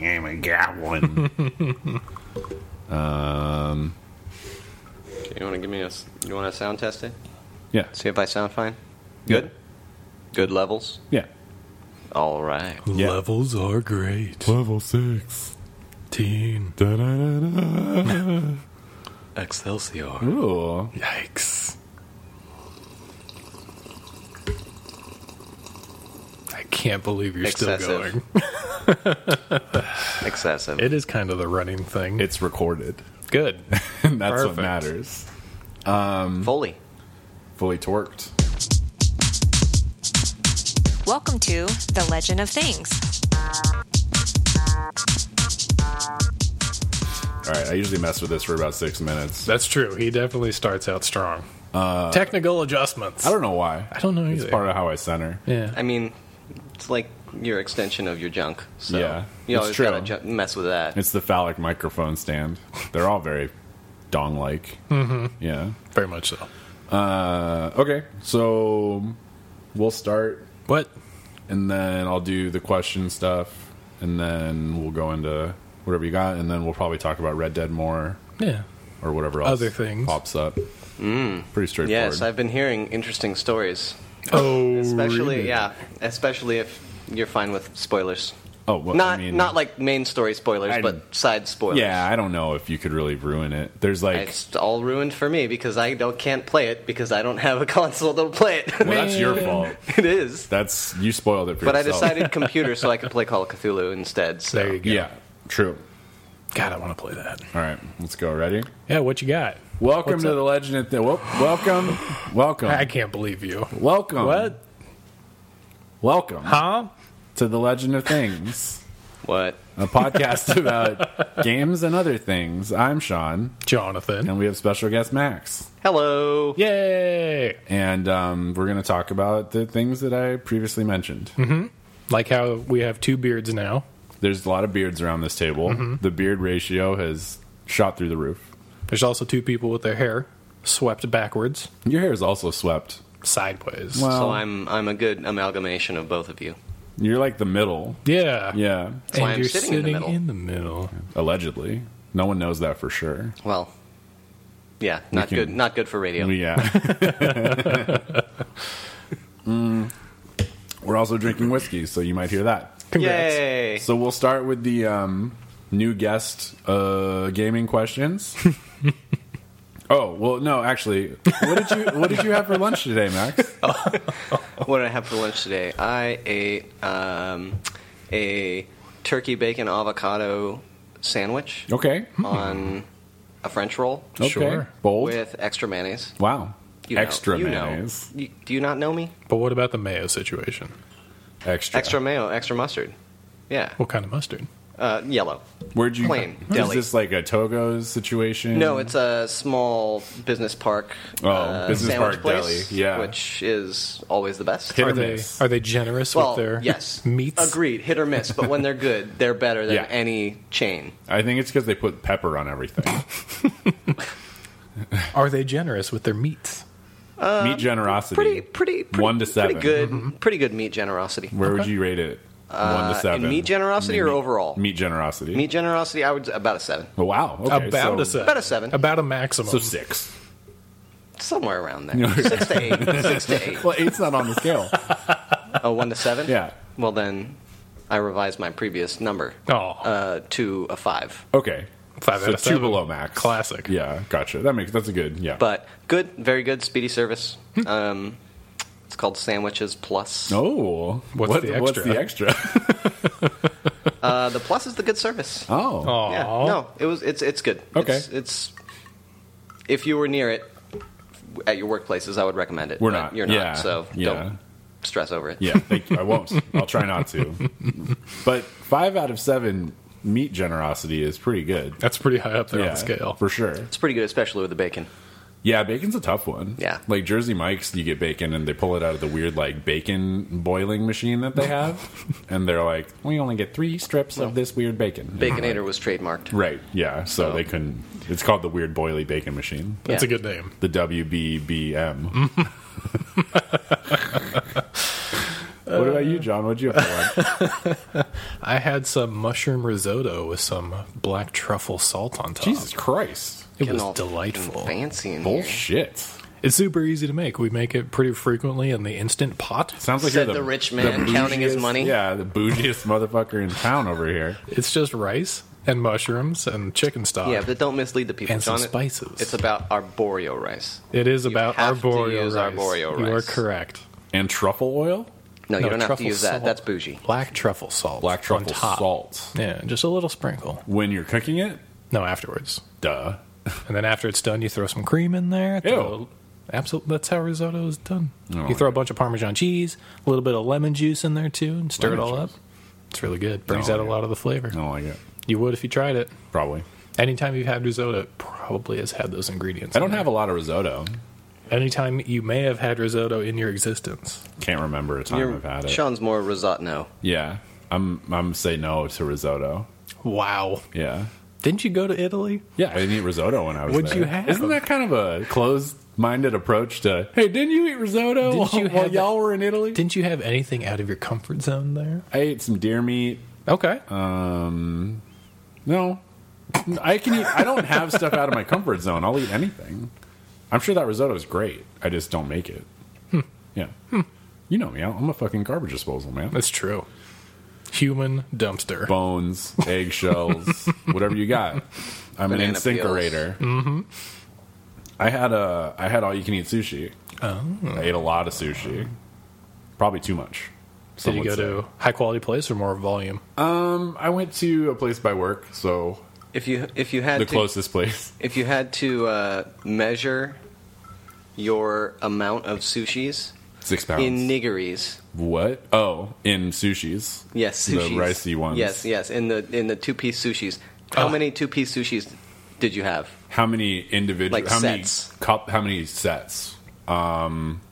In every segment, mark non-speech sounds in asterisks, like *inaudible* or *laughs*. I'm a got one. um, Okay, you want to give me a s- you want to sound test it? yeah, See if I sound fine. good. Good levels. Yeah, All right. Yeah. Levels are great. level six. Teen. Da, da, da, da. Excelsior. Hmm? Ooh, Yikes. I can't believe you're still Excessive. going. Excessive. It is kind of the running thing. it's recorded. *laughs* good. That's what Perfect. matters. Fully. Fully torqued. Welcome to The Legend of Things. All right, I usually mess with this for about six minutes. That's true. He definitely starts out strong. Technical adjustments. Uh, I don't know why. I don't know It's either. part of how I center. yeah. I mean, it's like your extension of your junk. So Yeah, you it's always true. gotta ju- mess with that. It's the phallic microphone stand. They're all very dong like. Mm-hmm. Yeah. Very much so. Uh, okay, so we'll start What? and then I'll do the question stuff and then we'll go into whatever you got and then we'll probably talk about Red Dead more *laughs* Yeah. or whatever else Other things. pops up. Mm. Pretty straightforward. yes, I've been hearing interesting stories, Oh, especially really? yeah, especially if you're fine with spoilers. oh, well, not I mean, not like main story spoilers, I- but side spoilers. Yeah, I don't know if you could really ruin it. There's like It's all ruined for me because I don't can't play it because I don't have a *laughs* console that'll play it. well, that's your fault. *laughs* it is. That's you spoiled it for But I yourself. *laughs* decided computer so I could play Call of Cthulhu instead. So There you go. Yeah, true. God, I want to play that. All right, let's go. Ready? Yeah, what you got? Welcome What's to up? the Legend of Th- wel- Welcome, welcome, I can't believe you. welcome. What? Welcome Huh? to the Legend of Things, what? a *laughs* podcast about games and other things. I'm Sean, Jonathan. and we have special guest Max, Hello. Yay! and um, we're going to talk about the things that I previously mentioned. Mm-hmm. Like how we have two beards now. There's a lot of beards around this table. Mm-hmm. The beard ratio has shot through the roof. There's also two people with their hair swept backwards, Your hair is also swept. sideways. Well, So I'm I'm a good amalgamation of both of you. you're like the middle. yeah. Yeah, That's why I'm sitting in the middle. middle. allegedly. No one knows that for sure. Well, yeah, not can- good. Not good for radio. Yeah. *laughs* Mm. We're also drinking whiskey, so you might hear that. Congrats. Yay! So we'll start with the um, new guest uh, *laughs* gaming questions. oh well, no, actually, what did you what did you have for lunch today, Max? *laughs* What did I have for lunch today? I ate um, a turkey bacon avocado sandwich Okay, on a French roll okay, Sure. bold. with extra mayonnaise. wow, You know- extra you know. mayonnaise, You- do you not know me? But what about the mayo situation? extra. Extra mayo, extra mustard. Yeah, What kind of mustard? uh, yellow. Where'd you? plain Is deli. this like a Togo's situation? No, it's a small business park. Oh, uh, business sandwich park place, deli, yeah. which is always the best. Hit Are or they miss. are they generous well, with their yes, meats? Agreed, hit or miss, but when they're good, they're better than Yeah. any chain. I think it's because they put pepper on everything. Are they generous with their meats? Meat generosity. Uh, Pretty, pretty, pretty One to seven. Pretty good, pretty good meat generosity. Where would you rate it? One to Uh, in seven. meat generosity or overall? Meat generosity. Meat generosity, I would about a seven, Oh, wow. Okay, about so, a seven. about a seven. About a maximum. So six. somewhere around there, *laughs* six to eight, six to eight. Well, eight's not on the scale. Oh, one to seven. *laughs* Yeah. Well, then, I revised my previous number oh, uh, to a five. Okay. Five so out of two seven. below max. Classic. Yeah, gotcha. That makes that's a good yeah. But good, very good, speedy service. um, it's called Sandwiches Plus. oh, What's what- the What's the extra? *laughs* Uh, the plus is the good service. oh, Aw. Yeah, no, it was. It's it's good. Okay. it's, it's if you were near it at your workplaces, I would recommend it. We're but not. You're Yeah, not. So yeah. don't stress over it. yeah. Thank you. I won't. I'll try not to. *laughs* But five out of seven meat generosity is pretty good. That's pretty high up there on yeah, the scale. for sure. It's pretty good, especially with the bacon. Yeah, bacon's a tough one. Yeah. Like Jersey Mike's, you get bacon and they pull it out of the weird, like, bacon boiling machine that *laughs* they have. and they're like, we only get three strips of this weird bacon. And I'm Baconator like, was trademarked. Right, yeah. So Oh. they couldn't. It's called the Weird Boily Bacon Machine. That's Yeah. a good name. *laughs* The WBBM. What about you, John? What'd you have for lunch? *laughs* I had some mushroom risotto with some black truffle salt on top. Jesus Christ. It Getting was all delightful. Fancy in here. Bullshit. It's super easy to make. We make it pretty frequently in the instant pot. Sounds like Said you're the, the rich man the counting his bougiest- money. Yeah, the bougiest motherfucker in town over here. It's just rice and mushrooms and chicken stock. Yeah, but don't mislead the people. And some John, it- spices. It's about arboreal rice. it is about have to arboreal use rice. arboreal You are rice. correct. And truffle oil? No, you No, don't have to truffle use that. salt. That's bougie. Black truffle salt. Black truffle on top. salt. Yeah, just a little sprinkle. When you're cooking it? No, afterwards. Duh. And then after it's done, you throw some cream in there. Ew. Oh Absolutely, that's how risotto is done. I don't you throw like a bunch of Parmesan cheese, a little bit of lemon juice in there too, and stir Lemon it all up. juice. Oh, It's really good. Brings don't out a like lot of the flavor. I don't like it. You would if you tried it. Probably. Anytime you've had risotto, it probably has had those ingredients. I don't have a lot of risotto. A- Anytime you may have had risotto in your existence. Can't remember a time You're- I've had it. Sean's more risotto. Yeah. I'm I'm say no to risotto. Wow! Yeah. Didn't you go to Italy? Yeah, I didn't eat risotto when I was What'd there. you have? Isn't that kind of a closed minded approach to hey, didn't you eat risotto Didn't while, you while have y'all were in Italy? Didn't you have anything out of your comfort zone there? Uh, I ate some deer meat. Okay. Um No. I can eat I don't have stuff out of my comfort zone. I'll eat anything. I'm sure that risotto is great. I just don't make it. Hmm. Yeah. You know me. I'm a fucking garbage disposal, man. That's true. Human *laughs* dumpster. bones, eggshells, whatever you got. I'm an Banana incinerator. Mm-hmm. I had a I had all you can eat sushi. Oh. I ate a lot of sushi, probably too much. Did you would go say. to high quality place or more volume? Um, I went to a place by work, so If you if you had the to closest place. if you had to uh, measure your amount of sushis Six pounds. in nigiris, what? Oh, in sushis. yes, The sushis, ricey ones. Oh. yes, yes, in the in the two piece sushis, how Ah. many two piece sushis did you have? How many individual? Like how sets. many cup? How many sets? Um,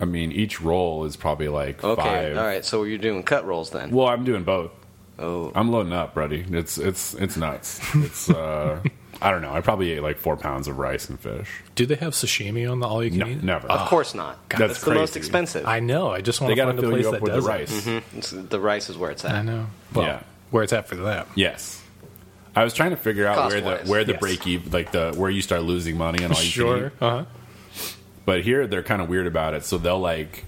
I mean, each roll is probably like Okay, five. all right, so you're doing cut rolls then. Well, I'm doing both. Oh, I'm loading up, buddy. It's it's it's nuts. It's uh, *laughs* I don't know. I probably ate like four pounds of rice and fish. Do they have sashimi on the all you can No, eat? never. of course not. God, that's that's the most crazy. expensive. I know. I just want They to got to find a fill place you up that with the does it. rice. It's- the rice is where it's I at. know. Well, Yeah. where it's at for that. Yes. I was trying to figure out where the Cost-wise, where the yes. break even like the where you start losing money and all you can Sure. eat. Uh huh. But here they're kind of weird about it, so they'll like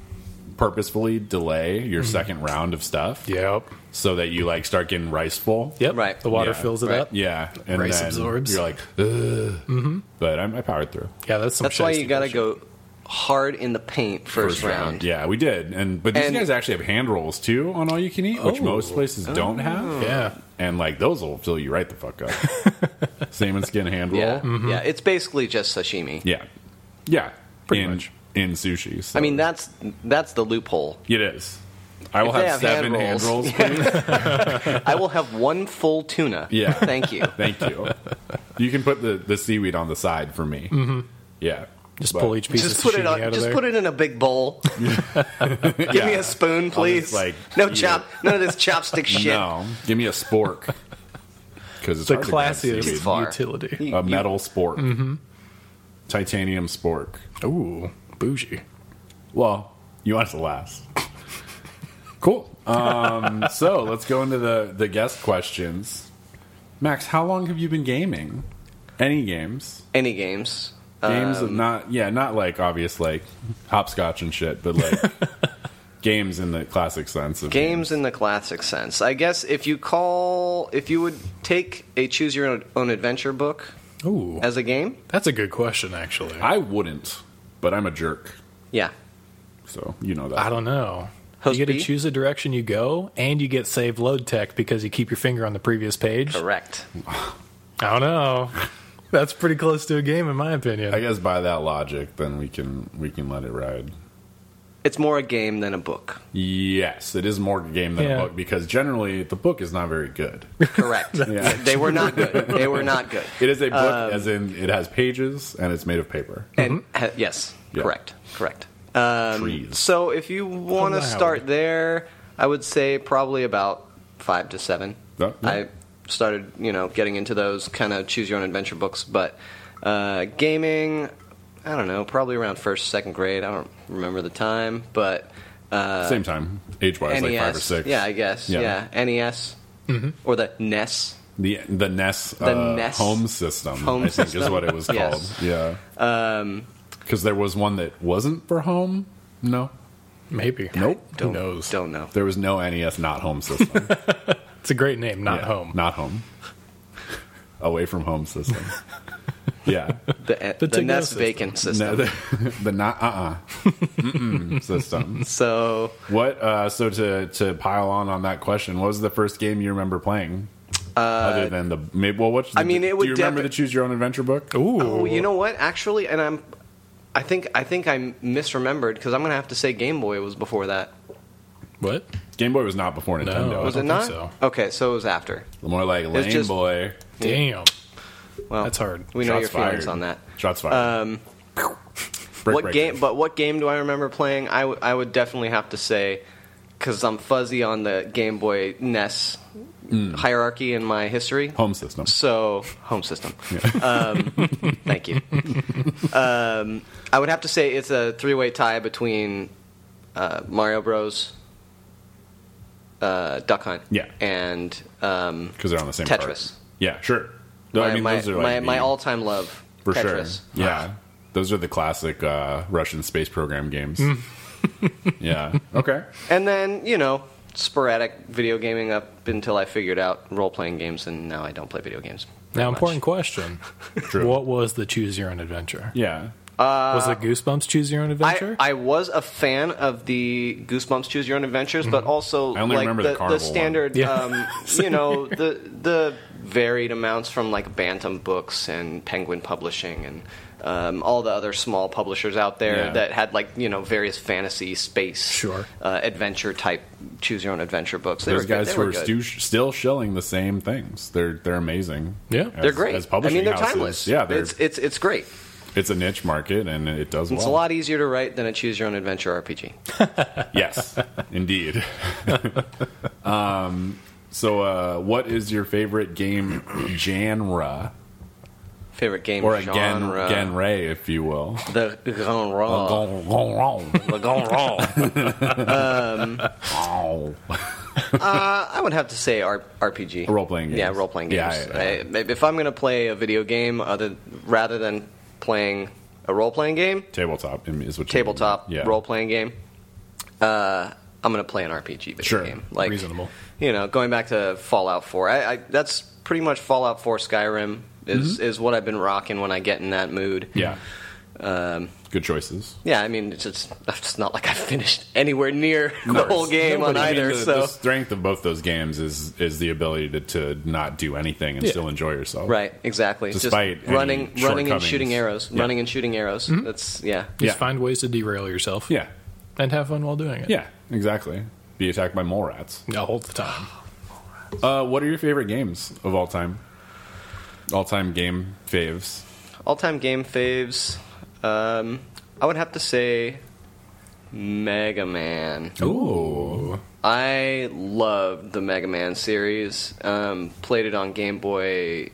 purposefully delay your Mm-hmm. second round of stuff Yep. so that you like start getting rice full. Yep. Right. The water Yeah. fills it Right. up. Yeah, and Rice then absorbs. Mm-hmm. You're like, Ugh. but I, I powered through. Yeah, that's some That's why you shiesty got to bullshit. go hard in the paint first, round. Yeah, we did. And but these And- guys actually have hand rolls too on all you can eat, which Oh. most places don't have. Yeah. And like those will fill you right the fuck up. *laughs* Salmon skin hand roll. Yeah, yeah. Mm-hmm. It's basically just sashimi. Yeah. Yeah. Pretty in, much. in sushi. so- I mean, that's that's the loophole. it is. I If will they have have, seven hand hand rolls, rolls. please. *laughs* I will have one full tuna. Yeah. Thank *laughs* you. Thank you. You can put the, the seaweed on the side for me. Mm-hmm. Yeah. Just But- pull each piece Just of put sashimi it out on. of Just there. put it in a big bowl. Give me Yeah. a spoon, please. like, no eat chop. None of this *laughs* chopstick shit. No, give me a *laughs* spork. Because it's Mm-hmm. the hard to grab classiest seaweed. far. utility. a metal spork, titanium spork. Ooh, bougie. Well, you want it to last. *laughs* cool. Um, so let's go into the the guest questions. Max, how long have you been gaming? Any games? Any games? Games Um, of not yeah, not like obvious like hopscotch and shit, but *laughs* like games in the classic sense of Games in the classic sense. I guess if you call, if you would take a choose your own, own adventure book Ooh, as a game, that's a good question, actually. I, I wouldn't, but I'm a jerk, yeah, so you know that. don't know. Host you get to B? choose the direction you go, and you get save load tech because you keep your finger on the previous page. correct. I don't know. That's pretty close to a game, in my opinion. I guess by that logic, then we can we can let it ride. It's more a game than a book. Yes, it is more a game than Yeah. a book because generally the book is not very good. Correct. *laughs* Yeah. They were not good. They were not *laughs* good. It is a book, Um, as in it has pages and it's made of paper. And ha- yes, Yeah. correct, correct. Um, Trees. So if you want to Allowed. start there, I would say probably about five to seven. Yeah, yeah. I started, you know, getting into those kind of choose your own adventure books, but uh, gaming. I don't know, probably around first, second grade. I don't remember the time, but Same time, age wise, like five or six. E Yeah, I guess. Yeah. Mm-hmm. Yeah, NES or the E NES. The the NES the NES home system, home I think, is what it was called. *laughs* Yes. Um, Yeah, because there was one that wasn't for home. No, Maybe. Nope. Who Don't knows? Don't know. there was no NES not home *laughs* system. It's a great name, not Yeah, home. Not home. *laughs* Away from home system. *laughs* yeah. The, The the, E NES Techno bacon system. No, the, *laughs* the not uh uh system. So What? Uh, so to to pile on on that question, what was the first game you remember playing? Uh, Other than the maybe, well, what's the, I mean, it would do you remember defi- the choose your own adventure book? Ooh. Oh, you know what? Actually, and I'm, I think I think I misremembered because I'm gonna have to say Game Boy was before that. what? Game Boy was not before Nintendo. I Was it don't not? think so. Okay, so it was after. More like Lame just- Boy. Damn. Well, That's hard. We know Shots your feelings fired. on that. Shots fired. *laughs* Um, Brick what break. game? But what game do I remember playing? I, w- I would definitely have to say because I'm fuzzy on the Game Boy NES Hmm. hierarchy in my history. Home system. So home system. *laughs* Um, thank you. Um, I would have to say it's a three-way tie between uh, Mario Bros, uh, Duck Hunt, Yeah. and um, Because they're on the same Tetris. card. Yeah, sure. No, my, I mean, my, those are like my, my the- all-time love for Tetris. sure. Yeah, those are the classic uh, Russian space program games. *laughs* yeah. Okay. And then you know sporadic video gaming up until I figured out role-playing games, and now I don't play video games. very Now, much. important question. *laughs* True. What was the choose your own adventure? Yeah. Oh, was it Goosebumps choose your own adventure? Uh, I, I was a fan of the Goosebumps Choose Your Own Adventures, but also I only like remember the the, carnival one. standard, Mm-hmm. um, Yeah. *laughs* you know, the the varied amounts from like Bantam Books and Penguin Publishing and um, all the other small publishers out there Yeah. that had like you know various fantasy, space, Sure. uh, adventure type Choose Your Own Adventure books. They Those were good. guys They who were are good. stu- still shilling the same things. They're they're amazing. Yeah. As- they're great. As publishing I mean, they're houses. timeless. Yeah, they're, it's it's, it's it's great. a niche market and it does It's well. a lot easier to write than a Choose Your Own Adventure RPG. yes, *laughs* indeed. um, so, uh, what is your favorite game *clears throat* genre, Favorite game or a gen- genre. Uh, genre, if you will? the genre. Genre. I would have to say R- RPG. Role playing games. Yeah, role playing Yeah, games. yeah, yeah. I- if I'm going to play a video game other rather than playing a role playing game, *laughs* Tabletop is what you tabletop mean. Yeah. role playing game, uh, I'm going to play an RPG video Sure. game. Like Reasonable. You know, going back to Fallout 4. I, I that's pretty much Fallout 4 Skyrim is is what I've been rocking when I get in that mood. Mm-hmm. Um, Yeah. Good *laughs* choices. Yeah, I mean, it's, it's, it's not like I finished anywhere near the whole game No, on but I mean, either. the, so the strength of both those games is is the ability to, to not do anything and Yeah. still enjoy yourself. Right, exactly. Despite Just any running, running and shortcomings. shooting arrows, Yeah. running and shooting arrows. That's yeah. Just yeah. find ways to derail yourself Yeah. and have fun while doing it. Yeah. Exactly. Be attacked by mole rats. Yeah, all the time. Uh, what are your favorite games of all time? All time game faves. All-time game faves. Um, I would have to say Mega Man. Ooh. I loved the Mega Man series. Um, played it on Game Boy,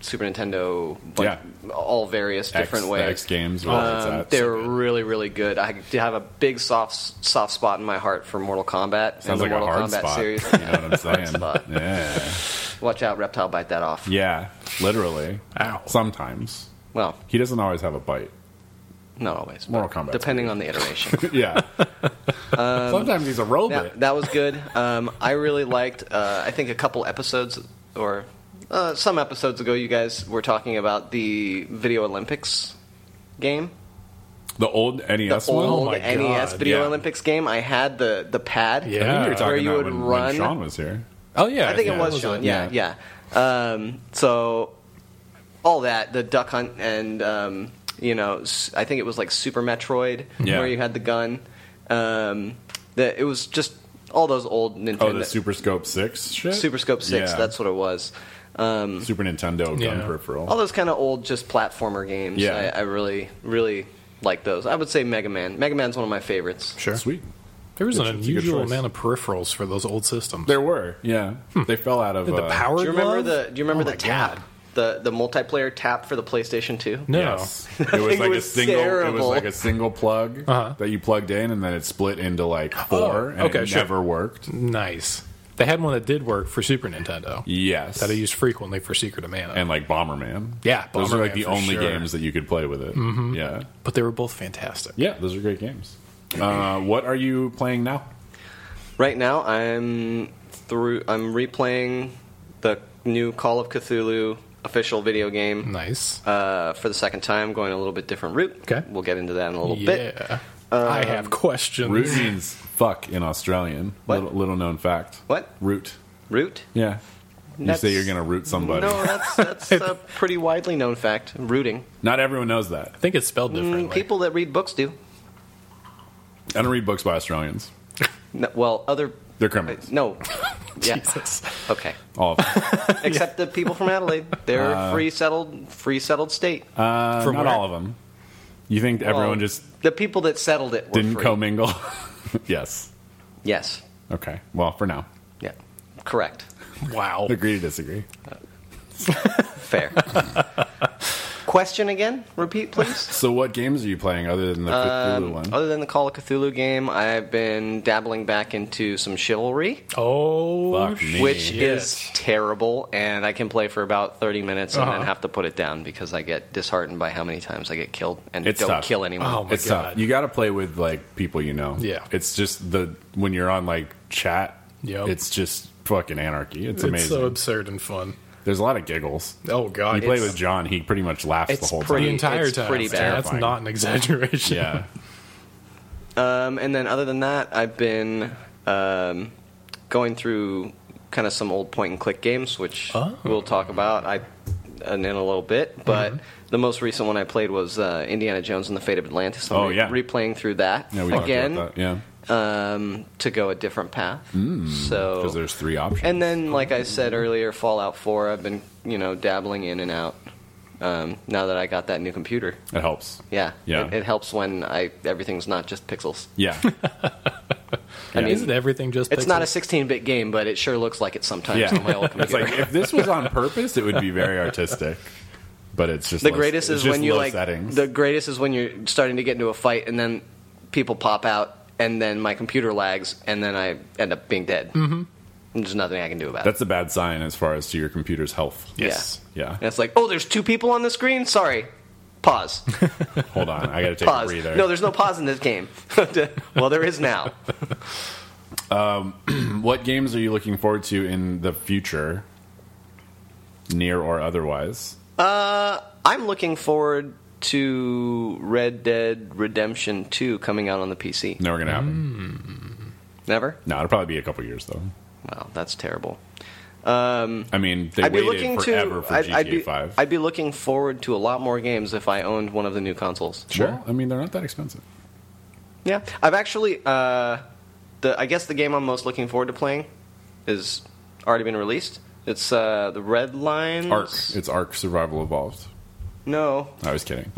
Super Nintendo, like, all various different X, ways. X games. where it's Um, at. they were really, really good. I have a big soft, soft spot in my heart for Mortal Kombat and Sounds like the a Mortal hard Kombat spot. series. *laughs* You know what I'm saying? spot. *laughs* Yeah. Watch out, reptile, bite that off. Yeah. Literally. Ow. Sometimes. Well, He doesn't always have a bite. Not always. but Mortal Kombat's Depending on the iteration. *laughs* *laughs* Yeah. Um, Sometimes he's a robot. that, that was good. Um, I really liked, uh, I think, a couple episodes or uh, some episodes ago, you guys were talking about the Video Olympics game. the old NES the one. Oh old Oh my NES God, Video yeah. Olympics game. I had the, the pad. I Yeah. think you were talking Where you about would when, run. when Sean was here. Oh yeah, I think yeah, it was it was Sean. on- Yeah, yeah. Um, so all that the duck hunt and um, you know s- I think it was like Super Metroid Yeah. where you had the gun. Um, the, it was just all those old Nintendo Oh, the Super Scope Six shit. Super Scope Six. Yeah. That's what it was. Um, Super Nintendo gun Yeah. peripheral. All those kind of old just platformer games. Yeah. I, I really really like those. I would say Mega Man. Mega Man's one of my favorites. Sure. Sweet. There was an It's- it's a good unusual choice. amount of peripherals for those old systems. There were. Yeah. They fell out of the uh, power. Do you remember glove? the Do you remember the Oh my tap? God. the the multiplayer tap for the PlayStation Two. No. Yes. It thing was like a was single it was terrible. like a single plug Uh-huh. that you plugged in and then it split into like four and okay, it sure. never worked. Nice. They had one that did work for Super Nintendo Yes. that I used frequently for Secret of Mana. and like Bomberman. Yeah, Those are like Bomberman the for only sure. games that you could play with it. Mm-hmm. Yeah. but they were both fantastic. Yeah, those are great games. Uh, what are you playing now? Right now, I'm through. I'm replaying the new Call of Cthulhu official video game Hmm. Nice. uh, for the second time, going a little bit different route. Okay. we'll get into that in a little bit. Um, yeah. I have questions. Root means fuck in Australian. What? Little, little known fact. What? Root. Root? Yeah. You That's- say you're going to root somebody. No, that's that's *laughs* a pretty widely known fact. Rooting. Not everyone knows that. I think it's spelled Mm, differently. *laughs* people that read books do. I don't read books by Australians. No, well, other They're uh, criminals. *laughs* no. Yeah. Jesus. Okay. All of them. Except the people from Adelaide, they're a free settled, free settled state. Uh, From not where? all of them. You think everyone Well, just the people that settled it were didn't free. commingle? *laughs* yes. Yes. Okay. Well, for now, Yeah. Correct. Wow. agree to disagree. Fair. Question again? Repeat, please. So, what games are you playing other than the Cthulhu Um, one? other than the Call of Cthulhu game, I've been dabbling back into some chivalry, Oh, Fuck me. which Yes. is terrible, and I can play for about 30 minutes and Uh-huh. then have to put it down because I get disheartened by how many times I get killed and It's don't tough. kill anyone. Oh, my it's tough. God. You got to play with like people you know. Yeah. It's just the when you're on like chat. Yep. It's just fucking anarchy. It's, it's amazing. so absurd and fun. There's a lot of giggles. Oh God, You play It's- with John. He pretty much laughs the it's whole the pretty- time. entire it's time. pretty bad. That's Terrifying. not an exaggeration. Yeah. Um, and then other than that, I've been um, going through kind of some old point and click games, which Oh. we'll talk about I in, in a little Mm-hmm. bit. But the most recent one I played was uh, Indiana Jones and the Fate of Atlantis. I'm Oh, yeah. replaying through that Yeah. We talked again about that. Yeah. Um, to go a different path. so Because Mm. there's three options. Oh. and then, like I said earlier, Fallout 4. I've been you know dabbling in and out. Um, now that I got that new computer, it *laughs* helps. yeah, Yeah. It, it helps when I everything's not just pixels. Yeah. I mean, Isn't everything just? It's not a pixels? 16-bit game, but it sure looks like it sometimes Yeah. on my old *laughs* It's computer. like if this was on purpose, it would be very artistic. But it's just the low- greatest it's is just when you low like settings. the greatest is when you're starting to get into a fight and then people pop out and then my computer lags and then I end up being dead. Mm-hmm. And there's nothing I can do about That's a bad sign as far as to your computer's health. it. yes. Yeah. Yeah. And it's like, "Oh, there's two people on the screen? Sorry." *laughs* Pause. Hold on, I got to take a Pause. breather. no, there's no pause in this game. *laughs* well, there is *laughs* now. what games are you looking forward to in the future, near or otherwise? I'm looking forward to Red Dead Redemption 2 coming out on the PC. Never gonna happen. Never? No, it'll probably be a couple years though. Wow, that's terrible. Um, I mean, they I'd be waited looking forever to. for I'd, GTA I'd be, Five. I'd be looking forward to a lot more games if I owned one of the new consoles. Well, I mean, they're not that expensive. Yeah, I've actually. Uh, the I guess the game I'm most looking forward to playing is already been released. It's uh, the Red Line. Ark. It's Ark Survival Evolved. No, I was kidding.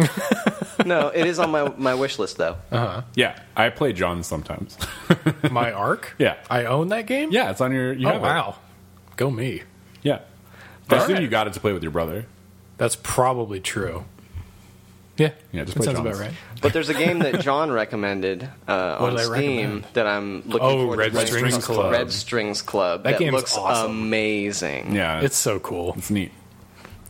no, it is on my my wish list though. yeah, I play John sometimes. *laughs* *laughs* My Arc. Yeah. I own that game. yeah, it's on your. You oh have it. wow, go me. Yeah. I assume right. you got it to play with your brother. That's probably true. Yeah. Yeah, just that play sounds John's. about right. But there's a game that John recommended uh, on What did I Steam recommend? that I'm looking Oh, forward Red to playing. Strings Club. Red Strings Club. That game's looks awesome. amazing. Yeah, It's so cool. it's neat.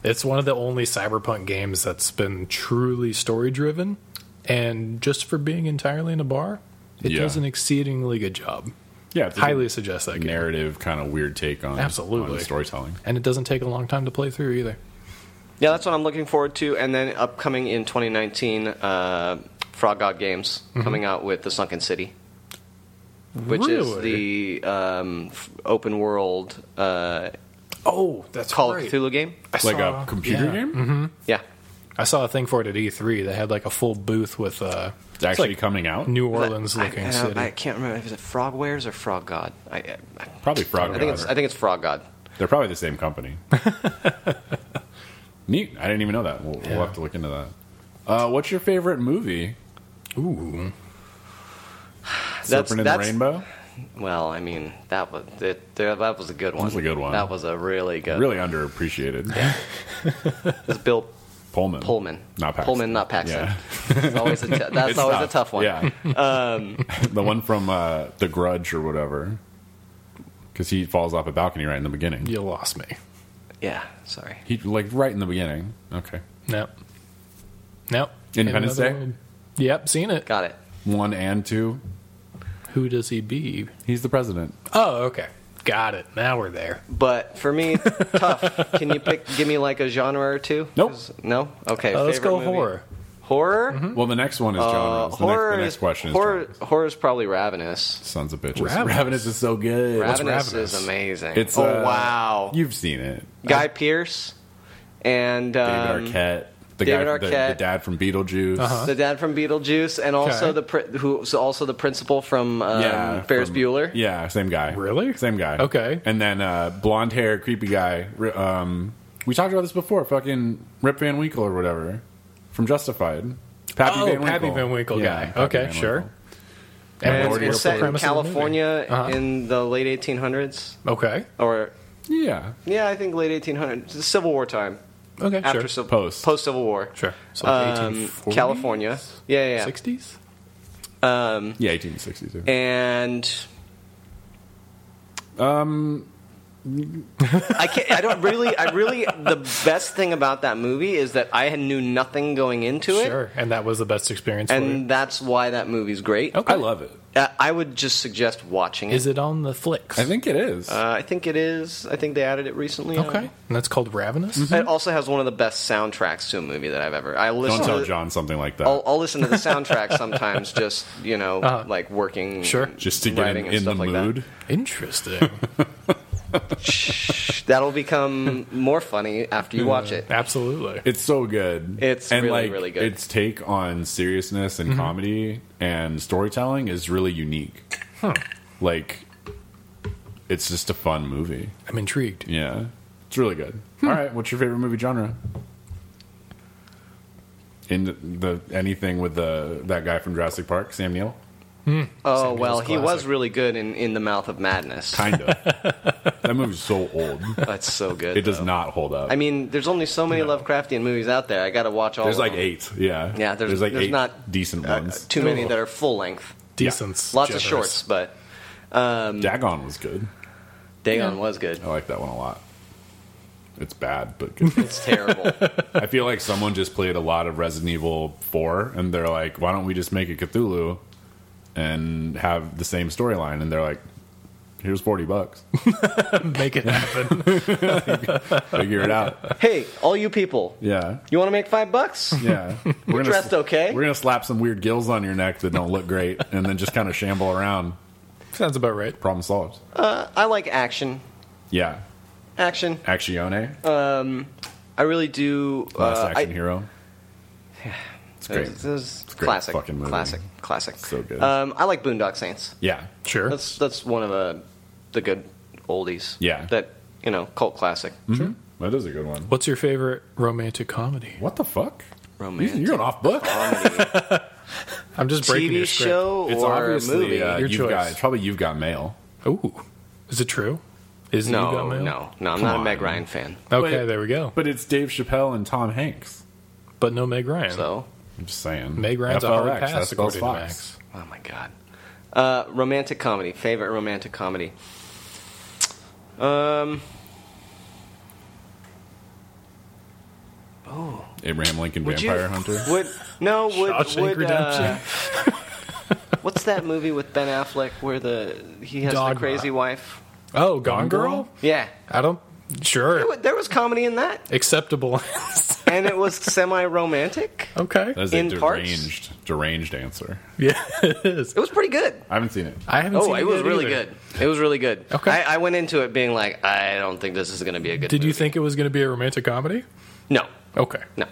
It's one of the only cyberpunk games that's been truly story driven, and just for being entirely in a bar, it Yeah. does an exceedingly good job. Yeah, it's a Highly good suggest that game, narrative kind of weird take on Absolutely. on storytelling. and it doesn't take a long time to play through either. Yeah, that's what I'm looking forward to. And then upcoming in 2019, uh, Frog God Games Mm-hmm. coming out with The Sunken City, which Really? is the um, f- open world uh, Oh, that's Call right. of Cthulhu game. I Like saw- a computer yeah. game. Yeah. I saw a thing for it at E3. They had like a full booth with uh, It's actually like coming out. New Orleans I- looking I, city. I can't remember if it's Frogwares or Frog God. I, I, Probably Frog I think it's I God. think it's Frog God. They're probably the same company. *laughs* Neat. I didn't even know that. We'll, we'll have to look into that. Uh, what's your favorite movie? Ooh, Serpent in the Rainbow. Well, I mean that was it, there, that was a good one. was a good one. That was a really good. Really underappreciated. it was Bill Pullman. Pullman, Not Paxton. Pullman, not Paxton. Yeah. It's always a t- that's *laughs* It's always a tough one. Um, Yeah. *laughs* the one from uh, The Grudge or whatever. Because he falls off a balcony right in the beginning. You lost me. Yeah, sorry. He like right in the beginning. Okay. Nope. Nope. Independence In another Day? world. Yep, seen it. Got it. One and two. Who does he be? He's the president. Oh, okay. Got it. Now we're there. But for *laughs* me, tough. Can you pick? Give me like a genre or two. Nope. 'Cause- No. Okay. Uh, let's favorite go movie. horror. Horror. Well, the next one Mm-hmm. is Uh, genres. The, next, horror the next is question is horror. genres. horror is probably Ravenous. Sons of bitches. Ravenous. Ravenous, is so good. Ravenous, Ravenous? is amazing. It's oh uh, wow. You've seen it. Guy Pierce and David um, Arquette. The David guy, the- The, Arquette. dad from Beetlejuice. Uh-huh. the dad from Beetlejuice, and also Okay. the pri- who's also the principal from um, Yeah, Ferris from- Bueller. Yeah, same guy. Really? Same guy. Okay. And then uh, blonde hair, creepy guy. ri- Um, we talked about this before. Fucking Rip Van Winkle or whatever from Justified. Pappy Oh, Pappy Van Winkle guy. Okay, sure. And And it's Lord of the it's set in Premise of the movie. California Uh-huh. in the late 1800s, Okay. or Yeah. yeah, I think late 1800s, Civil War time Okay. after sure. Civil Post. post Civil War, sure. So like um, 1840s? California, yeah, yeah, yeah. 60s? Um, Yeah, 1862. and um I can't I don't really I really the best thing about that movie is that I knew nothing going into it Sure. And that was the best experience for you. and that's why that movie's great. Okay. I love it. Uh, I would just suggest watching it. Is it on the flicks? I think it is. Uh, I think it is. I think they added it recently. Okay. And that's called Ravenous? It also has one of the best soundtracks to a movie that I've ever. I listen. Don't tell to, John something like that. I'll, I'll listen to the soundtrack sometimes, just you know, *laughs* like working, Sure. Uh-huh. just to get writing him and in the stuff like that. mood. Interesting. Shh, That'll become more funny after you watch *laughs* it. Absolutely. It's so good. It's and really, like, really good. Its take on seriousness and comedy and storytelling is really unique. Like, it's just a fun movie. I'm intrigued. Yeah, it's really good. All right, what's your favorite movie genre? In the, the anything with the that guy from Jurassic Park, Sam Neill, Oh well, he was classic. really good in in the mouth of madness. kind of. that movie's so old; That's so good. it does though. not hold up. I mean, there's only so many Lovecraftian movies out there. I got to watch all. there's of like them. eight. Yeah, Yeah, there's- like there's eight not- decent Uh, ones. too many that are full length. Decent. Lots generous. of shorts, but Dagon was good. Dagon was good. I like that one a lot. It's bad, but *laughs* good. It's *laughs* terrible. I feel like someone just played a lot of Resident Evil 4 and they're like, why don't we just make a Cthulhu and have the same storyline? And they're like, here's 40 bucks. *laughs* Make it happen. Figure *laughs* it out. hey, all you people, Yeah. you want to make five bucks? Yeah. We're gonna dressed sl- okay. We're going to slap some weird gills on your neck that don't look great and then just kind of shamble around. Sounds about right. Problem solved. I like action. Yeah. Action. Actione. I really do. Last uh, action I, *sighs* hero. It's great. This is great classic, fucking movie. classic, classic. So good. Um, I like Boondock Saints. yeah. Sure. That's that's one of the the good oldies. Yeah. Hmm. That you know, cult classic. Sure. That is a good one. What's your favorite romantic comedy? What the fuck? Romantic You're an off book. comedy. *laughs* I'm just breaking TV your script. show It's or obviously movie? Uh, Your you've choice. got it's probably you've got mail. Ooh. Is it true? Is it You Got no, Mail? no, no. I'm Come not a on. Meg Ryan fan. Okay, But- there we go. But it's Dave Chappelle and Tom Hanks. But no Meg Ryan. So, I'm just saying. Meg Ryan's a hard pass, that spells according to Fox. oh my god. Uh, romantic comedy. Favorite romantic comedy. Um. Abraham Lincoln Would you- Vampire Hunter. Would no? Would Shawshank would uh, Redemption. *laughs* what's that movie with Ben Affleck where the he has Dogma. the crazy wife? Oh, Gone Gone Girl? Girl? Yeah, I don't. There Sure. wa- there was comedy in that, Acceptable. *laughs* and it *laughs* was semi-romantic. okay. *laughs* That is In a parts? deranged, deranged answer. Yeah, it is. It was pretty good. I haven't seen it. I haven't Oh, seen it was yet really either. good. It was really good. Okay. I, I went into it being like, I don't think this is going to be a good. Did you movie. think it was going to be a romantic comedy? No, Okay. no.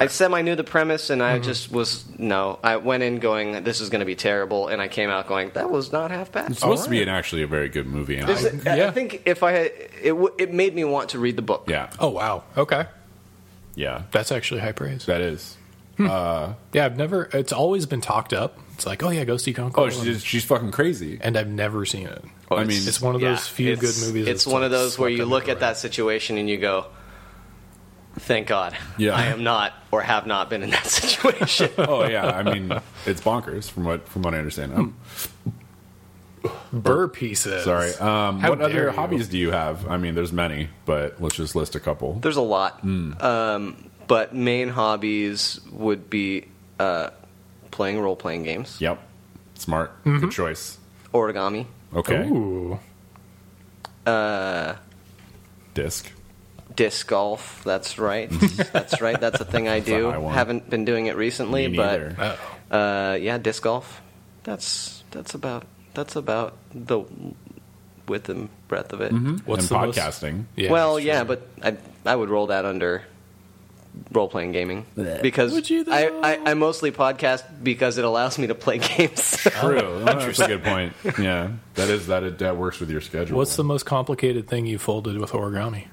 I semi knew the premise, and I Mm-hmm. just was no. I went in going, "This is going to be terrible," and I came out going, "That was not half bad." It's supposed to be right. an actually a very good movie. And Is I- it- I, Yeah. think if I had, it, w- it made me want to read the book. yeah, Oh wow. Okay. yeah, That's actually high praise. that is. Yeah, I've never. It's always been talked up. It's like, oh yeah, go see Kong. Oh, she's, she's fucking crazy. and I've never seen it. I mean, It's one of Yeah, those few good it's- movies. It's that's one of those where swept you under look the at that rug. situation and you go, "Thank God, Yeah. I am not or have not been in that *laughs* situation." *laughs* oh yeah, I mean, it's bonkers from what from what I understand. Um, burr pieces. sorry. Um, How what other dare you. hobbies do you have? I mean, there's many, but let's just list a couple. There's a lot, um, but main hobbies would be uh, playing role playing games, Yep, smart, good choice. origami, Okay, Mm-hmm. Ooh, disc. disc golf. That's right. that's right. That's a thing I do. a high one. Haven't been doing it recently, Me but neither. uh, yeah, disc golf. That's that's about that's about the width and breadth of it. what's and the most- podcasting. Yeah, well, that's yeah, true. but I I would roll that under role playing gaming because Would you, I, though? I I mostly podcast because it allows me to play *laughs* games. *laughs* True. *laughs* Oh, that's a good point. Yeah, that is that. It, that works with your schedule. what's the most complicated thing you folded with origami?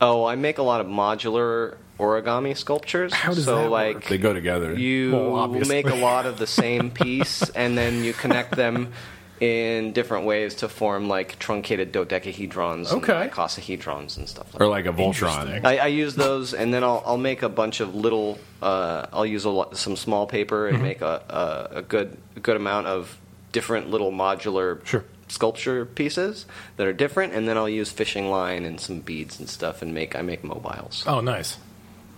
oh, I make a lot of modular origami sculptures. How does so that like They go together. you Well, obviously. make a lot of the *laughs* same piece and then you connect them in different ways to form like truncated dodecahedrons Okay. and icosahedrons and stuff like or like a Interesting. Voltron. I, I use those, and then I'll, I'll make a bunch of little. Uh, I'll use a lot, some small paper Mm-hmm. and make a, a, a good a good amount of different little modular Sure. sculpture pieces that are different, and then I'll use fishing line and some beads and stuff, and make I make mobiles, Oh, nice,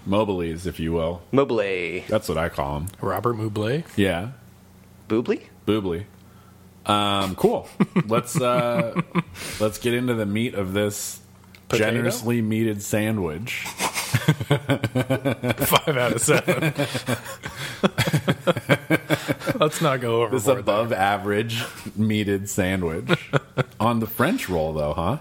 Mobiles, if you will. mobile, That's what I call them. Robert Muble. Yeah, boobly. boobly. Um, cool. let's *laughs* uh, let's get into the meat of this Potato? generously meated *laughs* sandwich. *laughs* Five out of seven. *laughs* Let's not go over This above average meated *laughs* sandwich on the French roll, though, huh?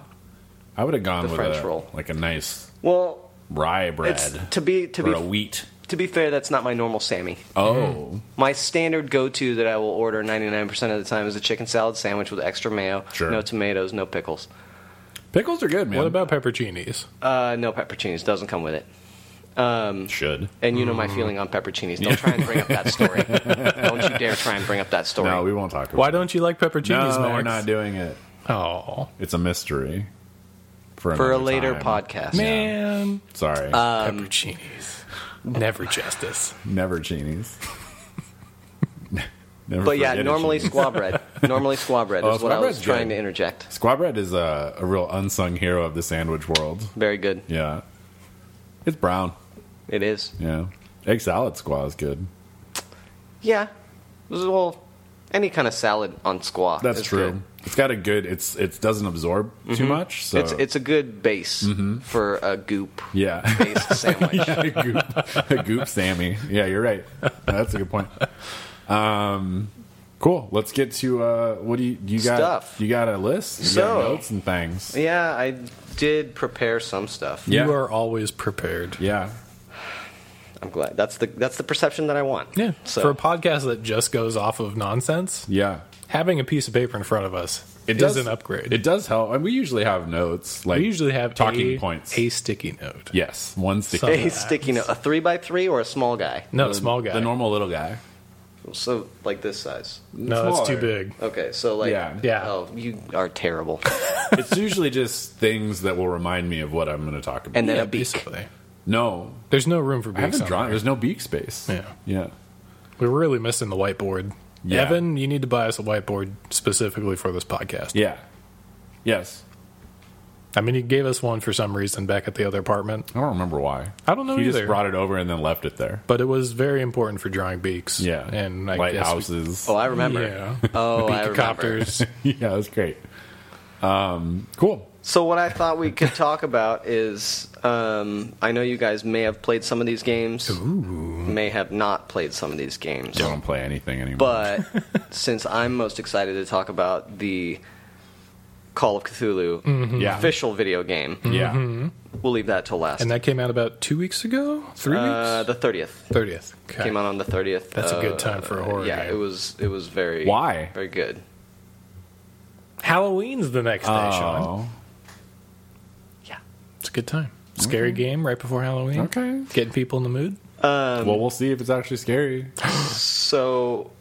I would have gone The with French a, roll. like a nice Well, rye bread it's to be to or a be wheat. to be fair, that's not my normal Sammy. Oh, My standard go-to that I will order 99% of the time is a chicken salad sandwich with extra mayo, Sure. no tomatoes, no pickles. pickles are good, man. What about pepperoncinis? Uh, no pepperoncinis. Doesn't come with it. Um, Mm. should? And you know my feeling on pepperoncinis. Don't try and bring up that *laughs* story. Don't you dare try and bring up that story. No, we won't talk about. Why it. don't you like pepperoncinis, no, Max? we're not doing it. Oh It's a mystery For a another later time. podcast. Uh, man, Sorry, Um, pepperoncinis, never justice. *laughs* never genies. never But yeah, forget a normally Genies. squab *laughs* bread. Normally squab bread Oh, is what I squab was bread's trying good. to interject. Squab bread is a, a real unsung hero of the sandwich world. Very good. Yeah, it's brown. It is. Yeah, egg salad squaw is good. Yeah. Well, any kind of salad on squab. That's is true. good. Mm-hmm. It's got a good. It's it doesn't absorb too much. So Mm-hmm. It's it's a good base for a goop yeah. *laughs* based sandwich. yeah, a goop, *laughs* a goop Sammy. Yeah, you're right. That's a good point. Um, cool. Let's get to uh, what do you you got? Stuff. You got a list. You So- got notes and things. Yeah. Yeah, I did prepare some stuff. Yeah. You are always prepared. I'm glad. That's the that's the perception that I want. Yeah. So For a podcast that just goes off of nonsense, Yeah. having a piece of paper in front of us is an upgrade. It does help. And we usually have notes. Like we usually have talking a, points. a sticky note. yes, one Some- sticky. a sticky note, a three by three or a small guy. No, small guy. The normal little guy. So like this size. no, that's too smaller. big. Okay, so like Yeah. Yeah. Oh, you are terrible. it's usually just things that will remind me of what I'm going to talk about. And then Yeah, a beak. basically. no, There's no room for I being haven't somewhere. drawn. There's no beak space. Yeah. Yeah. We're really missing the whiteboard. Yeah. Evan, you need to buy us a whiteboard specifically for this podcast. Yeah. Yes. I mean, he gave us one for some reason back at the other apartment, I don't remember why. I don't know He either. just brought it over and then left it there. but it was very important for drawing beaks. Yeah, and I guess lighthouses. Oh, I remember. *laughs* Yeah. Oh, I remember. Beakcopters. *laughs* yeah, that's great. Um, cool. So what I thought we could talk about is um, I know you guys may have played some of these games, may have not played some of these games, Don't play anything anymore. *laughs* but since I'm most excited to talk about the Call of Cthulhu Mm-hmm. yeah, official video game, yeah, we'll leave that till last. and that came out about two weeks ago, three uh, weeks, the thirtieth thirtieth. Okay. came out on the thirtieth. uh, That's a good time for a horror Yeah, game. it was. It was very Why? very good. Halloween's the next day, Sean. Oh, Yeah. It's a good time. Scary game right before Halloween. Okay. Getting people in the mood. Um, well, we'll see if it's actually scary. So,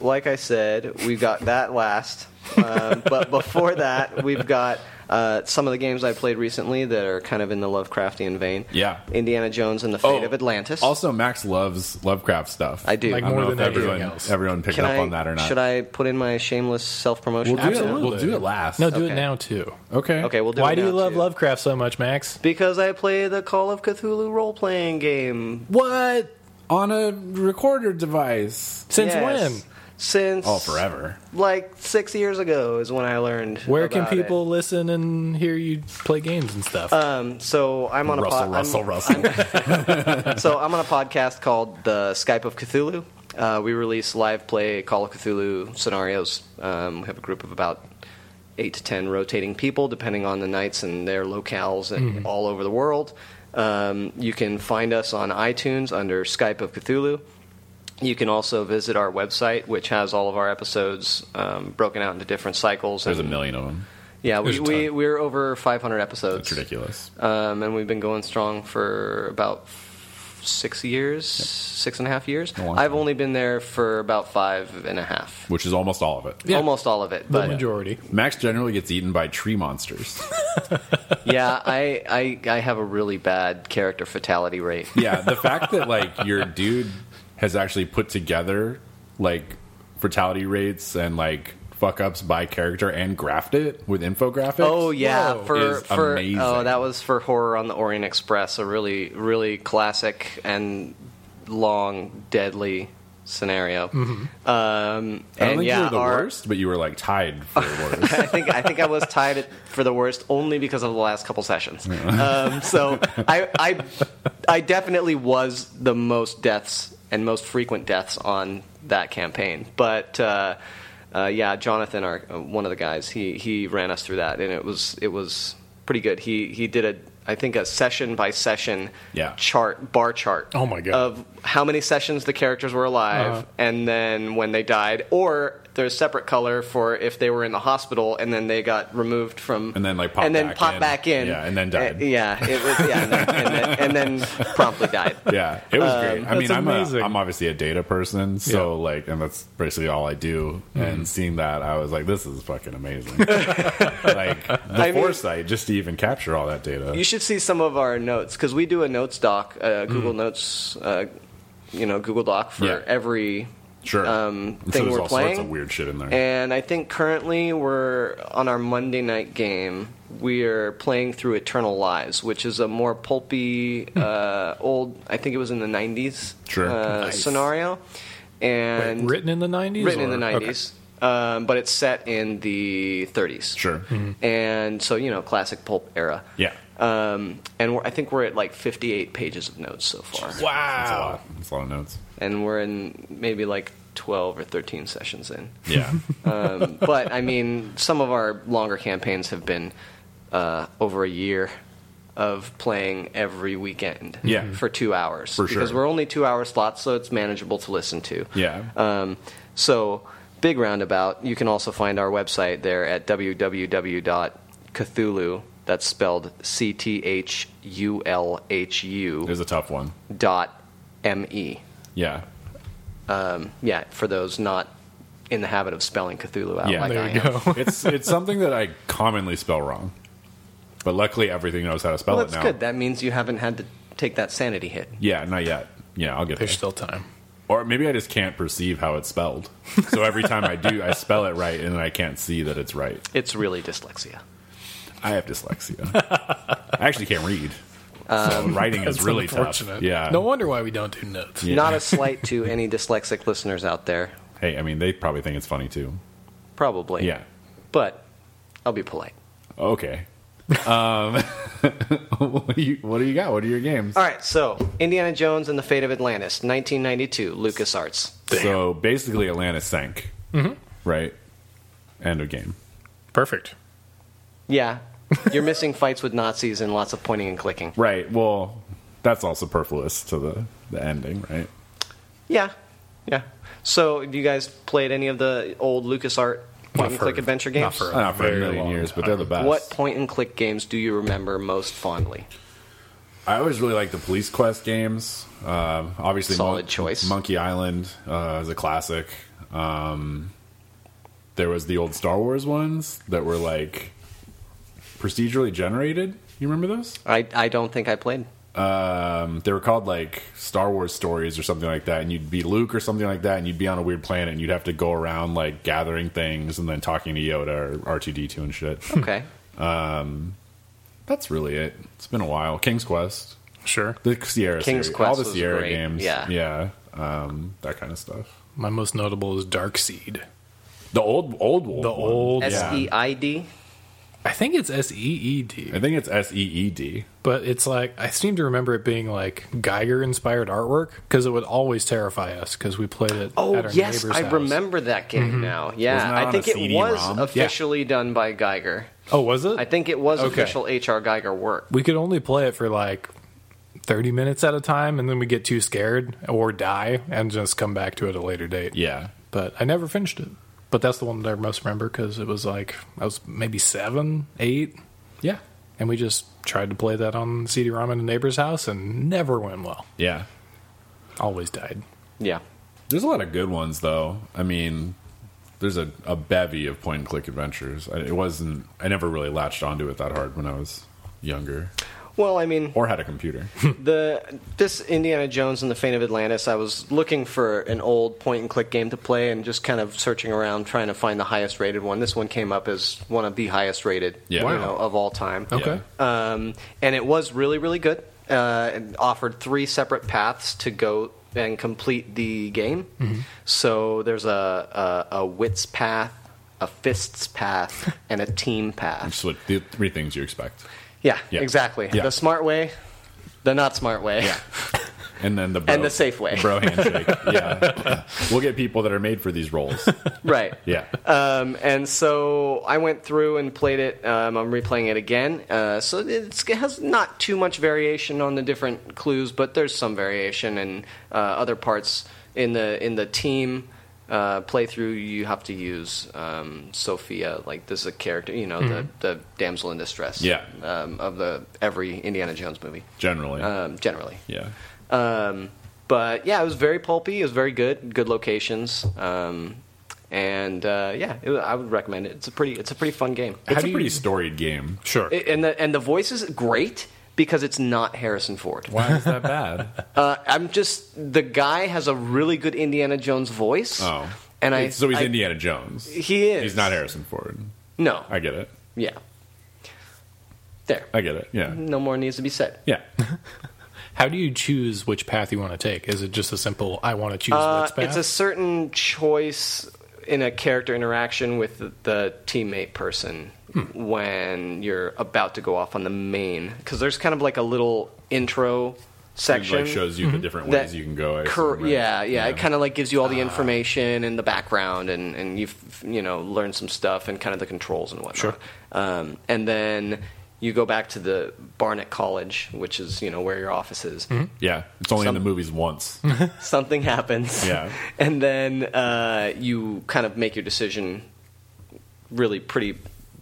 like I said, we've got that last. um, *laughs* but before that, we've got uh, some of the games I played recently that are kind of in the Lovecraftian vein. Yeah. Indiana Jones and the Oh, Fate of Atlantis. Also, Max loves Lovecraft stuff. I do. Like I don't more know than if anything everyone, else. everyone picked Can up I, on that or not. Should I put in my shameless self promotion? We'll do it. We'll do it last. No, do it Okay. now too. Okay. Okay, we'll do Why it do you now, love too. Lovecraft so much, Max? Because I play the Call of Cthulhu role playing game. What on a recorder device? Since Yes. when? Since Oh, forever. Like six years ago is when I learned. Where can about it. people listen and hear you play games and stuff? Um, so I'm on a Russell, pod- I'm- Russell, *laughs* Russell. so I'm on a podcast called the Skype of Cthulhu. Uh, we release live play Call of Cthulhu scenarios. Um, we have a group of about eight to ten rotating people, depending on the nights and their locales and Mm-hmm. all over the world. Um, you can find us on iTunes under Skype of Cthulhu. You can also visit our website, which has all of our episodes um, broken out into different cycles. There's a and- million of them. Yeah, There's we, a we ton. we're over 500 episodes That's ridiculous. um, and we've been going strong for about f- six years, six and a half years. long I've time. only been there for about five and a half, Which is almost all of it. Yeah. almost all of it. the But majority. Max generally gets eaten by tree monsters. *laughs* yeah, I, I I have a really bad character fatality rate. yeah, the fact that like your dude has actually put together like fatality rates and like fuck ups by character and graphed it with infographics. Oh yeah, Whoa. for Is for amazing. oh that was for Horror on the Orient Express, a really really classic and long deadly scenario. Mm-hmm. Um, I don't and think yeah, you were the our- worst, but you were like tied *laughs* for worst. I think I think I was tied at- for the worst only because of the last couple sessions. Um, so I, I I definitely was the most deaths and most frequent deaths on that campaign. But uh, uh, yeah, Jonathan, our uh, one of the guys, he he ran us through that, and it was it was pretty good. He he did a I think a session by session Yeah. chart bar chart. Oh my God. Of how many sessions the characters were alive Uh-huh. and then when they died or there's separate color for if they were in the hospital and then they got removed from And then, like, popped and then back popped in. back in Yeah, and then died. Uh, yeah it was yeah and then, and then, and then promptly died Yeah, it was Um, great. I that's mean, I'm a, amazing. I'm obviously a data person, so like, and that's basically all I do. Mm-hmm. And seeing that, I was like, this is *laughs* fucking amazing. like the mean- foresight just to even capture all that data. you should see some of our notes because we do a notes doc uh, Google Notes uh, you know Google Doc for Mm. Yeah. every sure, um, I'm thing sure there's we're all sorts playing. of weird shit in there. And I think currently we're on our Monday night game. We're playing through Eternal Lies, which is a more pulpy, uh, old. I think it was in the '90s Sure. uh, Nice. scenario, and written in the 90s? written in or- the okay. '90s, um, but it's set in the '30s. sure, Mm-hmm. And so you know, classic pulp era. yeah, Um, and we're, I think we're at like 58 pages of notes so far, that's a Wow. lot. That's a lot of notes. and we're in maybe like 12 or 13 sessions in. *laughs* Yeah, *laughs* Um, but I mean, some of our longer campaigns have been uh, over a year of playing every weekend Yeah. Mm-hmm. for two hours For because sure. we're only two hour slots, so it's manageable to listen to. yeah. Um, so, Big Roundabout, you can also find our website there at www.cthulhu, that's spelled C T H U L H it U was a tough one. dot M E. Yeah, Yeah, for those not in the habit of spelling Cthulhu out Yeah. like There I you am. go. *laughs* it's it's something that I commonly spell wrong, but luckily everything knows how to spell Well, it that's now. good. That means you haven't had to take that sanity hit. Yeah, not yet. Yeah, I'll get there. There's still time. Or maybe I just can't perceive how it's *laughs* spelled. So every time I do, I spell it right, and then I can't see that it's right. It's really dyslexia. I have *laughs* dyslexia. I actually can't read. So Um, writing is That's really tough. unfortunate. Yeah. No wonder why we don't do notes. Yeah. *laughs* Not a slight to any dyslexic listeners out there, Hey, I mean, they probably think it's funny too. probably. Yeah. But I'll be polite. Okay. Um, *laughs* what, do you, what do you got? What are your games? All right, so Indiana Jones and the Fate of Atlantis, 1992, LucasArts. So basically, Atlantis sank. Mm-hmm. Right. End of game. Perfect. Yeah. *laughs* You're missing fights with Nazis and lots of pointing and clicking. Right. Well, that's all superfluous to the the ending, right? Yeah. Yeah. So, have you guys played any of the old LucasArts point and for- click adventure games? not for A Not for a very million long years, but time. they're the best. What point and click games do you remember most fondly? I always really like the Police Quest games. Um obviously, Solid choice. Monkey Island uh, is a classic. Um, there was the old Star Wars ones that were like procedurally generated. You remember those? I, I don't think I played. um, they were called like Star Wars stories or something like that, and you'd be Luke or something like that, and you'd be on a weird planet, and you'd have to go around like gathering things and then talking to Yoda or R two D two and *laughs* shit. Okay. That's really it. It's been a while. King's Quest, Sure. the Sierra, King's series, Quest all the was Sierra great. games, Yeah. yeah, um, that kind of stuff. My most notable is Dark Seed. The old, old, old The one. old. yeah. S E I D. I think it's S E E D, I think it's S E E D. but it's like I seem to remember it being like Geiger inspired artwork because it would always terrify us because we played it. at Oh our yes, neighbor's I house. remember that game now. Wasn't Yeah, that on I think a it CD was ROM? officially done by Geiger. Oh, was it? I think it was Okay. official H.R. Geiger work. we could only play it for like 30 minutes at a time and then we get too scared or die and just come back to it at a later date Yeah, but i never finished it but that's the one that i most remember because it was like i was maybe seven eight yeah, and we just tried to play that on cd-rom at a neighbor's house and never went well yeah. always died Yeah. There's a lot of good ones, though. I mean, there's a, a bevy of point and click adventures. I, it wasn't. I never really latched onto it that hard when I was younger, Well, I mean, or had a computer. *laughs* the this Indiana Jones and the Fate of Atlantis. I was looking for an old point and click game to play, and just kind of searching around trying to find the highest rated one. This one came up as one of the highest rated, Yeah. you Wow. know, of all time. okay um, and it was really really good. Uh, and offered three separate paths to go and complete the game. So there's a, a a wits path, a fists path, and a team path. Just what the three things you expect, Yeah, Yeah. exactly. Yeah. The smart way, the not smart way. and then the bro, And the safe way. bro handshake. yeah, we'll get people that are made for these roles. *laughs* right. Yeah, Um, and so I went through and played it. Um, I'm replaying it again. Uh, so it's, it has not too much variation on the different clues, but there's some variation and uh, other parts in the in the team uh, playthrough. You have to use um, Sophia, like this is a character, you know, the, the damsel in distress. Yeah. Um, of the every Indiana Jones movie, generally. um, generally. yeah, Um, but yeah, it was very pulpy. It was very good. Good locations. Um, and uh, yeah, it, I would recommend it. It's a pretty. It's a pretty fun game. it's a do you- pretty storied game. sure It- and the and the voice is great because it's not Harrison Ford. Why is that bad? *laughs* Uh, I'm just the guy has a really good Indiana Jones voice. *laughs* Oh, and I so he's I- Indiana Jones. He is. He's not Harrison Ford. No. I get it. yeah. There. I get it. Yeah, No more needs to be said. yeah. how do you choose which path you want to take is it just a simple i want to choose Uh, which path it's a certain choice in a character interaction with the, the teammate person Hmm. when you're about to go off on the main because there's kind of like a little intro section like shows you the different that- ways you can go. I Cor- assume, right? Ah. yeah, yeah, It kind of like gives you all the information and the background, and and you have you know learn some stuff and kind of the controls and whatnot. Sure. Um, and then you go back to the Barnett College, which is you know where your office is. yeah. It's only Some- in the movies once. something happens. Yeah. *laughs* And then uh, you kind of make your decision really pretty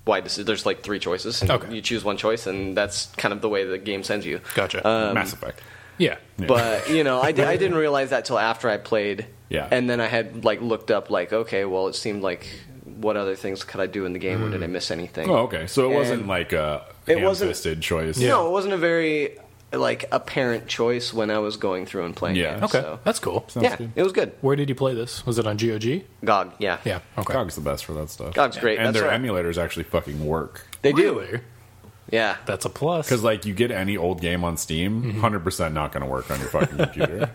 wide. Decision. There's like three choices. and Okay. You choose one choice, and that's kind of the way the game sends you. gotcha Um, Mass Effect. yeah But, you know, I, di- I *laughs* didn't realize that till after I played. Yeah. And then I had like looked up, like, okay, well, it seemed like what other things could I do in the game, or did I miss anything? Oh, okay. So it wasn't And- like a It wasn't- ham-fisted choice. No, it wasn't a very like apparent choice when I was going through and playing Yeah. it. okay so- that's cool Sounds Yeah, good. it was good. where did you play this was it on gog GOG, yeah. yeah okay GOG's the best for that stuff. GOG's great, And that's their right. emulators actually fucking work. They do. Really? Yeah. That's a plus. Because like you get any old game on Steam, 100 percent not going to work on your fucking computer.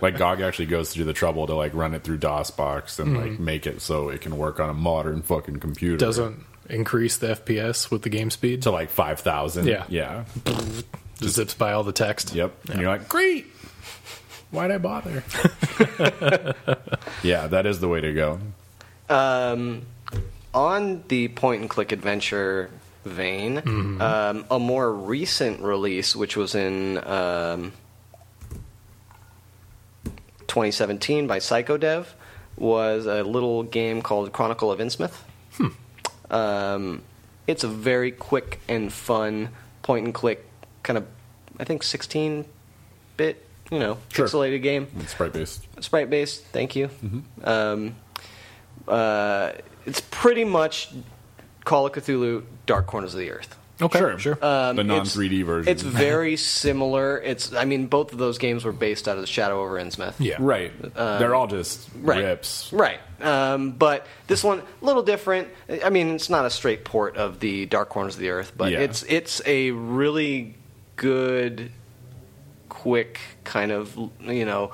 like GOG actually goes through the trouble to like run it through DOSBox and like make it so it can work on a modern fucking computer. doesn't increase the FPS with the game speed. to like 5,000. Yeah. yeah, Just zips by all the text. yep. And you're like, great. Why'd I bother? Yeah, that is the way to go. Um, on the point and click adventure vein, um, a more recent release, which was in um, 2017 by Psychodev, was a little game called Chronicle of Innsmouth. Um, it's a very quick and fun point and click kind of I think 16 bit, you know, Sure. pixelated game It's sprite based. sprite based. Thank you. Mm-hmm. Um, uh, it's pretty much Call of Cthulhu: Dark Corners of the Earth. Okay, Sure. sure. Um, The non it's- 3D version. It's *laughs* very similar. It's I mean both of those games were based out of the Shadow over Innsmouth. yeah, right. They're all just Um, right. rips. Right. Um, but this one a little different. I mean, it's not a straight port of the Dark Corners of the Earth, but Yeah. it's it's a really good quick kind of, you know,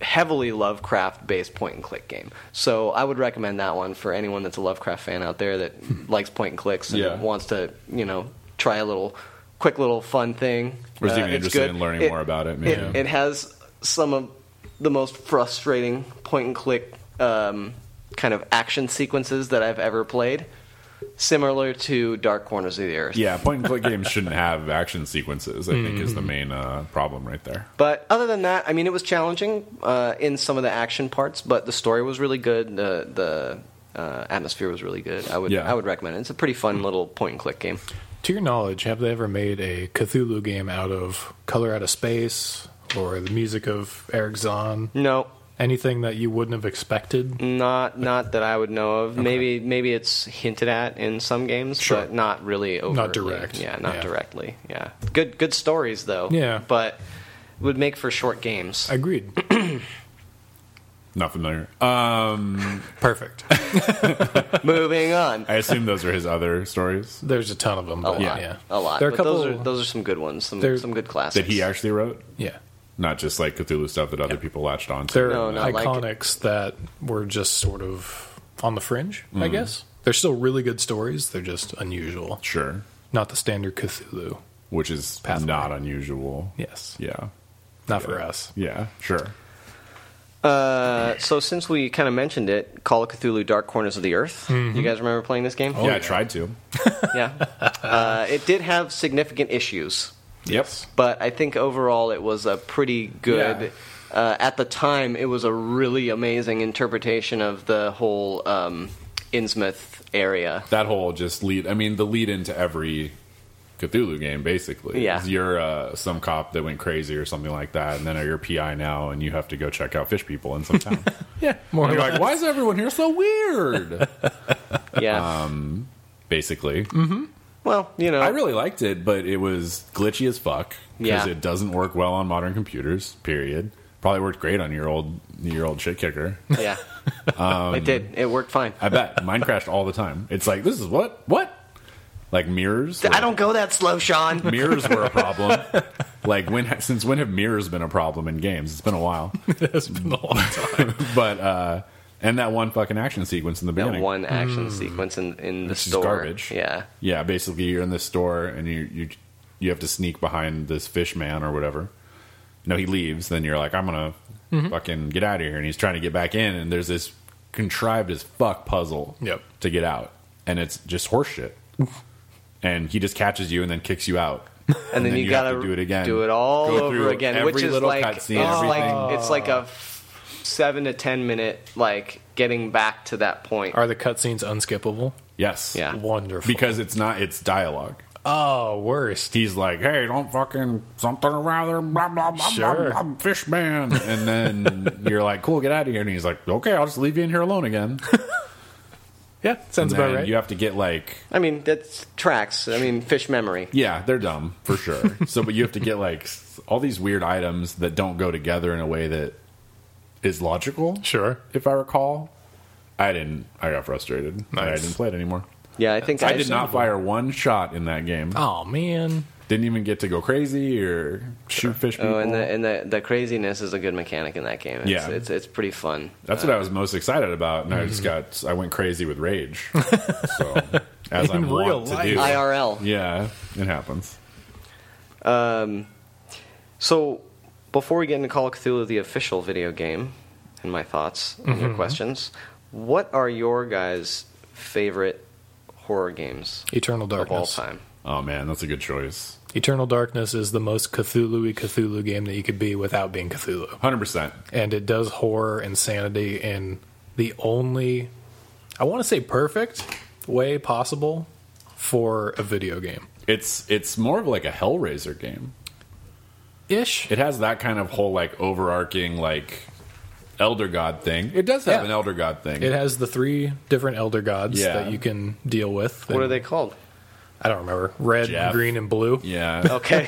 heavily Lovecraft based point and click game. So I would recommend that one for anyone that's a Lovecraft fan out there *laughs* that likes point and clicks and Yeah. wants to, you know, try a little quick little fun thing. Or is Uh, even it's interested good. in learning more about it, It, yeah. it has some of the most frustrating point and click um, kind of action sequences that I've ever played, similar to Dark Corners of the Earth. Yeah, point and click games shouldn't have action sequences, I think, Mm-hmm. is the main uh, problem right there. But other than that, I mean, it was challenging uh, in some of the action parts, but the story was really good. The the uh, atmosphere was really good. I would Yeah. Hmm. I would recommend it. It's a pretty fun little point and click game. To your knowledge, have they ever made a Cthulhu game out of Color Out of Space or the music of Eric Zahn? No, Anything that you wouldn't have expected? not not that I would know of. Maybe maybe it's hinted at in some games, Sure. but not really overtly. direct. Yeah, not Yeah. directly. Yeah, good good stories though. Yeah. but would make for short games. Agreed. Not familiar. Um, Perfect. Moving on. I assume those are his other stories There's a ton of them. A but lot, yeah, a lot. There are but a couple. those are those are some good ones. Some There- some good classics that he actually wrote, yeah, not just like Cthulhu stuff that other people latched onto. there No, are not like iconics that were just sort of on the fringe. I Mm-hmm. guess they're still really good stories. They're just unusual, sure, not the standard Cthulhu. which is Pathfinder. not unusual. Yes, Yeah, not for us. yeah, sure. Uh, so since we kind of mentioned it, Call of Cthulhu: Dark Corners of the Earth. You guys remember playing this game? yeah, I Mm-hmm. Oh, yeah. tried to. Yeah. *laughs* Uh, it did have significant issues, Yep. but I think overall it was a pretty good. Uh, at the time, it was a really amazing interpretation of the whole um, Innsmouth *laughs* area. That whole just lead. I mean, the lead into every Cthulhu game, basically. Yeah. You're uh, some cop that went crazy or something like that, and then you're PI now, and you have to go check out fish people in some town. *laughs* Yeah, more And or you're less. like, why is everyone here *laughs* so weird? Yeah. basically. Mm-hmm. well, you know, Um, I really liked it, but it was glitchy as fuck because Yeah. it doesn't work well on modern computers. Period. Probably worked great on your old your old *laughs* shit kicker. *laughs* yeah. it did. It worked fine. Um, I bet mine crashed all the time. It's like this is what what like mirrors. I don't go that slow, *laughs* Sean. mirrors were a problem. like when since when have mirrors been a problem in games? It's been a while. *laughs* It has been a long time. but uh and that one fucking action sequence in the That beginning. one action sequence in, in the Which is store. garbage. Yeah. Yeah, basically you're in this store and you you you have to sneak behind this fish man or whatever. No, he leaves. Then you're like, I'm gonna Mm-hmm. fucking get out of here. And he's trying to get back in, and there's this contrived as fuck puzzle Yep. to get out, and it's just *laughs* horseshit. and he just catches you and then kicks you out. and then, you, have gotta to do it again, do it all Go over through again, every which is little like it's cutscene, everything. like it's like a f- seven to ten minute like getting back to that point. Are the cutscenes unskippable? yes, Yeah. Wonderful. because it's not it's dialogue. oh, worst. He's like, "Hey, don't fucking something around there, blah blah blah, Sure. blah, blah fish man." And *laughs* then you're like, "Cool, get out of here." And he's like, "Okay, I'll just leave you in here alone again." Yeah, sounds And about then right. You have to get like, I mean, that's tracks. I mean, fish memory. yeah, they're dumb for *laughs* sure. so, but you have to get like s- all these weird items that don't go together in a way that is logical. Sure. if I recall, I didn't. I got frustrated. and I Nice. didn't play it anymore. Yeah, I think I did not fire one shot in that game. Oh man. Didn't even get to go crazy or shoot fish people. Oh, and the and the, the craziness is a good mechanic in that game. It's, Yeah. it's it's pretty fun. That's what I was most excited about, and I just got I went crazy with *laughs* rage. so as Mm-hmm. In I'm wont real to life. do, IRL. yeah, it happens. Um, So, before we get into Call of Cthulhu, the official video game, and my thoughts and your questions, what are your guys' favorite horror games Eternal of all Darkness. time? Oh man, that's a good choice, Eternal Darkness is the most Cthulhu Cthulhu game that you could be without being Cthulhu. hundred percent. And it does horror, insanity, in the only I want to say perfect way possible for a video game. It's it's more of like a Hellraiser game. ish. it has that kind of whole like overarching like elder god thing. It does have Yeah. an elder god thing. It has the three different elder gods Yeah. that you can deal with. What are And they called? I don't remember. Red, Jeff. green, and blue. *laughs* yeah. Okay.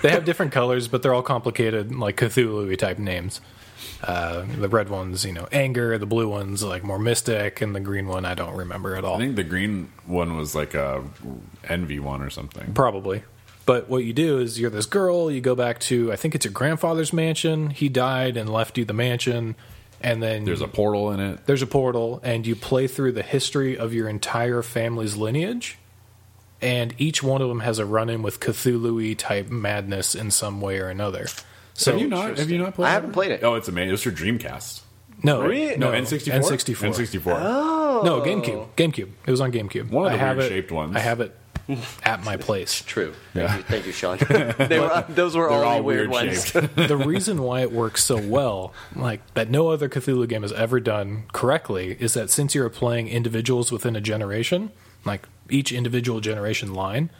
They have different colors, but they're all complicated, like Cthulhu type names. Uh, the red ones, you know, anger. The blue ones, like more mystic, and the green one, I don't remember at all. I think the green one was like a envy one or something. Probably. But what you do is you're this girl, you go back to, I think it's your grandfather's mansion. He died and left you the mansion. And then There's a portal in it. there's a portal, and you play through the history of your entire family's lineage. And each one of them has a run in with Cthulhu type madness in some way or another. So, have you not? Have you not played? I haven't that? played it. Oh, it's amazing. It's your Dreamcast. no, Really? No, N64. N64. N64. Oh. No, GameCube. GameCube. It was on GameCube. One of the I have it, weird-shaped ones. I *laughs* have it at my place. True. Yeah. Thank, you, thank you, Sean. they were, those were They're all, all weird, weird ones. shaped. the reason why it works so well, like that no other Cthulhu game has ever done correctly, is that since you're playing individuals within a generation, like each individual generation line,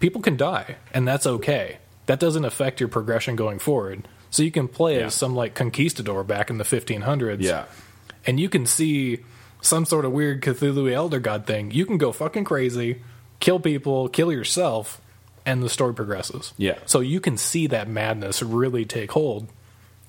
people can die, and that's okay. That doesn't affect your progression going forward. So you can play Yeah. as some like conquistador back in the 1500s, yeah. and you can see some sort of weird Cthulhu elder god thing. You can go fucking crazy, kill people, kill yourself, and the story progresses. Yeah. So you can see that madness really take hold,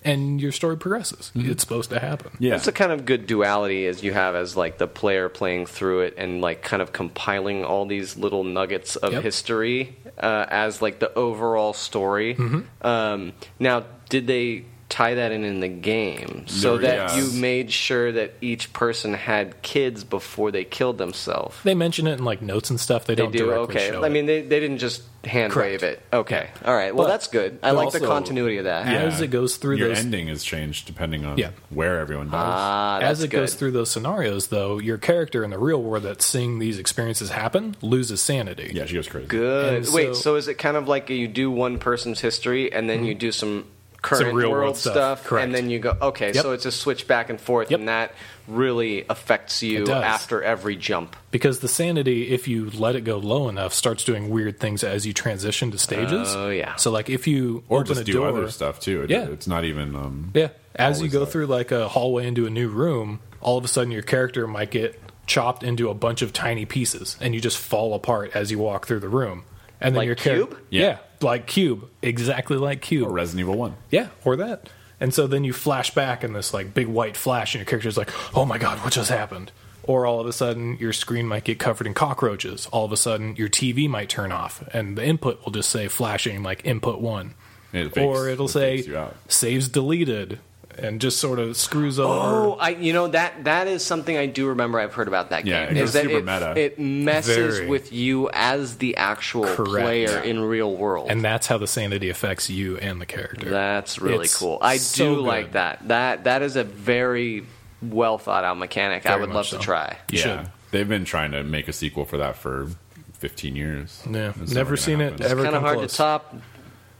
and your story progresses. Mm-hmm. It's supposed to happen. Yeah. That's a kind of good duality as you have as like the player playing through it and like kind of compiling all these little nuggets of Yep. history uh, as like the overall story. Mm-hmm. Um, now, did they tie that in in the game so There- that yes. you made sure that each person had kids before they killed themselves? They mention it in like notes and stuff. They, They don't do directly okay. show I it. mean, they, they didn't just hand Correct. wave it. Okay, all right. Well, But- that's good. I but like the also- continuity of that. Yeah. as it goes through your those- ending is changed depending on Yeah. where everyone dies. Ah, that's as it good. goes through those scenarios, though, your character in the real world that's seeing these experiences happen loses sanity. yeah, she goes crazy. Good. And Wait, so- so is it kind of like you do one person's history and then you do Mm-hmm. some current real world, world stuff, stuff, and correct. then you go, okay, Yep. so it's a switch back and forth, Yep. and that really affects you It does. after every jump. because the sanity if you let it go low enough starts doing weird things as you transition to stages Oh, yeah. so like if you Or open a just do door other stuff too. It- Yeah. It's not even. Um, yeah as you Always go that. through like a hallway into a new room all of a sudden your character might get chopped into a bunch of tiny pieces and you just fall apart as you walk through the room and then Like your char- Cube? Yeah. yeah. like cube exactly like cube or Resident Evil One. yeah or that and so then you flash back in this like big white flash and your character's like oh my god what just happened or all of a sudden your screen might get covered in cockroaches all of a sudden your tv might turn off and the input will just say flashing like input one It fakes- or it'll it say fakes you out. saves deleted and just sort of screws over Oh, I you know that that is something I do remember. I've heard about that Yeah, game. is it goes that super it, meta. it messes Very. with you as the actual Correct. player in real world. and that's how the sanity affects you and the character That's really It's cool. I so do good. like that. That that is a very well thought out mechanic. I Very would much love so. to try. You yeah, should. they've been trying to make a sequel for that for 15 years. Yeah. It's Never gonna seen it happen. ever. It's kind of come hard close. to top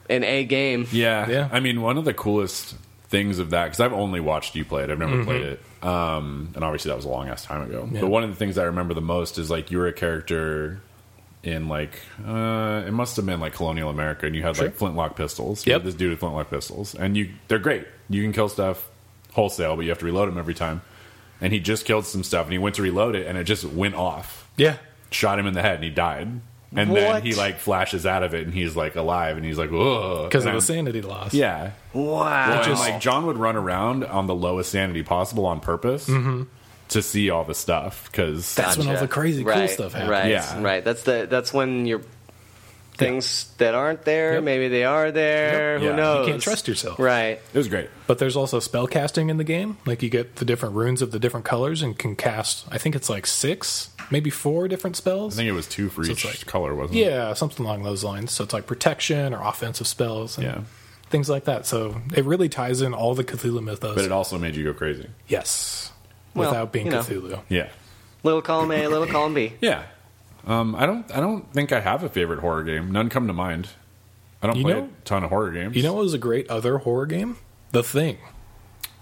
an A game. Yeah. Yeah. I mean, one of the coolest things of that, because I've only watched you play it, I've never played it. Um, and obviously, that was a long ass time ago. Mm-hmm. Yeah. But one of the things I remember the most is like you were a character in like, uh, it must have been like colonial America, and you had Sure. like flintlock pistols. You Yep. had this dude with flintlock pistols, and you they're great. You can kill stuff wholesale, but you have to reload them every time. And he just killed some stuff, and he went to reload it, and it just went off yeah shot him in the head and he died. And What? then he like flashes out of it and he's like alive and he's like, whoa. because of And the I'm- sanity loss Yeah. Wow. And like John would run around on the lowest sanity possible on purpose Mm-hmm. to see all the stuff because That's when all the crazy cool right, stuff happens. Right, Yeah. right. That's the that's when your things that aren't there, Yep. maybe they are there. Yep. Who Yeah. You knows? you can't trust yourself Right. it was great. But there's also spell casting in the game. Like you get the different runes of the different colors and can cast. I think it's like six, maybe four different I spells. think it was two for So each it's like- color, wasn't it? Yeah, something along those lines. So it's like protection or offensive spells and Yeah. things like that. So it really ties in all the Cthulhu mythos. But it also made you go crazy. yes, Well, without being you know. Cthulhu. Yeah. Little column A, little column *laughs* B. Yeah. Um, I don't I don't think I have a favorite horror game. None come to mind. I don't You play know- a ton of horror games. You know what was a great other horror game? The Thing.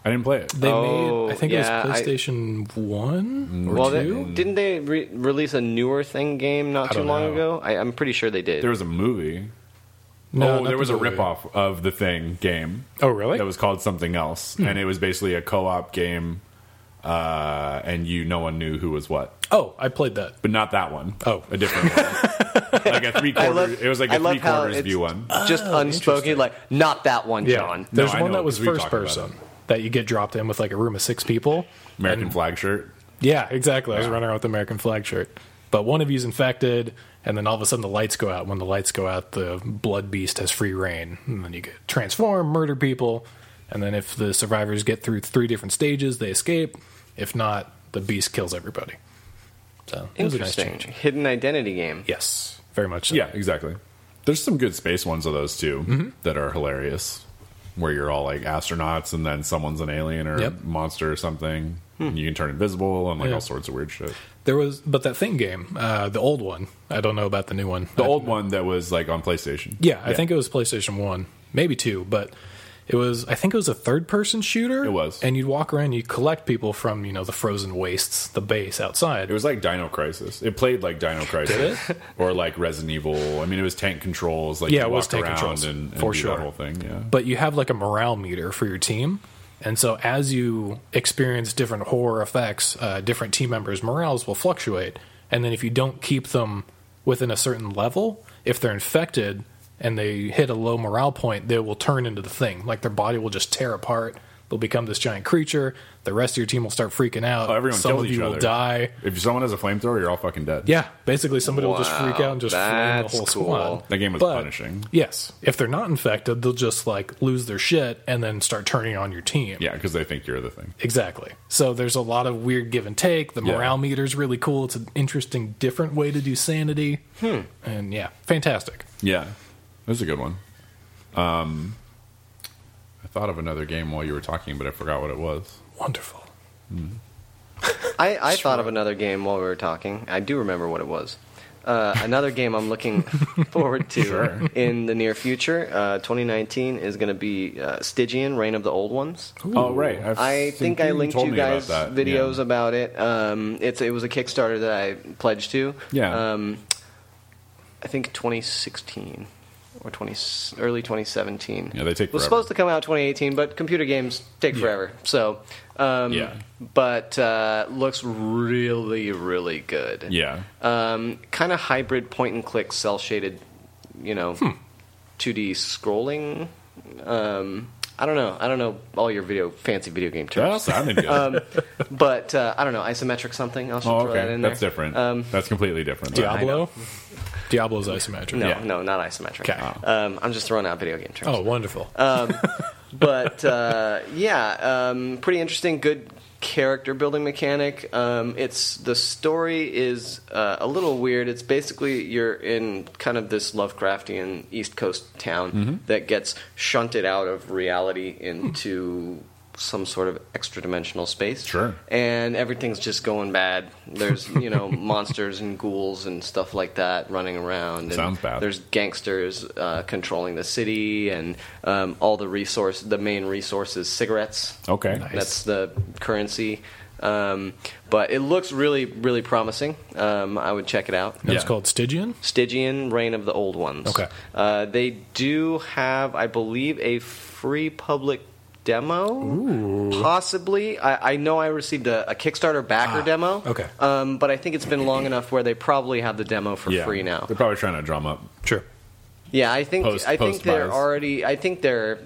I didn't play it. They Oh, made. I think yeah, it I- was PlayStation One or Well, they, two. Oh, didn't they re- release a newer thing game not I too don't long know. ago? I, I'm pretty sure they did. There was a movie. oh, No, not there the was a movie. ripoff of the thing game. Oh, really? That was called something else, Hmm. and it was basically a co-op game, uh, and you no one knew who was what, Oh, I played that. but not that one. Oh. a different *laughs* one, like a three quarters. It was like I a love three how quarters it's view one. Just unspoken, like not that one, John. No, There's I one know, that was 'cause we've first talked about person that you get dropped in with like a room of six people. American flag shirt. Yeah, exactly. I was Yeah. running around with the American flag shirt. But one of you's infected, and then all of a sudden the lights go out. When the lights go out, the blood beast has free reign. And then you get transform, murder people. And then if the survivors get through three different stages, they escape. If not, the beast kills everybody. So it was a nice Interesting. change. Hidden identity game. Yes, very much so. Yeah, exactly. There's some good space ones of those too Mm-hmm. that are hilarious, where you're all like astronauts and then someone's an alien or Yep. a monster or something. Hmm. And you can turn invisible and like Yeah. all sorts of weird shit. There was, but that thing game, uh, the old one, I don't know about the new one. The I- old one that was like on PlayStation. Yeah, I think it was PlayStation 1, maybe 2, but it was I think it was a third-person shooter. It was. And you'd walk around, you'd collect people from, you know, the frozen wastes, the base outside. It was like Dino Crisis. It played like Dino Crisis, it? or like Resident Evil. I mean, it was tank controls. Like Yeah, you it was walk tank around controls, and, and for do sure. that whole thing. Yeah, but you have like a morale meter for your team. And so as you experience different horror effects, uh, different team members' morales will fluctuate. And then if you don't keep them within a certain level, if they're infected and they hit a low morale point, they will turn into the thing. Like their body will just tear apart. They'll become this giant creature. The rest of your team will start freaking out. Oh, everyone Some kills of each you will other. die. if someone has a flamethrower, you're all fucking dead. Yeah, basically somebody will just freak Wow, out and just flame the that's whole cool. squad. that game was But- punishing. Yes, if they're not infected, they'll just like lose their shit and then start turning on your team. Yeah, because they think you're the thing. Exactly. So there's a lot of weird give and take. The Yeah. morale meter's really cool. It's an interesting, different way to do sanity. Hmm. And yeah, fantastic. Yeah, it was a good one. Um, I thought of another game while you were talking, but I forgot what it was. Wonderful. I, I thought of another game while we were talking. I do remember what it was. Uh, another game I'm looking forward to Sure. in the near future, uh, 2019, is going to be uh, Stygian, Reign of the Old Ones. Oh right, I've I seen- think I linked told you me about guys that. videos Yeah. about it. Um, it's it was a Kickstarter that I pledged to. Yeah. Um, I think 2016 or 20 early 2017. Yeah, they take It was forever. supposed to come out 2018, but computer games take forever. So. Um, Yeah. But uh, looks really really good. Yeah, Um, kind of hybrid point and click cell shaded, you know, Hmm. 2D scrolling. Um, I don't know. I don't know all your video fancy video game terms that sounded *laughs* good. but uh, I don't know, isometric something. I'll just oh um, throw that okay, in there. that's different. Um, that's completely different. Diablo? Diablo's isometric. no, Yeah. no, not isometric. 'Kay. Um, I'm just throwing out video game terms. Oh, wonderful. Uh, But uh, yeah, um, pretty interesting. Good character building mechanic. Um, it's the story is uh, a little weird. It's basically you're in kind of this Lovecraftian East Coast town that gets shunted out of reality into. Some sort of extra dimensional space. Sure. and everything's just going bad. There's you know monsters and ghouls and stuff like that running around. And Sounds bad. There's gangsters uh, controlling the city and um, all the resource. The main resource is cigarettes. Okay. That's the currency. Um, but it looks really really promising. Um, I would check it out. That was yeah. called Stygian? Stygian Reign of the Old Ones. Okay. Uh, they do have, I believe, a free public demo. Possibly. I, I know I received a, a Kickstarter Ah, backer demo. okay. Um, but I think it's been *laughs* long enough where they probably have the demo for Yeah. free now. They're probably trying to drum up. Sure. Yeah, I think Post- I think they're post-buys. already. I think they're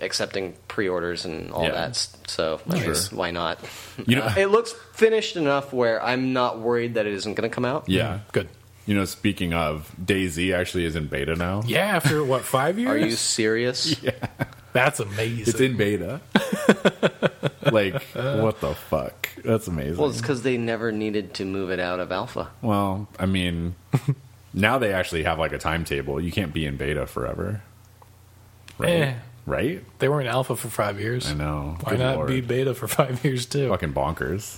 accepting pre-orders and all Yeah. that. s- So I Sure. guess why not? You know- *laughs* it looks finished enough where I'm not worried that it isn't going to come out. Yeah, Good. You know, speaking of, Daisy actually is in beta now. Yeah, after what, five years? Are you *laughs* serious? That's amazing. It's in *laughs* beta. like, what the fuck? That's amazing. Well, it's because they never needed to move it out of alpha. Well, I *laughs* mean, now they actually have like a timetable. You can't be in beta forever, right? Eh. Right? they were in alpha for five years. I know. Why Good not lord. be beta for *laughs* five years too? fucking *laughs* bonkers?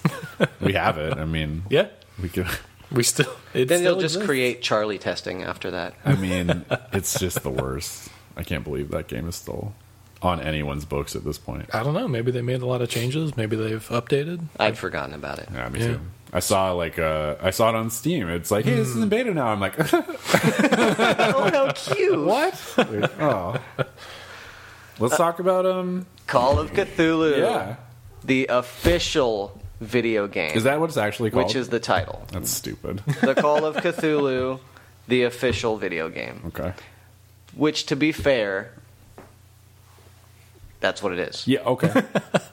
we have it. I mean, Yeah. we could. We still it Then still they'll just exists. create Charlie testing after that. I mean, it's just the worst. I can't believe that game is still on anyone's books at this point. I don't know. Maybe they made a lot of changes. Maybe they've updated. *laughs* I'd forgotten about it. Yeah, me Yeah. too. I I saw like uh, I saw it on Steam. It's like, hey, this Hmm. is in beta now. I'm like, *laughs* Oh, how cute! what? Like, *laughs* oh, let's talk about um. *laughs* Call of Uh, Cthulhu. Yeah, The official video game. is that what it's actually called? which is the title? that's *laughs* stupid. The Call of Cthulhu, the official video game. Okay. Which, to be fair, that's what it is. Yeah. *laughs* Okay.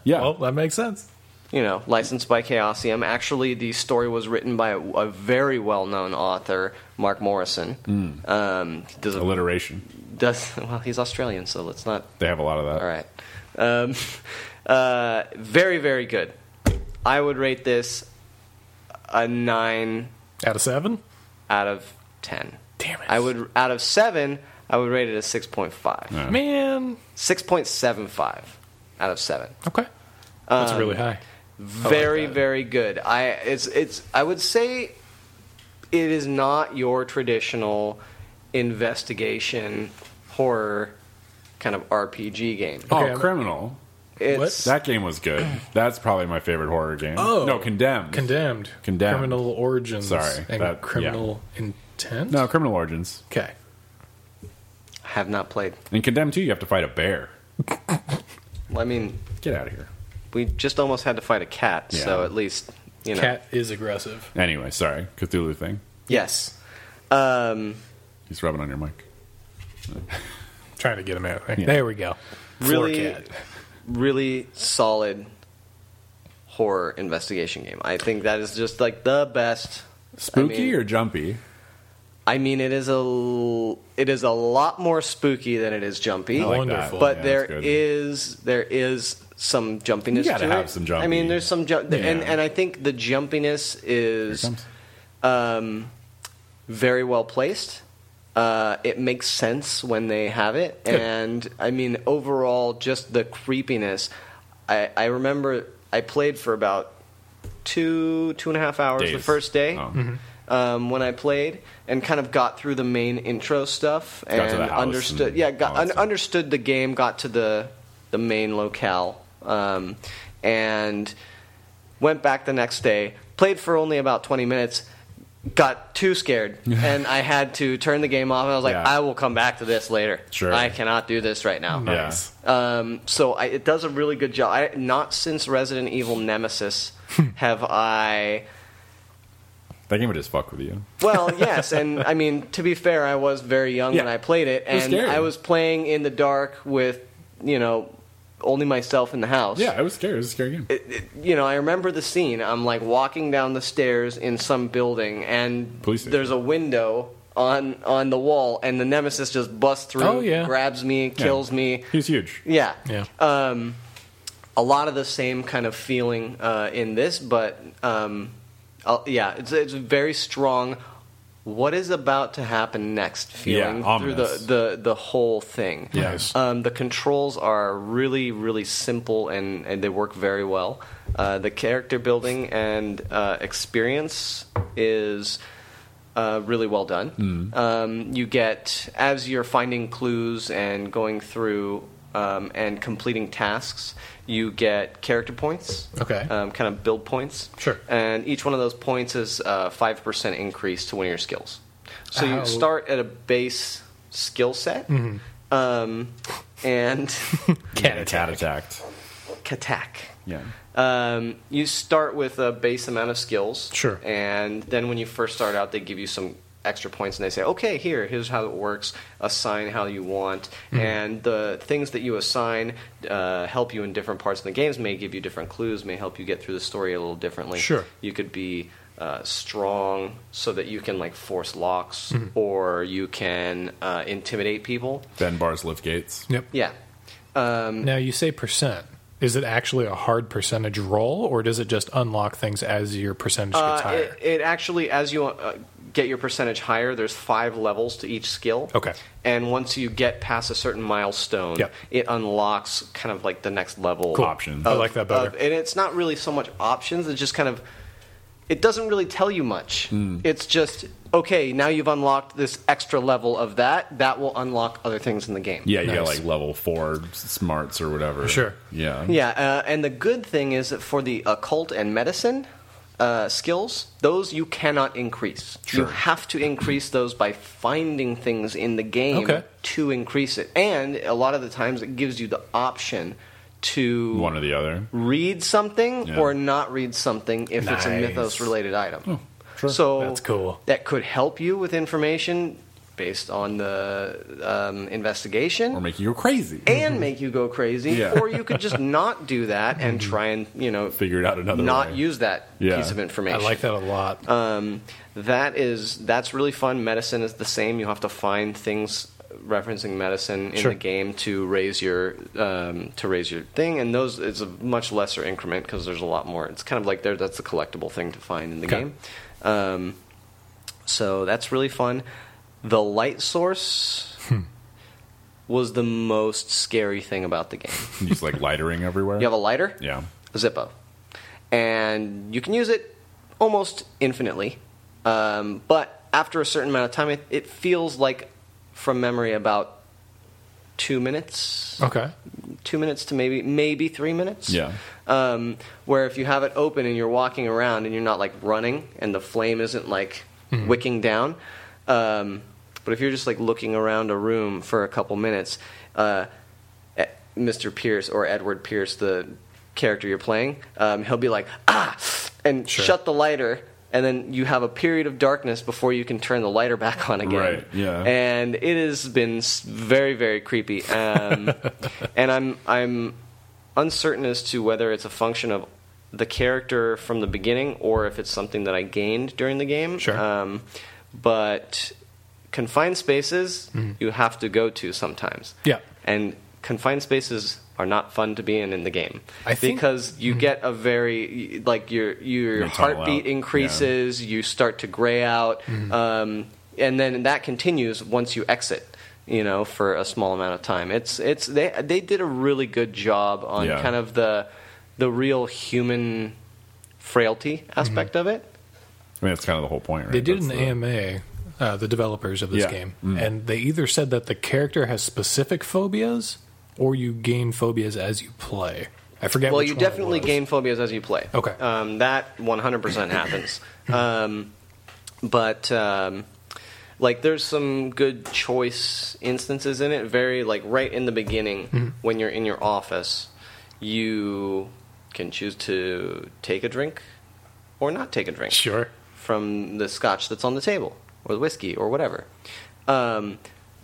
Yeah. Well, that makes sense. You know, licensed by Chaosium. Actually, the story was written by a, a very well-known author, Mark Morrison. Um, does a, Alliteration. does well. He's Australian, so let's not They have a lot of that. All right. Um, *laughs* uh, very, very good. I would rate this a nine Out of seven? out of ten. Damn it. I would out of seven. I would rate it a six point five. Yeah. Man. Six point seven five out of seven. Okay. That's really Um, high. Very, that. very good. I it's it's. I would say it is not your traditional investigation horror kind of RPG game. Okay, oh, I'm- criminal. It's That game was *clears throat* good. That's probably my favorite horror game. Oh. no, condemned. Condemned. Condemned. Criminal origins. Sorry, And that- criminal intent? no, criminal origins. Okay. I have not played. And condemned too. You have to fight a bear. Well, I mean, Get out of here. we just almost had to fight a cat, Yeah. so at least you know. Cat is aggressive. Anyway, sorry, Cthulhu thing. Yes. Um, He's rubbing on your mic. Trying to get him out of there. Yeah. There we go. Floor really, cat. really solid horror investigation game. I think that is just like the best. Spooky I mean, or jumpy? I mean, it is a l- it is a lot more spooky than it is jumpy. I like Wonderful. that. but Yeah, there that's good. is there is some jumpiness. You gotta to have it. some jumpy. I mean, there's some jump, and Yeah. and I think the jumpiness Here it is comes. um, very well placed. Uh, it makes sense when they have it, and I mean overall, just the creepiness. I, I remember I played for about two two and a half hours the Days. first day Oh. Mm-hmm. um, when I played, and kind of got through the main intro stuff and Got to the house understood. and yeah, all got that un- stuff. understood the game. Got to the the main locale, um, and went back the next day. Played for only about twenty minutes. Got too *laughs* scared, and I had to turn the game off. And I was like, Yeah. "I will come back to this later. Sure. I cannot do this right now." Oh, Nice. Um, so I, it does a really good job. I, not since Resident Evil Nemesis *laughs* have I That game would just fuck with you. *laughs* well, yes, and I mean to be fair, I was very young when Yeah. I played it, was and scary. I was playing in the dark with you know only myself in the house. Yeah, I was scared. It was a scary game. It- it- you know, I remember the scene. I'm like walking down the stairs in some building, and Police station. there's a window on on the wall, and the nemesis just busts through, Oh, yeah. grabs me, kills me. He's huge. Yeah, Yeah. Um, a lot of the same kind of feeling uh, in this, but um, i yeah, it's it's very strong. What is about to happen next? Feeling Yeah, through ominous. the, the the whole thing. Yes. Um, the controls are really really simple and and they work very well. Uh, the character building and uh, experience is uh, really well done. Mm-hmm. Um, you get as you're finding clues and going through um, and completing tasks, you get character points. Okay. um, kind of build points. Sure. And each one of those points is uh, five percent increase to one of your skills. So Ow. you start at a base skill set, Mm-hmm. um, and *laughs* Cat Yeah, attack. Cat attacked. attack Yeah. um, you start with a base amount of skills. Sure. And then when you first start out, they give you some extra points and they say, okay, here, here's how it works. Assign how you want. Mm-hmm. And the things that you assign uh, help you in different parts of the games, may give you different clues, may help you get through the story a little differently. Sure. You could be. Uh, strong, so that you can like force locks, Mm-hmm. or you can uh, intimidate people. Ben bars lift gates. Yep. Yeah, um, Now you say percent. Is it actually a hard percentage roll, or does it just unlock things as your percentage gets Uh, higher? it, it actually, as you uh, get your percentage higher, there's five levels to each skill. Okay. And once you get past a certain milestone, Yep. it unlocks kind of like the next level Cool. Options. I of- like that better. of- and it's not really so much options. It's just kind of. It doesn't really tell you much. Hmm. It's just okay. Now you've unlocked this extra level of that. That will unlock other things in the game. Yeah, you got Nice. like level four smarts or whatever. Sure. Yeah. Yeah, uh, and the good thing is that for the occult and medicine, uh, skills, those you cannot increase. You Sure. have to increase those by finding things in the game Okay. to increase it. And a lot of the times it gives you the option to One or the other. read something Yeah. Oh, or not read something if it's a Nice. mythos related item. sure. So That's cool. That could help you with information based on the um, investigation Or make you go crazy. and make you go crazy, Yeah. or you could just not do that *laughs* and try and you know Figure it out another not way. use that Yeah. piece of I information. like that a lot. Um, that is that's really fun. Medicine is the same. You have to find things referencing medicine in Sure. the game to raise your um, to raise your thing, and those it's a much lesser increment because there's a lot more. It's kind of like there that's the collectible thing to find in the Okay. game. Um, so that's really fun. The light source Hmm. was the most scary thing about the game. You *laughs* Just like lightering everywhere. You have a lighter? yeah. a Zippo. And you can use it almost infinitely. Um, but after a certain amount of time, it, it feels like, from memory, about two minutes. okay. Two minutes to maybe maybe three minutes. Yeah. Um, where if you have it open and you're walking around and you're not like running and the flame isn't like Mm-hmm. wicking down, um, but if you're just like looking around a room for a couple minutes, uh, E- Mr. Pierce or Edward Pierce, the character you're playing, um, he'll be like ah, and Sure. shut the lighter. And then you have a period of darkness before you can turn the lighter back on again. Right, yeah. And it has been s- very, very creepy. *laughs* Um, and I'm, I'm uncertain as to whether it's a function of the character from the beginning or if it's something that I gained during the game. Sure. Um, but confined spaces you have to go to sometimes. Yeah. And confined spaces are not fun to be in in the game I think- because you get a very like your your They tunnel heartbeat out, yeah. increases, you start to gray out, um, and then that continues once you exit. You know, for a small amount of time, it's it's they they did a really good job on Yeah. kind of the the real human frailty aspect of it. I mean, that's kind of the whole point, right? They did That's an the- AMA, uh, the developers of this Yeah. game, Mm. and they either said that the character has specific phobias or you gain phobias as you play. I forget. Well, which you one it definitely was. gain phobias as you play. Okay. um, that 100% *laughs* happens. Um, but um, like, there's some good choice instances in it. Very like right in the beginning Mm-hmm. when you're in your office, you can choose to take a drink or not take a drink Sure. from the scotch that's on the table or the whiskey or whatever. Um,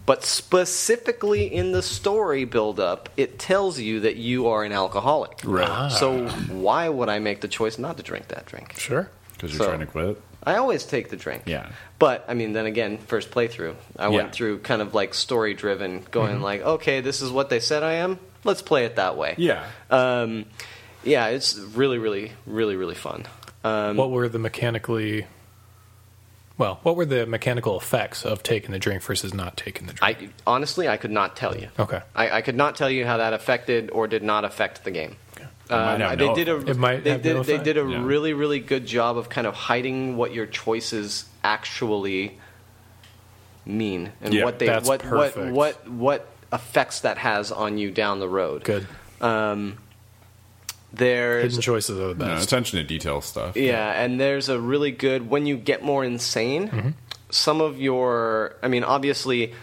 but specifically in the story buildup, it tells you that you are an alcoholic. Right. So why would I make the choice not to drink that drink? Sure. Because you're So- trying to quit. I always take the drink. Yeah. But I mean, then again, first playthrough, I Yeah. Mm-hmm. went through kind of like story driven, going like, okay, this is what they said I am. Let's play it that way. Yeah. Um, yeah, it's really, really, really, really fun. Um, what were the mechanically? Well, what were the mechanical effects of taking the drink versus not taking the drink? I honestly, I could not tell you. okay. I, I could not tell you how that affected or did not affect the game. Um, might have they no did a It might they have did no they effect. did a Yeah. really really good job of kind of hiding what your choices actually mean and Yeah, what they that's what, what perfect. what what effects that has on you down the road. Um, Good. There's Hidden choices are the No, best. attention to detail stuff. Yeah, and there's a really good when you get more insane. Mm-hmm. Some of your, I mean, obviously,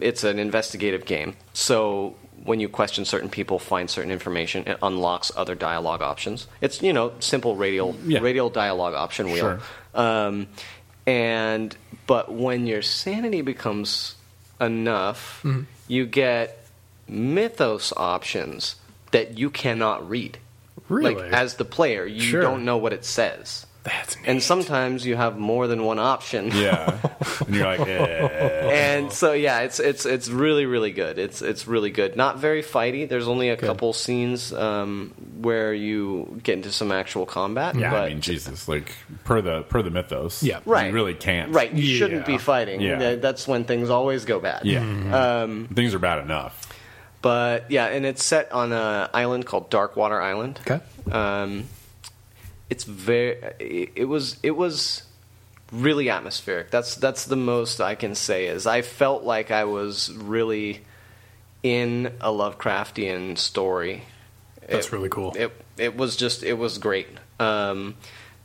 it's an investigative game, so when you question certain people, find certain information, it unlocks other dialogue options. It's you know simple radial Mm, Yeah. radial dialogue option wheel. Sure. Um, and but when your sanity becomes enough, Mm-hmm. you get mythos options that you cannot read. Really? Like as the player, you Sure. don't know what it says. That's neat. And sometimes you have more than one option. Yeah. *laughs* and you're like, eh. *laughs* And so yeah, it's it's it's really really good. It's it's really good. Not very fighty. There's only a couple scenes um, where you get into some actual combat. Yeah, but I mean, Jesus, like per the per the mythos, Yeah. right, you really can't, Right, you shouldn't Yeah. be fighting. Yeah. Th- That's when things always go bad. Um, Yeah, Mm-hmm. things are bad enough. But yeah, and it's set on an island called Darkwater Island. okay. Um, it's very. It, it was. It was really atmospheric. That's that's the most I can say is I felt like I was really in a Lovecraftian story. That's It- really cool. It it was just it was great. Um,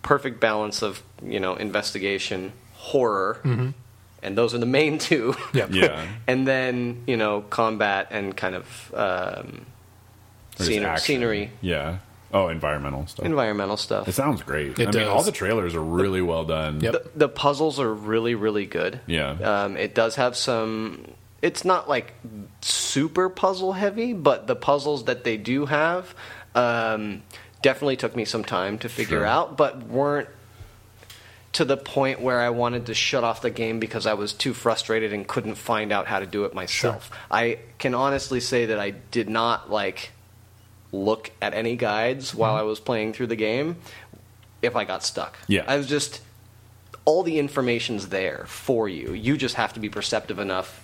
perfect balance of you know investigation, horror, and those are the main two. Yep. Mm-hmm. *laughs* Yeah. *laughs* and then you know combat and kind of um, Or just scenery, action. scenery, Yeah. Oh, environmental stuff. environmental stuff. it sounds great. It I does. mean, all the trailers are really well done. Yep. the, the puzzles are really really good. Yeah. Um, it does have some. It's not like super puzzle heavy, but the puzzles that they do have um, definitely took me some time to figure Sure. out, but weren't to the point where I wanted to shut off the game because I was too frustrated and couldn't find out how to do it myself. I can honestly say that I did not like look at any guides Mm-hmm. while I was playing through the game if I got stuck. Yeah. I was just all the information's there for you. You just have to be perceptive enough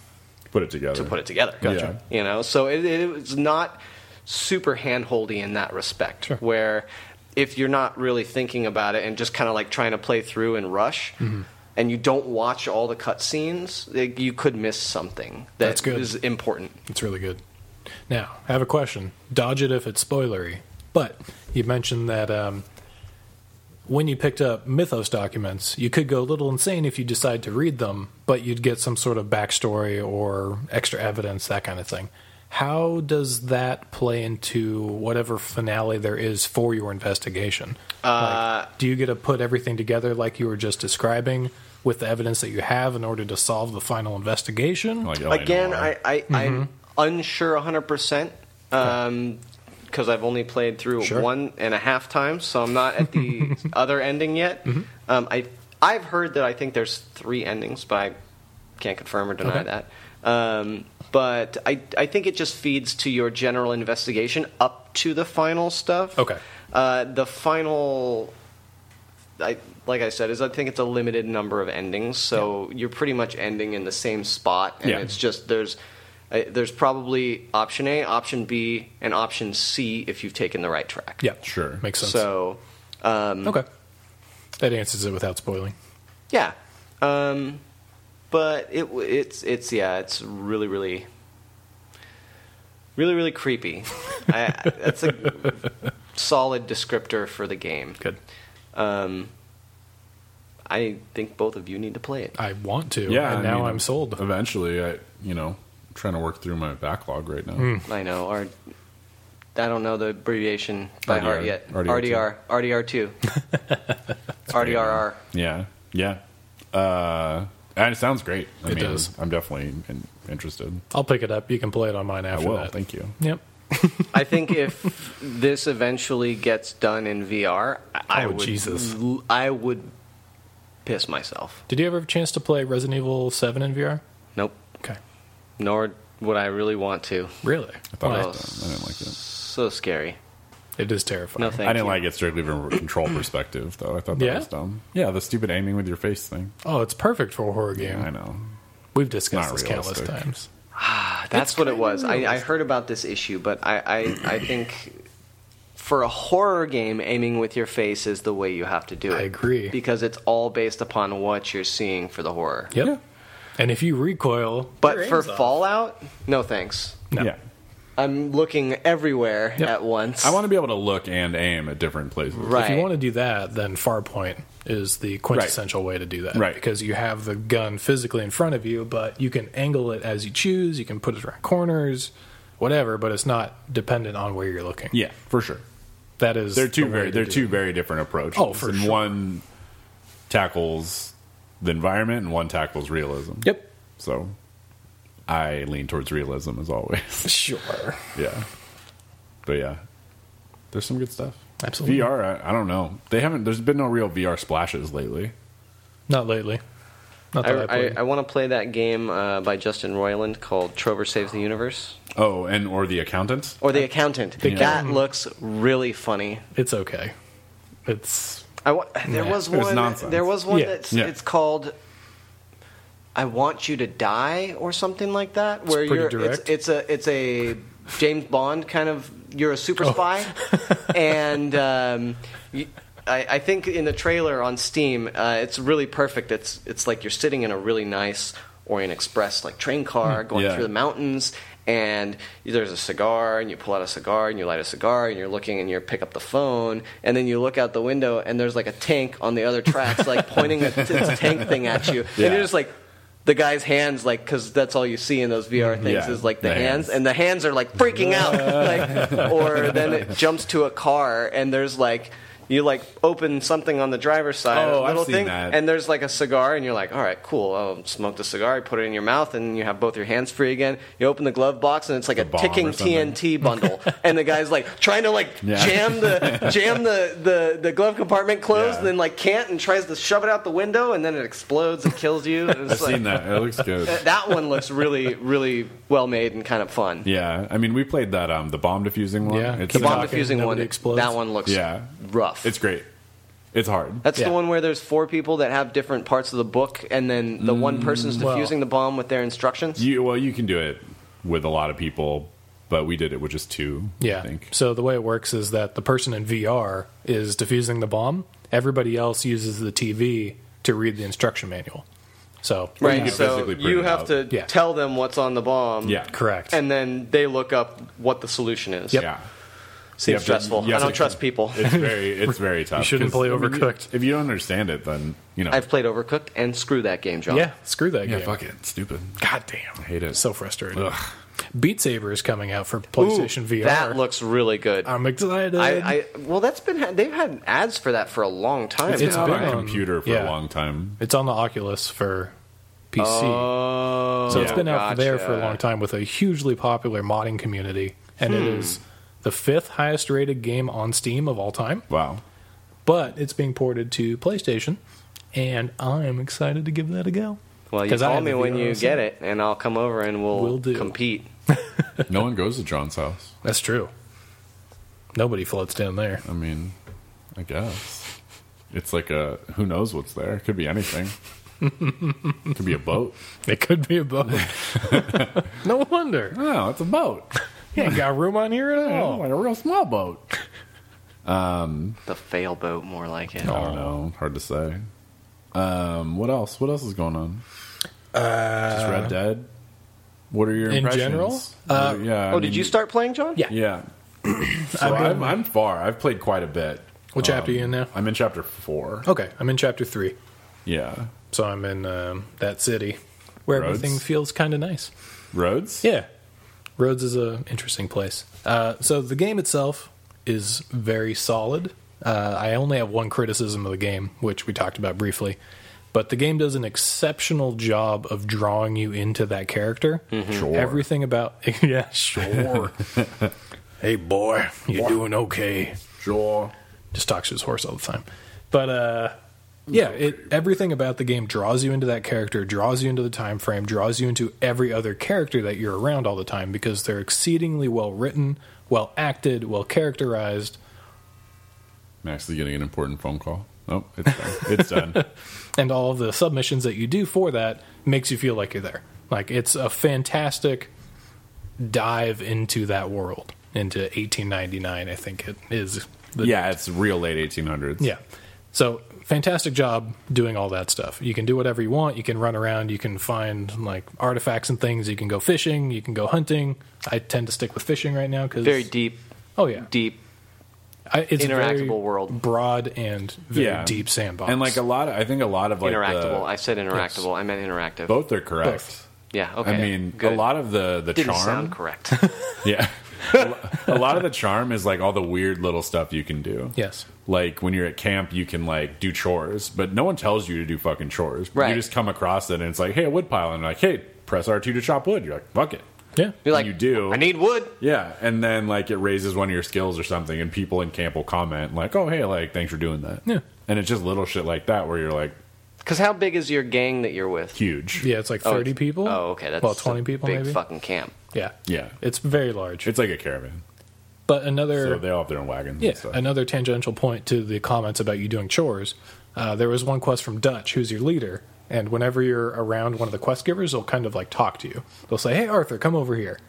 Put it together. to put it together. Gotcha. You know, so it, it was not super handholdy in that respect. Sure. Where if you're not really thinking about it and just kind of like trying to play through and rush. Mm-hmm. And you don't watch all the cutscenes, like, you could miss something that That's good. is important. It's really good. Now, I have a question. Dodge it if it's spoilery. But you mentioned that um, when you picked up Mythos documents, you could go a little insane if you decide to read them, but you'd get some sort of backstory or extra evidence, that kind of thing. How does that play into whatever finale there is for your investigation? like, do you get to put everything together like you were just describing with the evidence that you have in order to solve the final investigation? Like oh, LA Again, Noire. I, I, Mm-hmm. I'm unsure 100% because um, I've only played through Sure. one and a half times, so I'm not at the *laughs* other ending yet. Mm-hmm. Um, I, I've heard that I think there's three endings, but I can't confirm or deny Okay. that. Um, but I, I think it just feeds to your general investigation up to the final stuff. Okay. Uh, the final I like I said is I think it's a limited number of endings, so you're pretty much ending in the same spot, and Yeah. it's just there's uh, there's probably option A, option B, and option C if you've taken the right track. Yeah, Sure. Makes sense. So Mm-hmm. Okay. That answers it without spoiling. yeah, um, but it w- it's it's yeah it's really really really really *laughs* creepy. I, that's a solid descriptor for the game. Good. Um, I think both of you need to play it. I want to. yeah. And I now mean, uh, I'm sold. Eventually, I you know I'm trying to work through my backlog right now. Hmm. I know, or I don't know the abbreviation by RDR. heart yet. RDR, RDR. RDR *laughs* two, RDRR. Yeah. Yeah. Uh, and it sounds great. I It mean, does. I'm definitely in, interested. I'll pick it up. You can play it on mine I after will. that. Thank you. Yep. I think if this eventually gets done in VR, I, I Oh, would, Jesus. l- I would piss myself. Did you ever have a chance to play Resident Evil 7 in VR? Nope, Okay. nor would I really want to. Really? Oh, I thought Well, it was done. I didn't like it. So scary. It is terrifying. No, thank I didn't you. like it strictly from a *clears throat* control perspective, though. I thought that Yeah? was dumb. Yeah, the stupid aiming with your face thing. Oh, it's perfect for a horror game. I know. We've discussed Not this realistic. countless times. Ah, That's what it was. I, I heard about this issue, but I, I, I think for a horror game, aiming with your face is the way you have to do it. I agree. Because it's all based upon what you're seeing for the horror. Yep. Yeah. And if you recoil, But your for aim's off. Fallout, no thanks. No. Yeah. I'm looking everywhere Yep. at once. I want to be able to look and aim at different places. Right. If you want to do that, then Farpoint is the quintessential way to do that. Right. Because you have the gun physically in front of you, but you can angle it as you choose. You can put it around corners, whatever, but it's not dependent on where you're looking. Yeah, for sure. That is They're two the way very to they're do two it. very different approaches. Oh, for and sure. One tackles the environment, and one tackles realism. Yep. So I lean towards realism as *laughs* always. Sure. yeah. But yeah, there's some good stuff. Absolutely. VR, I, I don't know. They haven't. There's been no real VR splashes lately. Not lately. Not I, that I, I, played. I want to play that game uh, by Justin Roiland called Trover Saves the Universe Oh, and or the accountant. or The Accountant. The That Accountant. looks really funny. it's okay. It's I wa- there Yeah. was It was one. nonsense. There was one Yeah. that's Yeah. it's called "I Want You to Die" or something like that. Where pretty you're direct. It's, it's a it's a James Bond kind of. You're a super Oh. *laughs* spy, and um, you, I, I think in the trailer on Steam, uh, it's really perfect. It's it's like you're sitting in a really nice Orient Express like train car Hmm. going Yeah. through the mountains, and there's a cigar, and you pull out a cigar, and you light a cigar, and you're looking, and you pick up the phone, and then you look out the window, and there's like a tank on the other tracks, *laughs* like pointing a, t- a tank thing at you, Yeah. and you're just like. The guy's hands, like, because that's all you see in those VR things Mm-hmm. Yeah, is like the, the hands, hands. and the hands are like freaking *laughs* out like or then it jumps to a car and there's like you like open something on the driver's side Oh, a I've little seen thing that. and there's like a cigar and you're like all right cool I'll smoke the cigar put it in your mouth and you have both your hands free again you open the glove box and it's like A a bomb ticking or something. TNT *laughs* bundle and the guy's like trying to like Yeah. jam the jam the, the the glove compartment closed Yeah. and then like can't and tries to shove it out the window and then it explodes and kills you And it's I've like- seen that. It looks good. *laughs* that one looks really really well made and kind of fun Yeah, I mean, we played that um the bomb defusing one. Yeah. it's The Keep bomb talking, diffusing nobody one, explodes. that one looks Yeah. rough. it's great. It's hard. That's Yeah. the one where there's four people that have different parts of the book, and then the Mm. one person's well. diffusing the bomb with their instructions. you well, you can do it with a lot of people, but we did it with just two. Yeah. I think. So the way it works is that the person in VR is diffusing the bomb. Everybody else uses the TV to read the instruction manual. So you right, could so physically print you it have out. to Yeah. tell them what's on the bomb. Yeah. correct. And then they look up what the solution is. Yep. Yeah. You Seems have to- stressful. you I have don't to- trust people. It's very, *laughs* it's very tough. shouldn't 'cause, play I mean, you- Overcooked. if you don't understand it, then you know. I've played Overcooked and screw that game, John. yeah, screw that yeah, game. fuck it, stupid. God damn. I hate it. So frustrating. Ugh. Beat Saber is coming out for PlayStation Uh, VR. That looks really good. I'm excited. I, I well, that's been they've had ads for that for a long time. It's, It's been, been on on- computer for yeah. a long time. it's on the Oculus for PC. Oh, so it's been out there gotcha. for a long time with a hugely popular modding community. And it Hmm. is the fifth highest rated game on Steam of all time. Wow. But it's being ported to PlayStation. And I'm excited to give that a go. Well, you 'Cause I call have me the when you VRS. get it, and I'll come over and we'll, Will do. compete. No one goes to John's house. That's true. Nobody floats down there. I mean, I guess it's like a who knows what's there. It could be anything. could be a boat. *laughs* It could be a boat. *laughs* *laughs* no wonder. No, Oh, it's a boat. Oh, You ain't got room on here at all. like a real small boat. Um, The fail boat, more like it. I don't know. Oh, Hard to say. Um, what else? What else is going on? Uh, Just Red Dead. What are your in impressions? general? Uh, yeah. I Oh, did mean, you start playing, John? Yeah. Yeah. So I'm, I'm far. I've played quite a bit. Um, What chapter you in now? I'm in chapter four. Oh. Okay, I'm in chapter three. Yeah. So I'm in um, that city where Rhodes? everything feels kind of nice. Roads. Yeah. Rhodes is a interesting place. Uh, so the game itself is very solid. Uh, I only have one criticism of the game, which we talked about briefly. But the game does an exceptional job of drawing you into that character. Sure. Everything about *laughs* yeah, Mm-hmm. *laughs* sure. hey boy, you're doing okay. Sure. just talks to his horse all the time. But uh, yeah, it, everything about the game draws you into that character, draws you into the time frame, draws you into every other character that you're around all the time because they're exceedingly well written, well acted, well characterized, I'm actually getting an important phone call. Oh, it's done. it's *laughs* done. and all of the submissions that you do for that makes you feel like you're there. Like it's a fantastic dive into that world into 1899. I think it is. The yeah, it's real late 1800s. Yeah. So fantastic job doing all that stuff. You can do whatever you want. You can run around. You can find like artifacts and things. You can go fishing. You can go hunting. I tend to stick with fishing right now because Very deep, Oh yeah, deep. I, it's very interactable world. broad and very Yeah. deep sandbox. And like a lot of, I think a lot of like the- interactable. I said interactable. I meant interactive. both are correct. Both. Yeah. Okay. I mean, Good. a lot of the the didn't charm. sound *laughs* correct. Yeah. a lo- a lot of the charm is like all the weird little stuff you can do. yes, Like when you're at camp, you can like do chores, but no one tells you to do fucking chores. Right. You just come across it and it's like, hey, a wood pile. And like, hey, press R2 to chop wood. You're like, fuck it. yeah. You're like, you do. I need wood. Yeah. And then like it raises one of your skills or something, and people in camp will comment, like, oh, hey, like, thanks for doing that. Yeah. And it's just little shit like that where you're like, Because how big is your gang that you're with? huge. Yeah, it's like Oh, thirty it's- people. Oh, okay. That's well, twenty a people Big maybe. fucking *laughs* camp. Yeah, Yeah. it's very large. It's like a caravan. but another So they all have their own wagons. Yeah, And stuff. another tangential point to the comments about you doing chores. Uh, there was one quest from Dutch, who's your leader, and whenever you're around one of the quest givers, they'll kind of like talk to you. They'll say, "Hey, Arthur, come over here."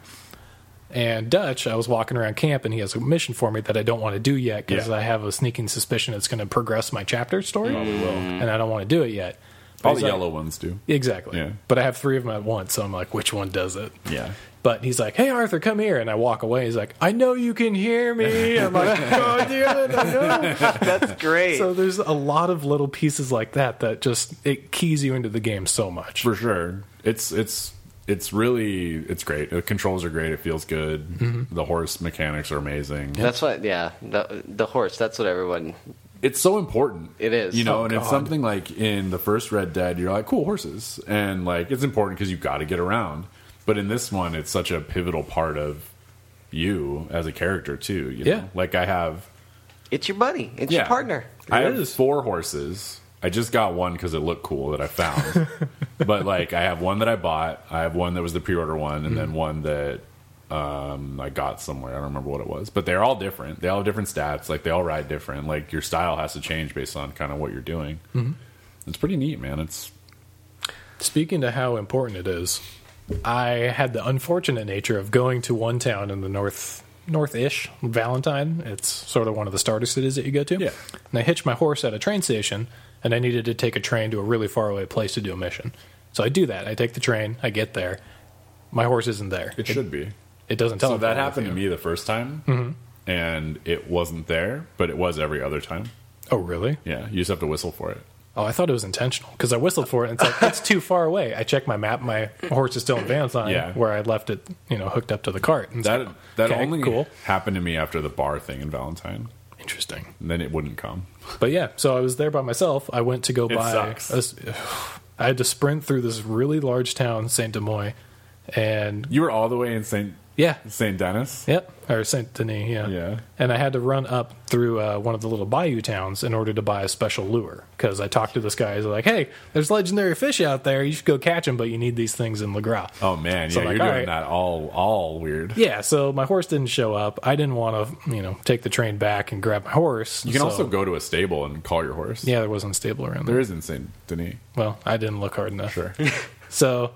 And Dutch, I was walking around camp, and he has a mission for me that I don't want to do yet because Yeah. I have a sneaking suspicion it's going to progress my chapter story, and I don't want to do it yet. All the He's like- yellow ones do. Exactly. Yeah. But I have three of them at once, so I'm like, which one does it? Yeah. But he's like, "Hey Arthur, come here," and I walk away. He's like, "I know you can hear me." I'm like, "Oh damn it, I know." That's great. So there's a lot of little pieces like that that just it keys you into the game so much. for sure. It's it's it's really it's great. The controls are great. It feels good. The horse mechanics are *laughs* amazing. that's what, Mm-hmm. yeah, the, the horse. That's what everyone. It's so important. It is. you know, Oh, and it's God. something like in the first Red Dead, you're like cool horses, and like it's important because you got to get around. But in this one, it's such a pivotal part of you as a character too. You know? Yeah. like I have It's your buddy. It's your Yeah. partner. I It have is. four horses. I just got one because it looked cool that I found. *laughs* but like, I have one that I bought. I have one that was the pre-order one, and then one that um, I got somewhere. I don't remember what it was. But they're all different. They all have different stats. Like they all ride different. Like your style has to change based on kind of what you're doing. Mm-hmm. It's pretty neat, man. It's Speaking to how important it is, I had the unfortunate nature of going to one town in the north north-ish Valentine. It's sort of one of the starter cities that you go to. Yeah. And I hitched my horse at a train station, and I needed to take a train to a really faraway place to do a mission. So I do that. I take the train. I get there. My horse isn't there. it should be. It doesn't tell. So me that if I'm with happened to me you. the first time, Mm-hmm. and it wasn't there, but it was every other time. Oh, really? Yeah, you just have to whistle for it. Oh, I thought it was intentional because I whistled for it. and It's like it's too far away. I checked my map. My horse is still in Valentine, Yeah. where I left it, you know, hooked up to the cart. And it's That like, that okay, only cool, happened to me after the bar thing in Valentine. interesting. and then it wouldn't come. But yeah, so I was there by myself. I went to go It buy. sucks. a s- *sighs* I had to sprint through this really large town, Saint Denis, and You were all the way in Saint yeah, Saint Denis. Yep, or Saint Denis, yeah. Yeah. And I had to run up through uh, one of the little bayou towns in order to buy a special lure because I talked to this guy. He's like, "Hey, there's legendary fish out there. You should go catch them, but you need these things in Legras." Oh man, yeah, So, like, you're doing all right. that all all weird. Yeah, so my horse didn't show up. I didn't want to, you know, take the train back and grab my horse. You can so- also go to a stable and call your horse. yeah, there wasn't a stable around there. there is in Saint Denis. Well, I didn't look hard enough. Sure. So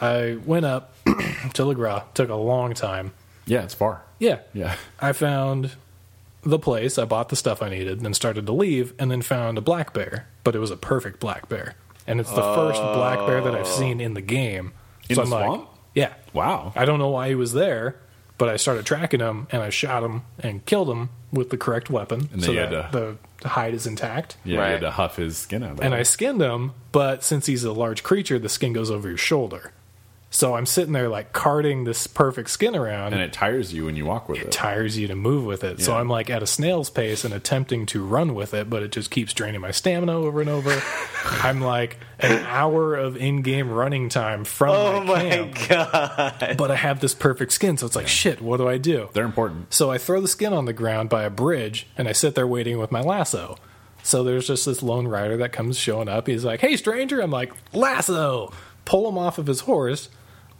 I went up *clears throat* to Legras. Took a long time. *laughs* yeah, it's far. Yeah, Yeah, I found the place. I bought the stuff I needed, then started to leave, and then found a black bear. But it was a perfect black bear, and it's the first black bear that I've seen in the game. In the swamp? Like, yeah, wow. I don't know why he was there, but I started tracking him, and I shot him and killed him with the correct weapon, And then so you had that to- the hide is intact. Yeah, you Right. had to huff his skin out. Of And I it. skinned him, but since he's a large creature, the skin goes over your shoulder. So I'm sitting there like carting this perfect skin around, and it tires you when you walk with it. it tires you to move with it. So Yeah. I'm like at a snail's pace and attempting to run with it, but it just keeps draining my stamina over and over. I'm like an hour of in-game running time from Oh my, my camp, but I have this perfect skin, so it's like shit. What do I do? They're important. So I throw the skin on the ground by a bridge and I sit there waiting with my lasso. So there's just this lone rider that comes showing up. He's like, "Hey, stranger!" I'm like, "Lasso!" Pull him off of his horse,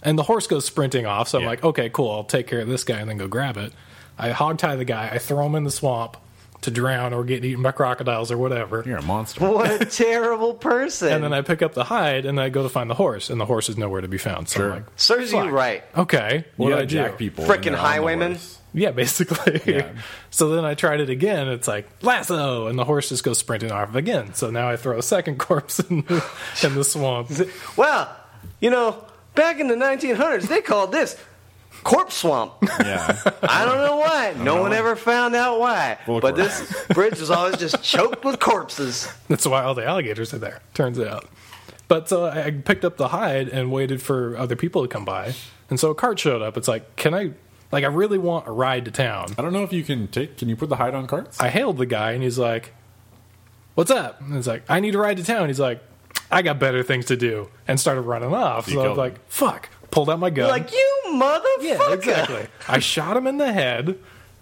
and the horse goes sprinting off. So I'm Yeah. like, "Okay, cool. I'll take care of this guy and then go grab it." I hogtie the guy. I throw him in the swamp to drown or get eaten by crocodiles or whatever. You're a monster. *laughs* What a terrible person. And then I pick up the hide and I go to find the horse, and the horse is nowhere to be found. So Sure. I'm like, Serves you Fuck. right. "Okay, you what do gotta I do?" jack people. Frickin' and they're on the highwaymen. horse. Yeah, basically. Yeah. *laughs* so then I tried it again. It's like lasso, and the horse just goes sprinting off again. So now I throw a second *laughs* corpse in the, in the swamp. Well, you know, back in the 1900s, they called this corpse swamp. Yeah. I don't know why. No one ever found out why. Full of But corpses. this bridge was always *laughs* just choked with corpses. That's why all the alligators are there. Turns out. But so I I picked up the hide and waited for other people to come by. And so a cart showed up. It's like, can I? Like, I really want a ride to town. I don't know if you can take. Can you put the hide on carts? *laughs* I hailed the guy and he's like, "What's up?" And he's like, "I need to ride to town." He's like, "I got better things to do," and started running off. You So I was killed him. like, "Fuck!" Pulled out my gun. Like, you motherfucker. Um, yeah, exactly. I shot him in the head.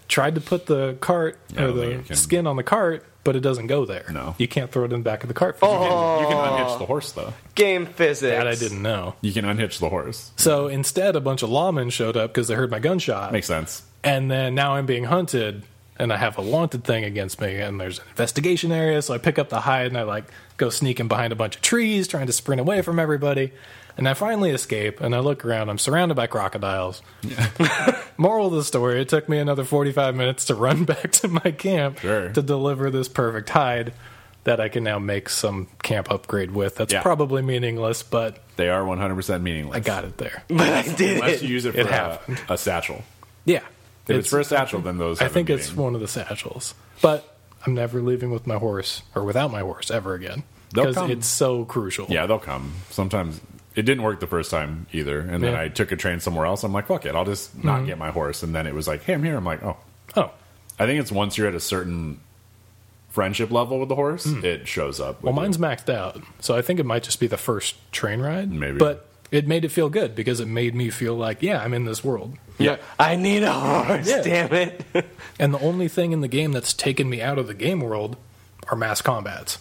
Tried to put the cart I or don't think the you can- skin on the cart, but it doesn't go there. No. you can't throw it in the back of the cart. You can Oh. unhitch the horse though. Game physics. that I didn't know. You can unhitch the horse. So instead, a bunch of lawmen showed up because they heard my gunshot. Makes sense. and then now I'm being hunted, and I have a wanted thing against me, and there's an investigation area, so I pick up the hide and I like go sneaking behind a bunch of trees, trying to sprint away from everybody, and I finally escape, and I look around, I'm surrounded by crocodiles. *laughs* Moral of the story: It *laughs* took me another 45 minutes to run back to my camp Sure. to deliver this perfect hide. that I can now make some camp upgrade with. That's Yeah. probably meaningless, but They are 100% meaningless. I got *laughs* it there. But I did Unless it. you use it for *laughs* It a, happened. a satchel. Yeah. If it's, for a satchel, then those. I have a think it's meaning. one of the satchels. But I'm never leaving with my horse or without my horse ever again. They'll Because come. it's so crucial. Yeah, they'll come. Sometimes it didn't work the first time either, and then Yeah. Mm-hmm. I took a train somewhere else. I'm like, fuck it, I'll just not get my horse. And then it was like, hey, I'm here. I'm like, oh, Oh. I think it's once you're at a certain friendship level with the horse, it shows up. Mm. Well, with mine's you. maxed out, so I think it might just be the first train ride. Maybe. but it made it feel good because it made me feel like, yeah, I'm in this world. yeah. I need a horse. Yeah. Damn it. And the only thing in the game that's taken me out of the game world are mass combats,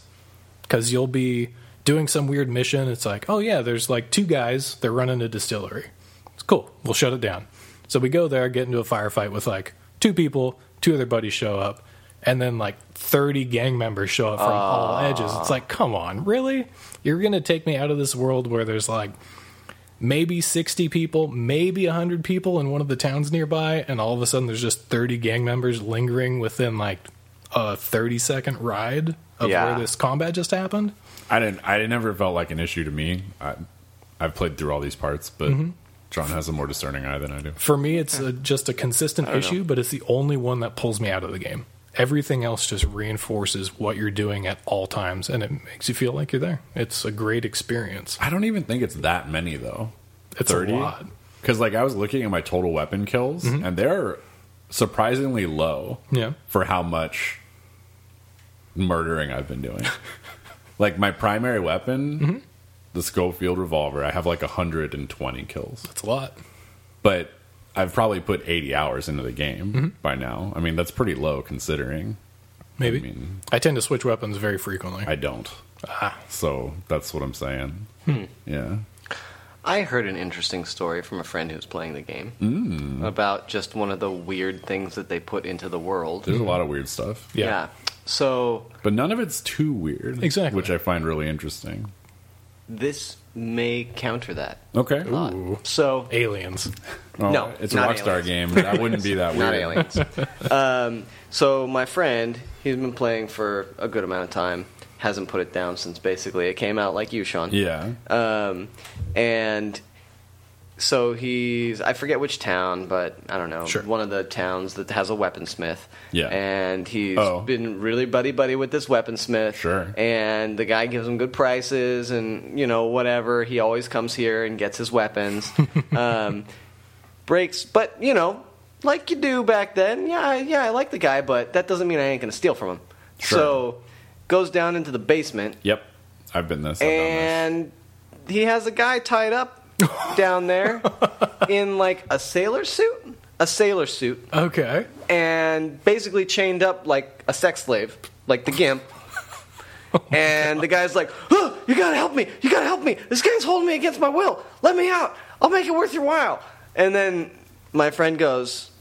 because you'll be doing some weird mission. It's like, oh yeah, there's like two guys. They're running a distillery. It's cool. We'll shut it down. So we go there, get into a firefight with like two people. Two of their buddies show up, and then like 30 gang members show up from all edges. It's like, come on, really? You're gonna take me out of this world where there's like maybe 60 people, maybe 100 people in one of the towns nearby, and all of a sudden there's just 30 gang members lingering within like a 30 second ride of Yeah. where this combat just happened. I didn't. I it never felt like an issue to me. I, I've played through all these parts, but Mm-hmm. John has a more discerning eye than I do. For me, it's a, just a consistent issue, but it's the only one that pulls me out of the game. Everything else just reinforces what you're doing at all times, and it makes you feel like you're there. It's a great experience. I don't even think it's that many though. It's a lot. Because like I was looking at my total weapon kills, Mm-hmm. and they're surprisingly low. Yeah. For how much murdering I've been *laughs* doing. like my primary weapon, Mm-hmm. the Schofield revolver, I have like 120 kills, It's a lot. but I've probably put 80 hours into the game Mm-hmm. by now. I mean, that's pretty low considering. Maybe. I, I mean, tend to switch weapons very frequently. I don't. Ah. So that's what I'm saying. Hmm. Yeah. I heard an interesting story from a friend who's playing the game Mm. Mm-hmm. Uh, about just one of the weird things that they put into the world. hmm. There's a lot of weird stuff. Yeah. So But none of it's too weird. Exactly. Which I find really interesting. this may counter that. Okay. thought. Ooh. So Aliens. Oh, No, it's a not Rockstar aliens. game. That wouldn't be that *laughs* weird. not aliens. um, so my friend, he's been playing for a good amount of time, hasn't put it down since basically it came out like you, Sean. Yeah. Um, and so he's I forget which town, but I don't know Sure. one of the towns that has a weaponsmith. Yeah. and he's Oh. been really buddy buddy with this weaponsmith. Sure. and the guy gives him good prices, and you know whatever. He always comes here and gets his *laughs* weapons. um, breaks, but you know, like you do back then. Yeah, I- yeah, I like the guy, but that doesn't mean I ain't gonna steal from him. Sure. So goes down into the basement Yep. I've been this. I've done and he has a guy tied *laughs* up down there in like a sailor suit, a sailor suit, Okay. and basically chained up like a sex slave, like the gimp. and the guy's like, "Huh, "You gotta help me! You gotta help me! This guy's holding me against my will. Let me out! I'll make it worth your while." And then my friend goes,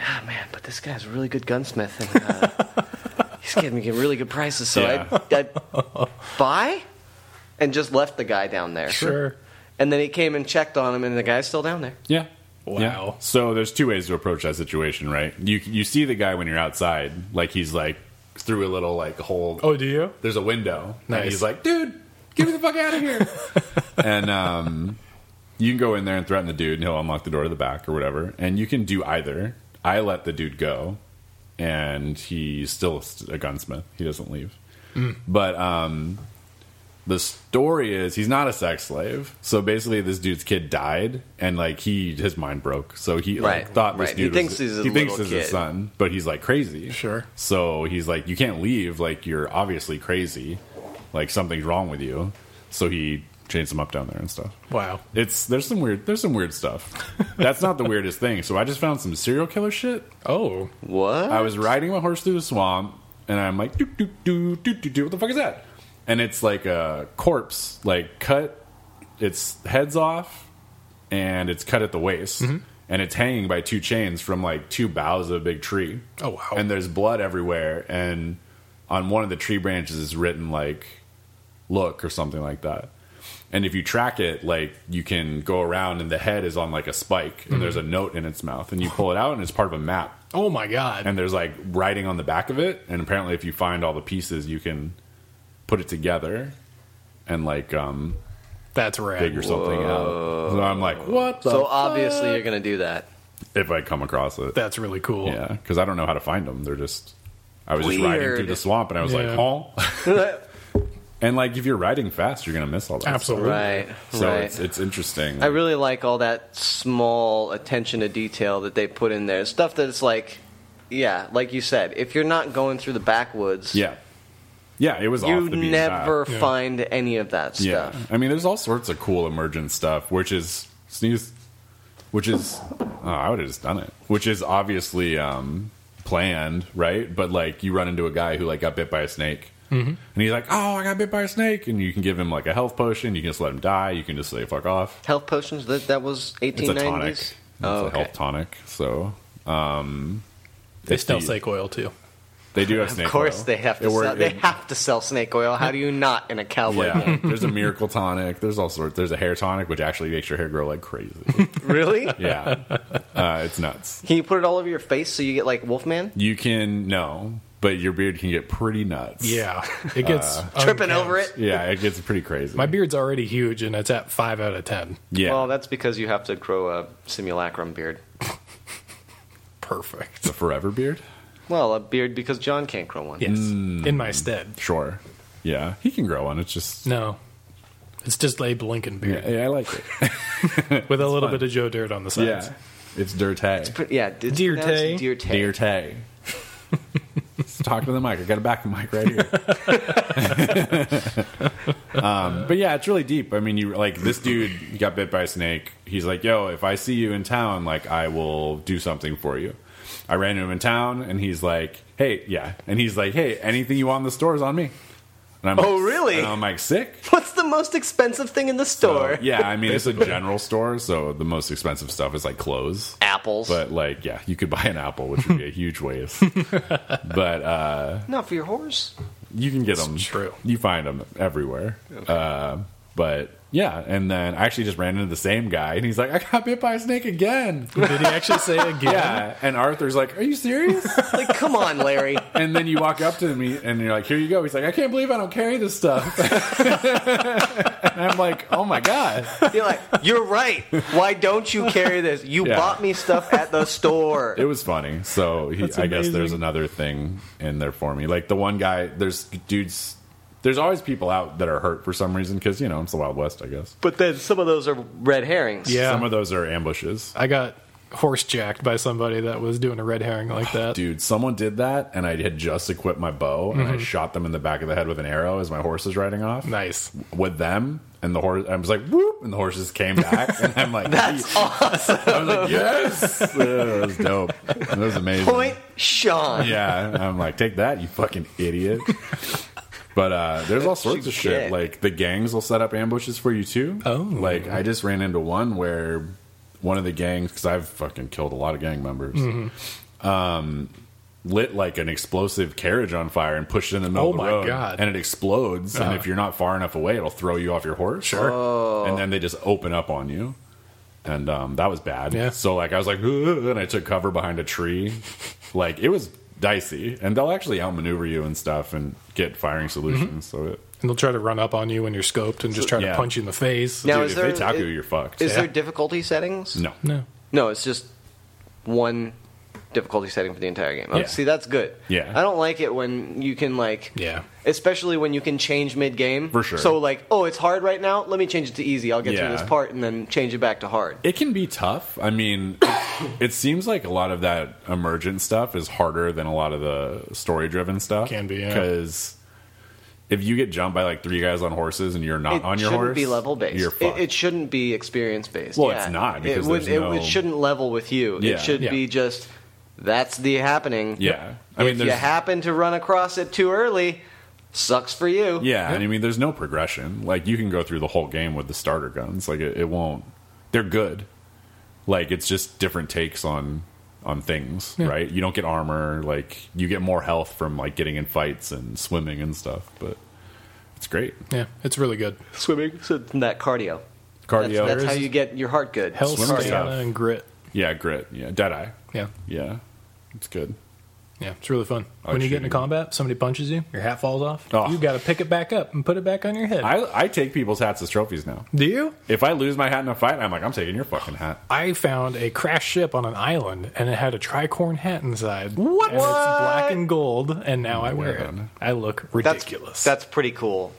"Ah, man, but this guy's a really good gunsmith, and uh, he's giving me really good prices. So I, I buy." And just left the guy down there. Sure. And then he came and checked on him, and the guy's still down there. this. Yeah. Wow. Yeah. So there's two ways to approach that situation, right? You you see the guy when you're outside, like he's like through a little like hole. Oh, do you? there's a window, Nice. and he's like, "Dude, get me the fuck out of here!" *laughs* and um, you can go in there and threaten the dude, and he'll unlock the door to the back or whatever. And you can do either. I let the dude go, and he's still a gunsmith. He doesn't leave. But um, the story is he's not a sex slave. So basically, this dude's kid died, and like he his mind broke. So he like, Right, thought this right. He dude thinks was, he's a he thinks little he's his kid. son, but he's like crazy. Sure. So he's like, you can't leave. Like you're obviously crazy. Like something's wrong with you. So he chains him up down there and stuff. Wow. It's there's some weird there's some weird stuff. That's not the weirdest thing. So I just found some serial killer shit. Oh, What? I was riding my horse through the swamp, and I'm like, doo doo doo doo doo doo. What the fuck is that? And it's like a corpse, like cut. Its head's off, and it's cut at the waist, and it's hanging by two chains from like two boughs of a big tree. Oh, wow. And there's blood everywhere, and on one of the tree branches is written like "look" or something like that. And if you track it, like you can go around, and the head is on like a spike, and there's a Mm-hmm. note in its mouth, and you pull it out, and it's part of a map. Oh my god! And there's like writing on the back of it, and apparently, if you find all the pieces, you can put it together and like um That's rad. figure something out. So I'm like, what? The So uh, obviously you're going to do that. if I come across it, That's really cool. yeah, because I don't know how to find them. They're just I was just riding through Weird. the swamp, and I was Yeah. like, huh. And like, if you're riding fast, you're gonna miss all that. stuff. Absolutely. right. So right. it's it's interesting. I really like all that small attention to detail that they put in there. Stuff that's like, yeah, like you said, if you're not going through the backwoods, yeah, yeah. It was you off the beaten never Yeah. find any of that path. Yeah, stuff. I mean, there's all sorts of cool emergent stuff, which is sneeze, which is oh, I would have just done it, which is obviously um, planned, right? But like, you run into a guy who like got bit by a snake. Mm-hmm. And he's like, "Oh, I got bit by a snake," and you can give him like a health potion. You can just let him die. You can just say "fuck off." Health potions, that, that was It's a tonic. 1890s? It's Oh, a health okay. tonic. So um, They sell the- snake oil too. They do have snake. Of course, oil. they have to It wor- sell. They it- have to sell snake oil. How do you not in a cowboy? Yeah, there's a miracle tonic. There's all sorts. There's a hair tonic, which actually makes your hair grow like crazy. *laughs* *laughs* *laughs* Really? Yeah, uh, it's nuts. Can you put it all over your face so you get like Wolfman You can no, but your beard can get pretty nuts. Yeah, it gets Uh, tripping uncanny. over it? Oh, yeah, it gets pretty crazy. My beard's already huge, and it's at five out of ten. yeah, Well, that's because you have to grow a simulacrum beard. Perfect. the forever beard. Well, a beard because John can't grow one. Yes, Mm. in my stead. Sure. Yeah, he can grow one. It's just No, it's just a Lincoln beard yeah, I like *laughs* it. with a little bit of Joe Dirt on the sides. yeah, it's dirty. But yeah, it's Dear pronounced Tay. Dear Tay. *laughs* Dear Tay. *laughs* Talk to the mic. I got a back mic right here. *laughs* um, but yeah, it's really deep. I mean, you like this dude got bit by a snake. He's like, "Yo, if I see you in town, like I will do something for you." I ran into him in town, and he's like, "Hey, yeah," and he's like, "Hey, anything you want in the store is on me." And I'm Oh, like, really? And I'm like, "Sick." What's the most expensive thing in the store? yeah, I mean, it's a general store, so the most expensive stuff is like clothes. Apples. But like, yeah, you could buy an apple, which would be a huge waste. but uh, Not for your horse. you can get them. true. You find them everywhere. Uh, but yeah, and then I actually just ran into the same guy, and he's like, "I got bit by a snake again." Did he actually *laughs* say again? yeah, and Arthur's like, "Are you serious?" Like, come on, Larry. and then you walk up to him, and you're like, "Here you go." He's like, "I can't believe I don't carry this stuff." *laughs* and I'm like, "Oh my god." You're like, you're right. Why don't you carry this? You Yeah. bought me stuff at the store. it was funny. So he, That's I guess there's amazing. another thing in there for me. Like the one guy, there's dudes. There's always people out that are hurt for some reason because you know it's the Wild West, I guess. But then some of those are red herrings. Yeah. Some of those are ambushes, I got horse jacked by somebody that was doing a red herring like that. Oh, dude. Someone did that, and I had just equipped my bow, and I shot them in the back of the head with an arrow as my horse is riding off Mm-hmm. Nice. with them. And the horse, I was like, whoop, and the horses came back, and I'm like, *laughs* that's awesome. I was like, yes, Yeah, that was dope. That *laughs* was amazing. Point Sean. *laughs* yeah i'm like take that you fucking *laughs* idiot but uh there's all sorts of shit dick. like the gangs will set up ambushes for you too Oh. like i just ran into one where one of the gangs because i've fucking killed a lot of gang members um Mm-hmm. lit like an explosive carriage on fire and pushed it in the middle Oh of the my road God. Uh-huh. and it explodes and if you're not far enough away it'll throw you off your horse Sure. Oh, and then they just open up on you and um, that was bad Yeah. so like i was like "Ugh," and i took cover behind a *laughs* tree like it was dicey and they'll actually outmaneuver you and stuff and get firing Mm-hmm. solutions so it, And they'll try to run up on you when you're scoped and just try Yeah. to punch you in the face. Now, dude, is if there- they tackle it- you you're fucked Is Yeah. there difficulty settings? no No. No, it's just one difficulty setting for the entire game. Oh, Yeah. See, that's good. Yeah. I don't like it when you can like Yeah. especially when you can change mid game. For sure. So like, oh, it's hard right now. Let me change it to easy. I'll get Yeah. through this part and then change it back to hard. it can be tough i mean *coughs* it, it seems like a lot of that emergent stuff is harder than a lot of the story driven stuff Can be, yeah. because if you get jumped by like three guys on horses and you're not it on your shouldn't horse be level based. you're it, fucked. it shouldn't be experience based. Well, yeah. it's not, because it, would- there's it- no- it shouldn't level with you. Yeah. It should Yeah. be just that's the happening. yeah i mean if you there's happen to run across it too early, sucks for you. Yeah, and I mean, there's no progression. Like you can go through the whole game with the starter guns. Like it, it won't. They're good. Like it's just different takes on on things, Yeah. right? You don't get armor. Like you get more health from like getting in fights and swimming and stuff. But It's great. Yeah, it's really good. Swimming, *laughs* so that cardio. That's, Cardio. that's how you get your heart good. Hell, Swim stamina, stuff. and grit. yeah, grit. Yeah, Deadeye. Yeah, Yeah, it's good. yeah, it's really fun. Oh, when you shoot. get into combat, somebody punches you, your hat falls off. Oh. You got to pick it back up and put it back on your head. I, I take people's hats as trophies now. Do you? If I lose my hat in a fight, I'm like, I'm taking your fucking hat. I found a crashed ship on an island, and it had a tricorn hat inside. What? And it's black and gold, and now I wear it. God. I look That's ridiculous. That's pretty cool.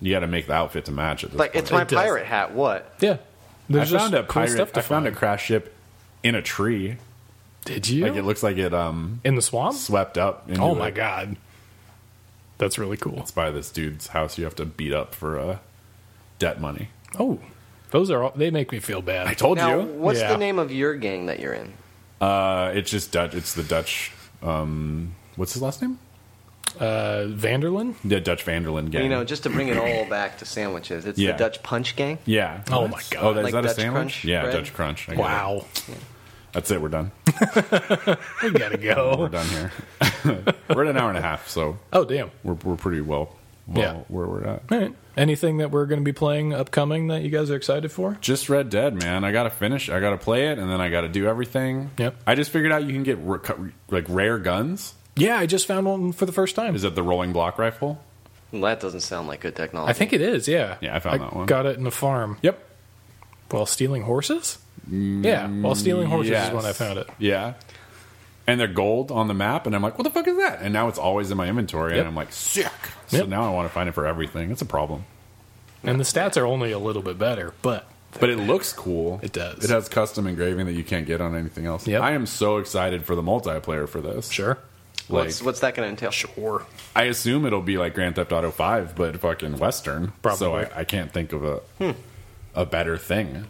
You got to make the outfit to match it. Like it's It my does. pirate hat. What? yeah. I There's found a just cool pirate. stuff to I found a find. crash ship in a tree. Did you Like it looks like it um in the swamp? swept up. into Oh my it. god, that's really cool. It's by this dude's house. You have to beat up for uh, debt money. Oh, those are all, they make me feel bad. I told Now, you. what's Yeah. the name of your gang that you're in? Uh, it's just Dutch. It's the Dutch. Um, what's his last name? uh, Vanderlin. The Dutch Vanderlyn gang. You know, just to bring it all back to sandwiches. It's Yeah. the Dutch Punch Gang. yeah. Oh my God. Oh, is Like that Dutch a sandwich? Crunch yeah, bread? Dutch Crunch. I get it. Wow, That's it. We're *laughs* done. we gotta *laughs* We're go. done here. *laughs* we're at an hour and a half, so oh damn. we're we're pretty well. well Yeah. where we're at. All right. Anything that we're going to be playing upcoming that you guys are excited for? Just Red Dead, man. I gotta finish. I gotta play it, and then I gotta do everything. Yep. I just figured out you can get r- cu- like rare guns. Yeah, I just found one for the first time. Is it the rolling block rifle? Well, that doesn't sound like good technology. I think it is. Yeah. Yeah, I found that one. Got it in a farm Yep. while stealing horses. yeah, while stealing horses Yes. is when I found it. Yeah. And they're gold on the map, and I'm like, what the fuck is that? And now it's always in my inventory, Yep. and I'm like, sick. So Yep. now I want to find it for everything. That's a problem. And the stats are only a little bit better, but But it looks cool. It does. It has custom engraving that you can't get on anything else. Yep. I am so excited for the multiplayer for this. sure. Like, what's what's that going to entail? Sure. I assume it'll be like Grand Theft Auto Five, but fucking Western. Probably. Hmm. So I, I can't think of a a better thing.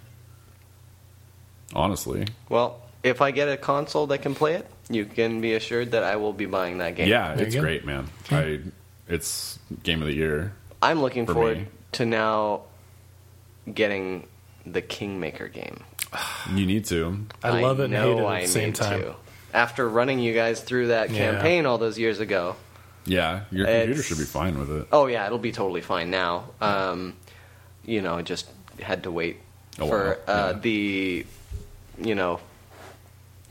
Honestly, Well, if I get a console that can play it, you can be assured that I will be buying that game. yeah, There it's you go. great, man. I it's game of the year. I'm looking For forward me. to now getting the Kingmaker game. You need to. I, love it and hate it at the same need time. to. After running you guys through that Yeah. campaign all those years ago, Yeah, your computer It's- should be fine with it. oh yeah, it'll be totally fine now. Um, you know, I just had to wait A Oh, for while, uh, yeah. the you know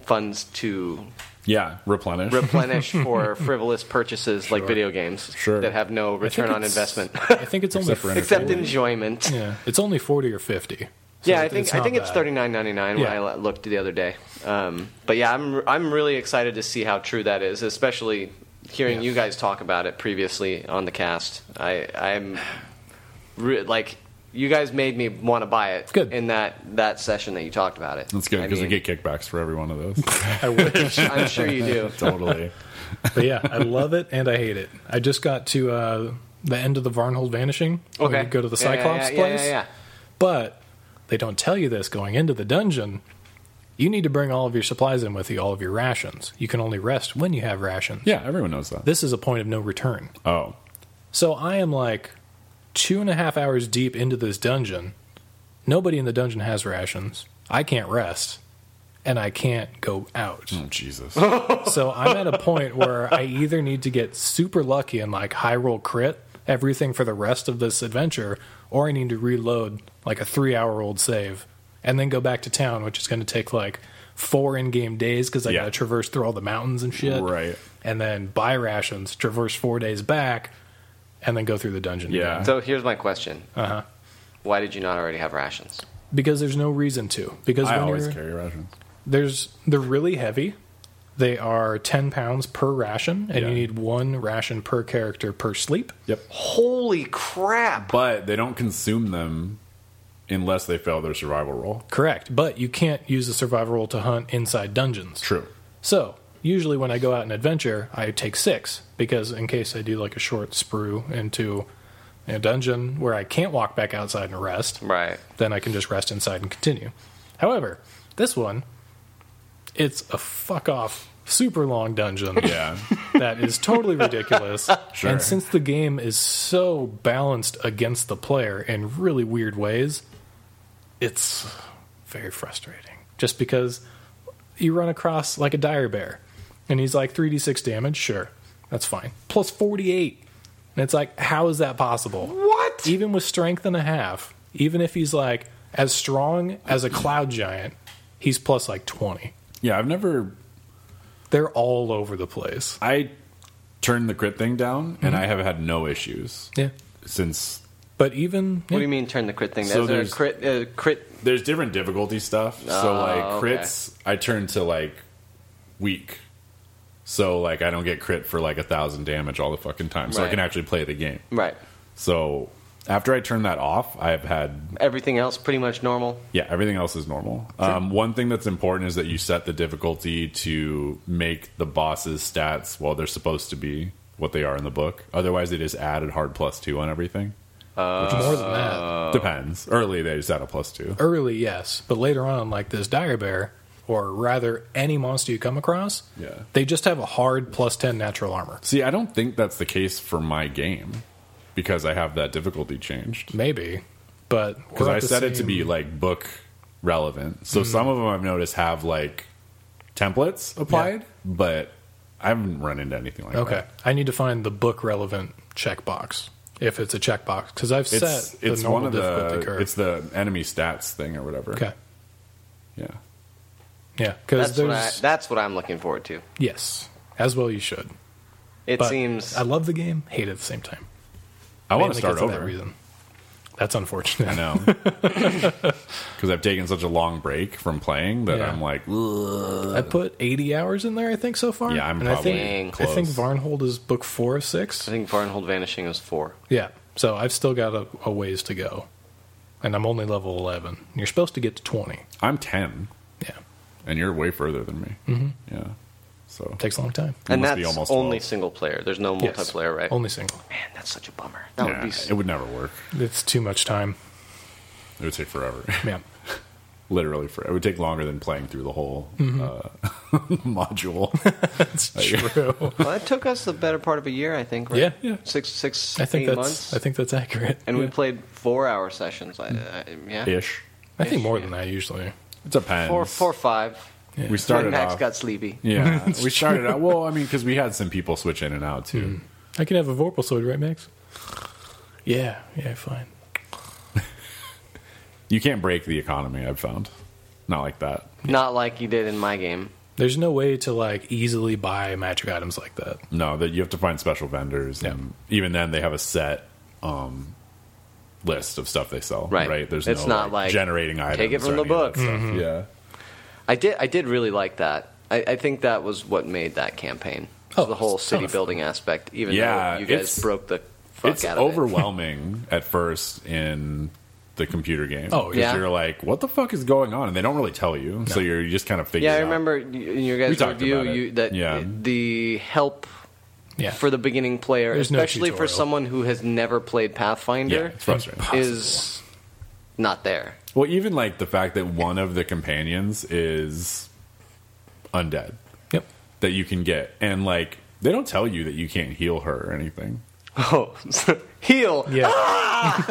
funds to *laughs* Yeah, replenish. replenish for frivolous purchases like Sure. video games Sure. that have no I think return on it's- *laughs* investment I think it's only Except for except Entertainment. enjoyment. yeah, it's only forty or fifty. So Yeah, I it- think I not think it's bad. thirty nine ninety nine Yeah. when I l- looked the other day. Um, but yeah, I'm I'm really excited to see how true that is, especially hearing Yeah. you guys talk about it previously on the cast. I I'm re- like you guys made me want to buy it. Good. in that that session that you talked about it. That's good I because we mean, get kickbacks for every one of those. *laughs* I *laughs* wish. I'm sure you *laughs* do. *laughs* totally. But yeah, I love it and I hate it. I just got to uh, the end of the Varnhold Vanishing. where Okay, you go to the Yeah, yeah, Cyclops yeah, place. Yeah, yeah, yeah. But they don't tell you this going into the dungeon. You need to bring all of your supplies in with you, all of your rations. You can only rest when you have rations. Yeah, everyone knows that. This is a point of no return. Oh, So I am like two and a half hours deep into this dungeon. Nobody in the dungeon has rations. I can't rest. And I can't go out. oh Jesus. *laughs* So I'm at a point where I either need to get super lucky and like high roll crit everything for the rest of this adventure, or I need to reload like a three hour old save and then go back to town, which is going to take like four in game days because I Yeah. got to traverse through all the mountains and shit. Right. And then buy rations, traverse four days back, and then go through the dungeon. Yeah. again. So here's my question: Uh-huh. Why did you not already have rations? Because there's no reason to. Because I when always you're, carry rations. there's they're really heavy. They are ten pounds per ration, and Yeah. you need one ration per character per sleep. Yep. Holy crap! But they don't consume them unless they fail their survival roll. Correct, but you can't use the survival roll to hunt inside dungeons. True. So usually when I go out and adventure, I take six because in case I do like a short sprue into a dungeon where I can't walk back outside and rest, Right. then I can just rest inside and continue. However, this one, it's a fuck off super long dungeon. *laughs* Yeah. that is totally ridiculous. *laughs* Sure. And since the game is so balanced against the player in really weird ways, it's very frustrating. Just because you run across like a dire bear and he's like 3d6 damage, sure, that's fine. Plus 48. And it's like, how is that possible? What? Even with strength and a half, even if he's like as strong as a cloud giant, he's plus like 20. Yeah, I've never. They're all over the place. I turned the crit thing down, and I have had no issues Yeah. since. But even What do you mean turn the crit thing? So Is there a there's- crit, uh, crit. There's different difficulty stuff. so Oh, like okay. crits, I turn to like weak. So like I don't get crit for like a thousand damage all the fucking time. So I Right. can actually play the game. Right. So after I turn that off, I've had Everything else pretty much normal. Yeah, everything else is normal. Um, one thing that's important is that you set the difficulty to make the boss's stats well they're supposed to be what they are in the book. Otherwise, they just added hard plus two on everything. more than Uh. that, Oh. Depends. Early, they just add a plus two. early, yes. But later on, like this dire bear, or rather any monster you come across, Yeah. they just have a hard plus 10 natural armor. See, I don't think that's the case for my game because I have that difficulty changed. Maybe. But Because I set it to be like book relevant. So Mm-hmm. some of them I've noticed have like templates applied, but I haven't run into anything like Okay. that. I need to find the book relevant checkbox if it's a checkbox because I've It's, set the it's normal one of difficulty the curve. it's the enemy stats thing or whatever. okay. Yeah. Yeah. Because That's what, I, there's. that's what I'm looking forward to. yes. As well, you should. It But seems. I love the game, hate it at the same time. I want to Mainly start 'cause of over. That reason. That's unfortunate. I know. *laughs* Because I've taken such a long break from playing that Yeah. I'm like, "Ugh." I put 80 hours in there, I think, so far. yeah, I'm and probably I think, Dang. close. I think Varnhold is book four or six. I think Varnhold Vanishing was four. Yeah. So I've still got a, a ways to go. And I'm only level 11. You're supposed to get to 20. I'm 10, Yeah. and you're way further than me. Mm-hmm. Yeah. So Takes a long time. It and must that's be almost only 12. single player. There's no Yes. multiplayer, right? Only single. Man, that's such a bummer. That would Nah, be. s- it would never work. It's too much time. It would take forever. *laughs* Yeah. *laughs* Literally forever. It would take longer than playing through the whole uh, *laughs* module. *laughs* That's true. Well, that took us the better part of a year, I think. Right? Yeah, yeah. Six, six, I think eight that's months, I think that's accurate. and we played four-hour sessions. I, I, yeah, Ish. I think more than that usually. It depends. four, four, five. We When started Max off. got sleepy. *laughs* yeah, we started out. Well, I mean, because we had some people switch in and out too. I can have a Vorpal sword, right, Max? Yeah, yeah, fine. You can't break the economy. I've found. Not like that. Not like you did in my game. There's no way to like easily buy magic items like that. No, that you have to find special vendors, and even then they have a set um, list of stuff they sell. Right. There's It's no not like, generating items. it from or the any of that book. stuff. Yeah, I did. I did really like that. I, I think that was what made that campaign. Oh, the whole it's a ton city of fun. building aspect. Even Yeah, though you guys it's- broke the fuck it's out of it. overwhelming *laughs* at first in the computer game. Oh, 'Cause yeah. You're like, what the fuck is going on, and they don't really tell you, so you're you just kind of figure. Yeah, I it out. remember y- in your We guys' talked review about it. you, that Yeah. the help Yeah. for the beginning player, There's no especially for tutorial. someone who has never played Yeah, Pathfinder, it's frustrating. is not there. *laughs* Well, even like the fact that one of the companions is undead Yep. that you can get, and like they don't tell you that you can't heal her or anything. Oh, heal. Yeah.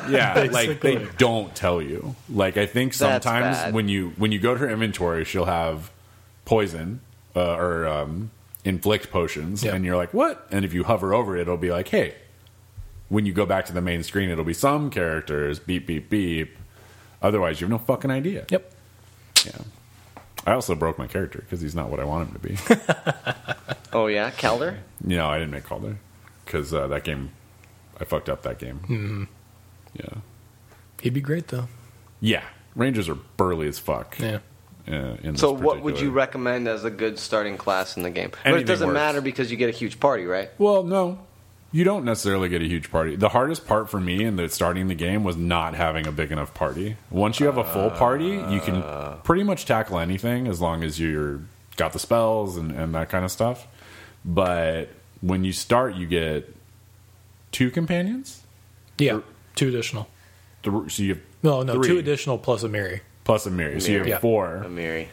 *laughs* yeah like they Basically. don't tell you like i think That's sometimes bad. when you when you go to her inventory she'll have poison uh, or um, inflict potions Yeah. and you're like what and if you hover over it it'll be like hey when you go back to the main screen it'll be some characters beep beep beep otherwise you have no fucking idea Yep. yeah i also broke my character because he's not what i want him to be *laughs* Oh yeah, Calder. you know i didn't make calder because uh, that game i fucked up that game Mm-hmm. yeah He'd be great though. yeah rangers are burly as fuck Yeah. uh, in this So, what would you particular- recommend as a good starting class in the game? but Anything it doesn't works. matter because you get a huge party, right? Well, no, you don't necessarily get a huge party. The hardest part for me in the starting the game was not having a big enough party. Once you have a full party, you can pretty much tackle anything as long as you're got the spells and, and that kind of stuff. But when you start, you get two companions. Yeah. Two additional. Th- so you have No, no, two Three. additional plus a Miri. plus a mirror, so you have Yeah. four. Amiri.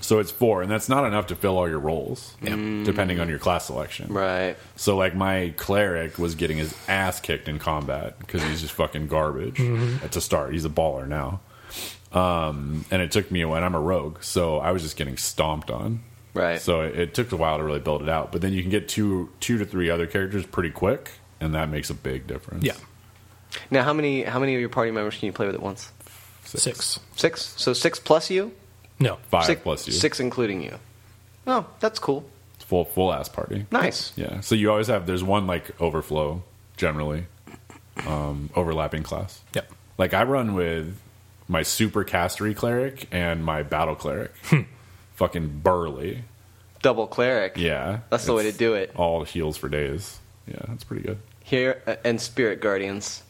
So it's four, and that's not enough to fill all your roles, depending on your class selection. Right. So like my cleric was getting his ass kicked in combat because he's just fucking garbage Mm-hmm. at to start. He's a baller now, um, and it took me when I'm a rogue, so I was just getting stomped on. Right. So it, it took a while to really build it out, but then you can get two two to three other characters pretty quick, and and that makes a big difference. Yeah. Now, how many how many of your party members can you play with at once? Six. Six. So six plus you. No. five six, plus you, Six including you. Oh, that's cool. full full ass party. Nice. Yeah, so you always have there's one like overflow generally, um, overlapping class. Yep. Like I run with my super castery cleric and my battle cleric, fucking burly. Double cleric. Yeah, That's the way to It's do it. All heals for days. Yeah, that's pretty good. Here uh, and spirit guardians.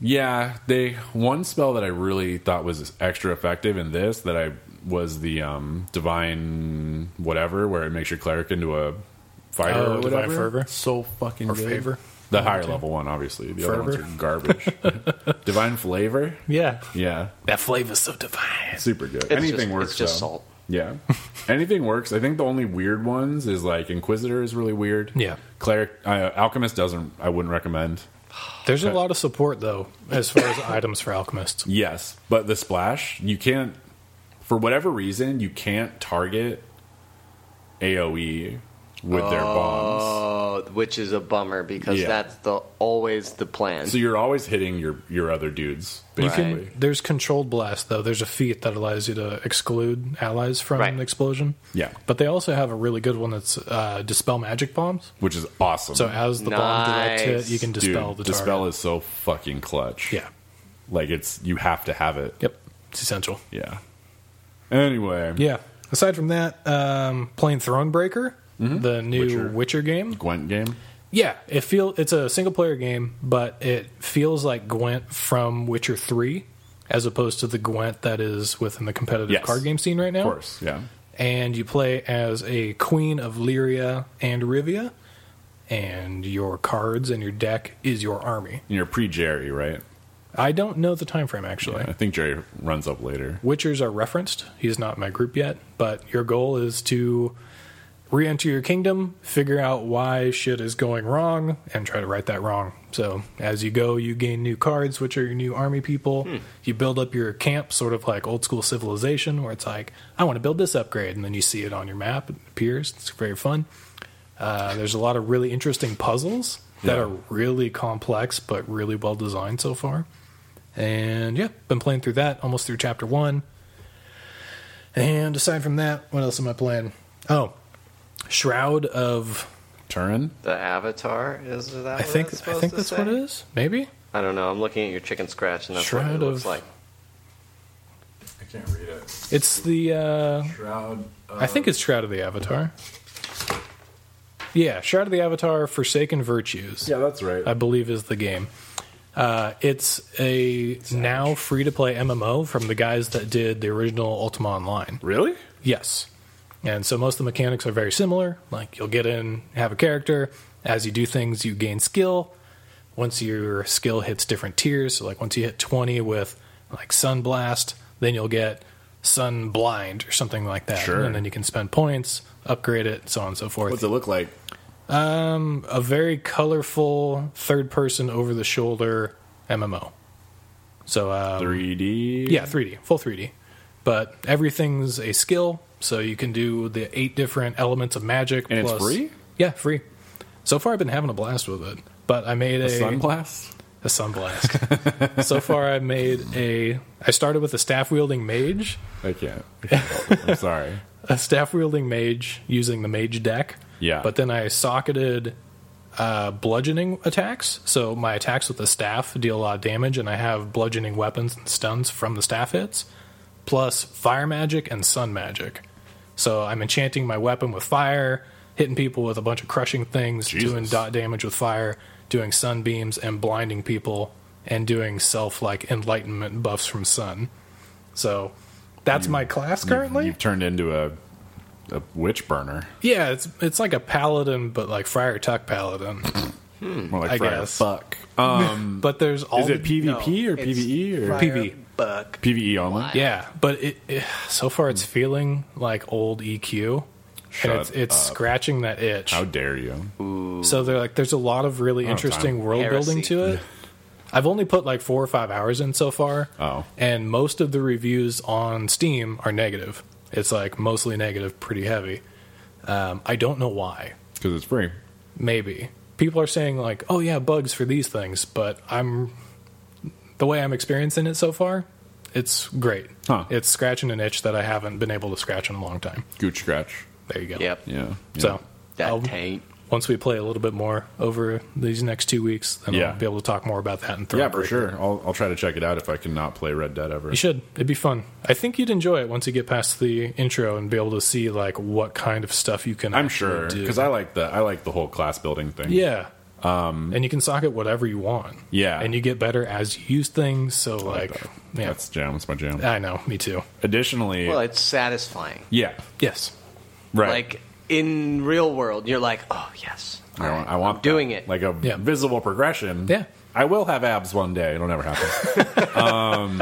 Yeah, they one spell that I really thought was extra effective in this that I was the um, divine whatever where it makes your cleric into a fighter Oh, or divine whatever. fervor? So fucking Or good. favor? The higher level one, obviously. The other ones Fervor? are garbage. *laughs* divine flavor. Yeah. Yeah, That flavor's so divine. super good. It's Anything just, works. It's just though. salt. *laughs* Yeah, anything works. I think the only weird ones is like Inquisitor is really weird. Yeah. cleric uh, alchemist doesn't. I wouldn't recommend. There's a lot of support though, as far *laughs* as items for alchemists. Yes, but the splash, you can't for whatever reason, you can't target AoE with their bombs. Oh, which is a bummer because Yeah. that's the always the plan. So you're always hitting your your other dudes. You Basically. can. There's controlled blast though. There's a feat that allows you to exclude allies from Right. an explosion. Yeah. But they also have a really good one that's uh, dispel magic bombs. which is awesome. So as the bomb directs Nice. hit, you can Dude, dispel the target. dispel is so fucking clutch. yeah. Like it's you have to have it. Yep. It's essential. Yeah. Anyway, Yeah. Aside from that, um, playing Thronebreaker, the new Mm-hmm. Witcher. Witcher, game. Gwent game. Yeah, it feel it's a single player game, but it feels like Gwent from Witcher Three, as opposed to the Gwent that is within the competitive Yes. card game scene right now. Of course. Yeah. And you play as a queen of Lyria and Rivia, and your cards and your deck is your army. And you're pre Jerry, right? I don't know the time frame actually. I think Jerry runs up later. Witchers are referenced. He's not in my group yet, but your goal is to re-enter your kingdom, figure out why shit is going wrong, and try to right that wrong. So as you go, you gain new cards, which are your new army people. You build up your camp, sort of like old school civilization, where it's like, I want to build this upgrade, and then you see it on your map. It appears. It's very fun. Uh, there's a lot of really interesting puzzles that Yeah. are really complex but really well designed so far. And yeah, been playing through that almost through chapter one. And aside from that, what else am I playing? Oh, Shroud of Turin? the avatar is that? I what think it's I supposed think to that's say? what it is. Maybe I don't know. I'm looking at your chicken scratch, and that's what it Shroud looks of- like. I can't read it. it's the uh, Shroud I think it's Shroud of the Avatar. Yeah, Shroud of the Avatar, Forsaken Virtues. Yeah, that's right. I believe is the game. Uh, it's a now free to play MMO from the guys that did the original Ultima Online. really? Yes. And so most of the mechanics are very similar. Like you'll get in, have a character. As you do things, you gain skill. Once your skill hits different tiers, so like once you hit 20 with like sunblast, then you'll get sun blind or something like that. Sure. And then you can spend points, upgrade it, so on and so forth. What's it look like? Um, a very colorful third person over the shoulder MMO. So um, 3D? yeah, 3D, full 3D. But everything's a skill, so you can do the eight different elements of magic. And it's plus, free? Yeah, free. So far, I've been having a blast with it. But I made a, A sunblast? a sunblast. so far, I made a. I started with a staff wielding mage, I can't. I can't help it. I'm *laughs* sorry. a staff wielding mage using the mage deck. Yeah. But then I socketed uh, bludgeoning attacks. So my attacks with the staff deal a lot of damage, and I have bludgeoning weapons and stuns from the staff hits, plus fire magic and sun magic. So I'm enchanting my weapon with fire, hitting people with a bunch of crushing things, Jesus. doing dot damage with fire, doing sunbeams, and blinding people, and doing self like enlightenment buffs from sun. So that's my class currently. You've turned into a a witch burner. Yeah, it's it's like a paladin, but like Friar Tuck paladin. More like I Friar guess. Buck. Um, *laughs* But there's all is it the- PvP E or it's PvE or E? Friar PV. Buck. PvE only? yeah, but it, it- so far it's feeling like old EQ, Shut and it's it's up. scratching that itch. How dare you? so they're like, there's a lot of really don't have interesting time. world building Heresy. to it. I've only put like four or five hours in so far, Oh. and most of the reviews on Steam are negative. It's like mostly negative, pretty heavy. Um, I don't know why. Because it's free. Maybe people are saying like, "Oh yeah, bugs for these things," but I'm the way I'm experiencing it so far, it's great. Huh. It's scratching an itch that I haven't been able to scratch in a long time. Gooch scratch. There you go. Yep. Yeah. So That I'll- taint. once we play a little bit more over these next two weeks, then Yeah. I'll be able to talk more about that and throw. yeah, it for right sure. I'll, I'll try to check it out if I can not play Red Dead ever. You should. It'd be fun. I think you'd enjoy it once you get past the intro and be able to see like what kind of stuff you can. I'm actually sure do. because I like the I like the whole class building thing. yeah. Um, and you can socket whatever you want. Yeah. and you get better as you use things. So like, that. yeah, that's jam. That's my jam. I know. Me too. Additionally, Well, it's satisfying. yeah, Yes. right. Like in real world, you're like, oh yes, I want, I want I'm doing that. it. like a Yeah. visible progression. Yeah. I will have abs one day. It'll never happen. um, *laughs*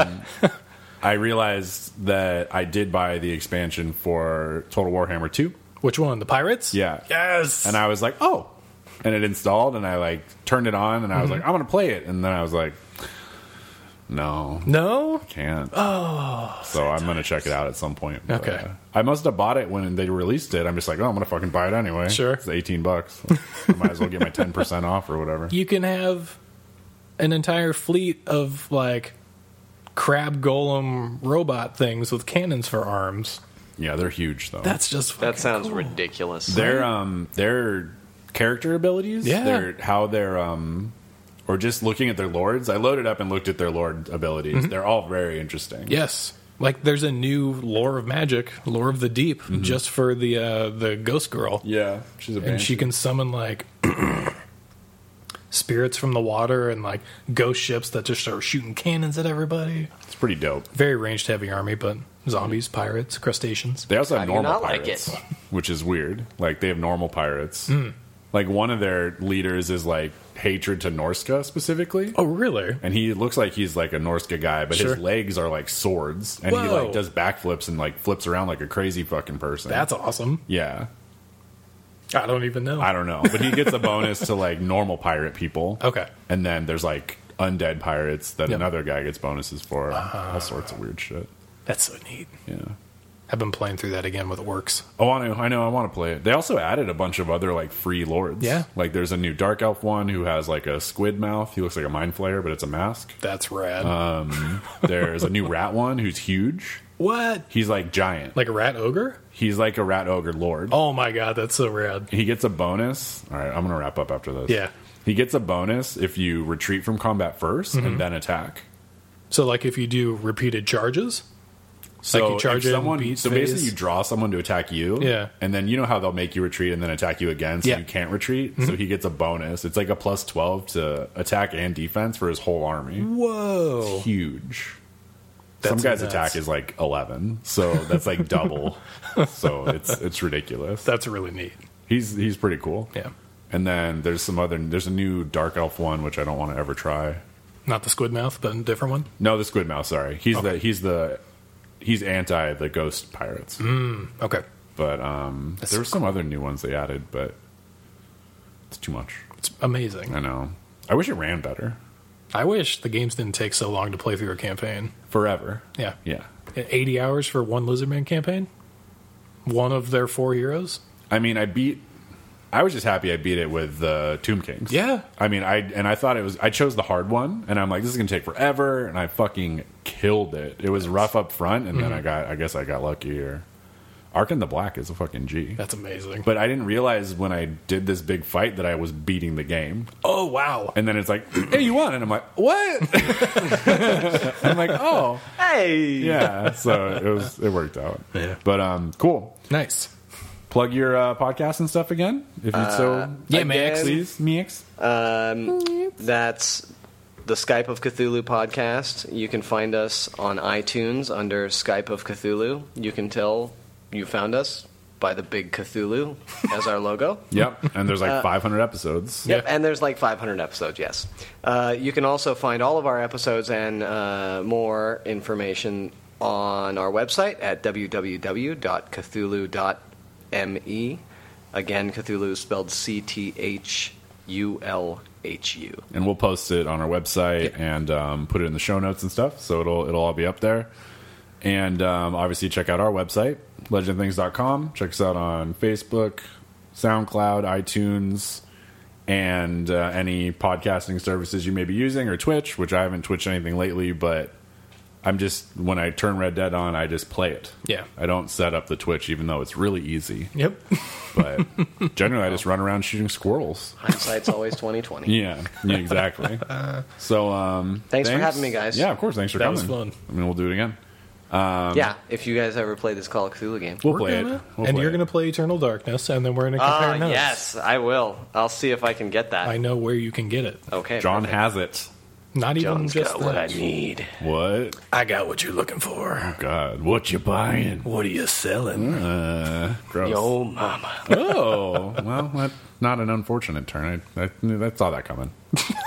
I realized that I did buy the expansion for Total Warhammer Two. Which one? The pirates? Yeah, Yes. and I was like, oh, and it installed, and I like turned it on, and I was Mm-hmm. like, I'm gonna play it, and then I was like, no, no. can't. Oh, so I'm gonna check it out at some point. but, Okay. uh, I must have bought it when they released it. I'm just like, oh, I'm gonna fucking buy it anyway. Sure. it's 18 bucks. I might as well get my 10 percent off or *laughs* whatever. You can have an entire fleet of like crab golem robot things with cannons for arms. Yeah, they're huge though. That's just that fucking sounds cool. ridiculous. their um their character abilities. Yeah. their how their um. Or just looking at their lords. I loaded up and looked at their lord abilities. Mm-hmm. They're all very interesting. Yes. Like there's a new lore of magic, lore of the deep, Mm-hmm. just for the uh, the ghost girl, Yeah, she's a and she can summon like *clears throat* spirits from the water and like ghost ships that just are shooting cannons at everybody. It's pretty dope. Very ranged heavy army, but zombies, pirates, crustaceans. They also have How do you not normal like pirates, it? *laughs* which is weird. Like they have normal pirates. Hmm. Like one of their leaders is like hatred to Norska specifically. Oh, really? And he looks like he's like a Norska guy, but Sure. his legs are like swords, and he Whoa. like does backflips and like flips around like a crazy fucking person. That's awesome. yeah. I don't even know. I don't know, but he gets a bonus to like normal pirate people. Okay. and then there's like undead pirates that Yep. another guy gets bonuses for. Uh-huh. all sorts of weird shit. That's so neat. Yeah. I've been playing through that again with Works. Oh, I want to. I know. I want to play it. They also added a bunch of other like free lords. Yeah. Like there's a new dark elf one who has like a squid mouth. He looks like a mind flayer, but it's a *laughs* mask. That's rad. There's a new rat one who's huge. what? He's like giant. Like a rat ogre? He's like a rat ogre lord. Oh my god, that's so rad. He gets a bonus. All right, I'm gonna wrap up after this. Yeah. He gets a bonus if you retreat from combat 1st Mm-hmm. and then attack. So like if you do repeated charges, So you charge if in, someone, beat so basically phase. you draw someone to attack you, Yeah. and then you know how they'll make you retreat and then attack you again, so Yeah. Mm-hmm. you can't retreat. So he gets a bonus. It's like a plus twelve to attack and defense for his whole army. Whoa. Huge. Some That's guys' nuts. attack is like eleven, so that's like *laughs* double. so it's it's ridiculous. That's really neat. He's he's pretty cool. Yeah. And then there's some other there's a new dark elf one which I don't want to ever try. Not the squid mouth, but a different one. No, the squid mouse. Sorry, he's the he's the he's anti the ghost pirates. Okay. But um, That's there were some other new ones they added, but it's too much. It's amazing. I know. I wish it ran better I wish the games didn't take so long to play through a campaign. forever. Yeah. Yeah. 80 hours for one Lizardman campaign? One of their four heroes? I mean, I beat. I was just happy I beat it with the Tomb Kings. Yeah. I mean, I and I thought it was. I chose the hard one, and I'm like, this is gonna take forever, and I fucking killed it. It was rough up front, and Mm-hmm. then I got. I guess I got lucky. Or Ark in the Black is a fucking G. That's amazing. But I didn't realize when I did this big fight that I was beating the game. oh, wow. And then it's like, hey, you won. And I'm like, what? *laughs* I'm like, oh. hey, Yeah. So it was, it worked out. Yeah. But um, cool. Nice. Plug your uh, podcast and stuff again, if you so. yeah, Max. Please, Meeks. That's the Skype of Cthulhu podcast. You can find us on iTunes under Skype of Cthulhu. You can tell you found us by the big Cthulhu as our logo. Yep. And there's like 500 episodes. Yeah. Yep, and there's like 500 episodes, yes. Uh, you can also find all of our episodes and uh, more information on our website at www.cthulhu.me. E. Again, Cthulhu is spelled C T H U L H U. And we'll post it on our website and um, put it in the show notes and stuff. So it'll, it'll all be up there. And um, obviously, check out our website, legendthings.com. Check us out on Facebook, SoundCloud, iTunes, and uh, any podcasting services you may be using or Twitch, which I haven't Twitched anything lately, but I'm just when I turn Red Dead on, I just play it. Yeah. I don't set up the Twitch, even though it's really easy. Yep. But *laughs* generally, I just run around shooting squirrels. Hindsight's always twenty twenty. Yeah, yeah, *laughs* exactly. so, um, Thanks for having me, guys. Yeah, of course. Thanks for That coming. was fun. I mean, we'll do it again. yeah, if you guys ever play this Call of Cthulhu game. We'll We're play gonna- it. We'll and play you're it. going to play Eternal Darkness, and then we're going to compare Ah, notes. yes, I will. I'll see if I can get that. I know where you can get it. Okay. John perfect. has it. Not even John's just Oh, got the- what I need. What? I got what you're looking for. God, what you buying? What are you selling? Uh, gross. Yo, mama. Oh, well, that, not an unfortunate turn. I, I, knew- I saw that coming. *laughs*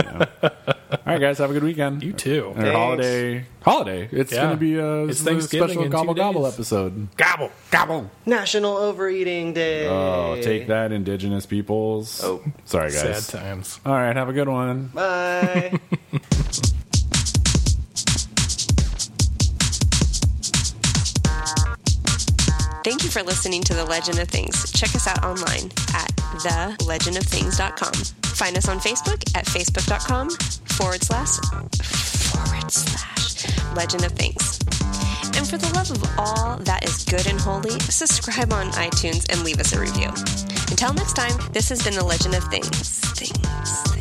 Yeah. All right, guys, have a good weekend. You too. Or holiday. Holiday. It's Yeah. going to be a, It's a Thanksgiving special in gobble two gobble days. episode. Gobble. Gobble. National Overeating Day. Oh, take that, indigenous peoples. Oh. sorry, guys. Sad times. All right, have a good one. *laughs* Bye. Thank you for listening to The Legend of Things. Check us out online at thelegendofthings.com. Find us on Facebook at facebook.com forward slash forward slash legend of things. And for the love of all that is good and holy, subscribe on iTunes and leave us a review. Until next time, this has been The Legend of Things. Things. things.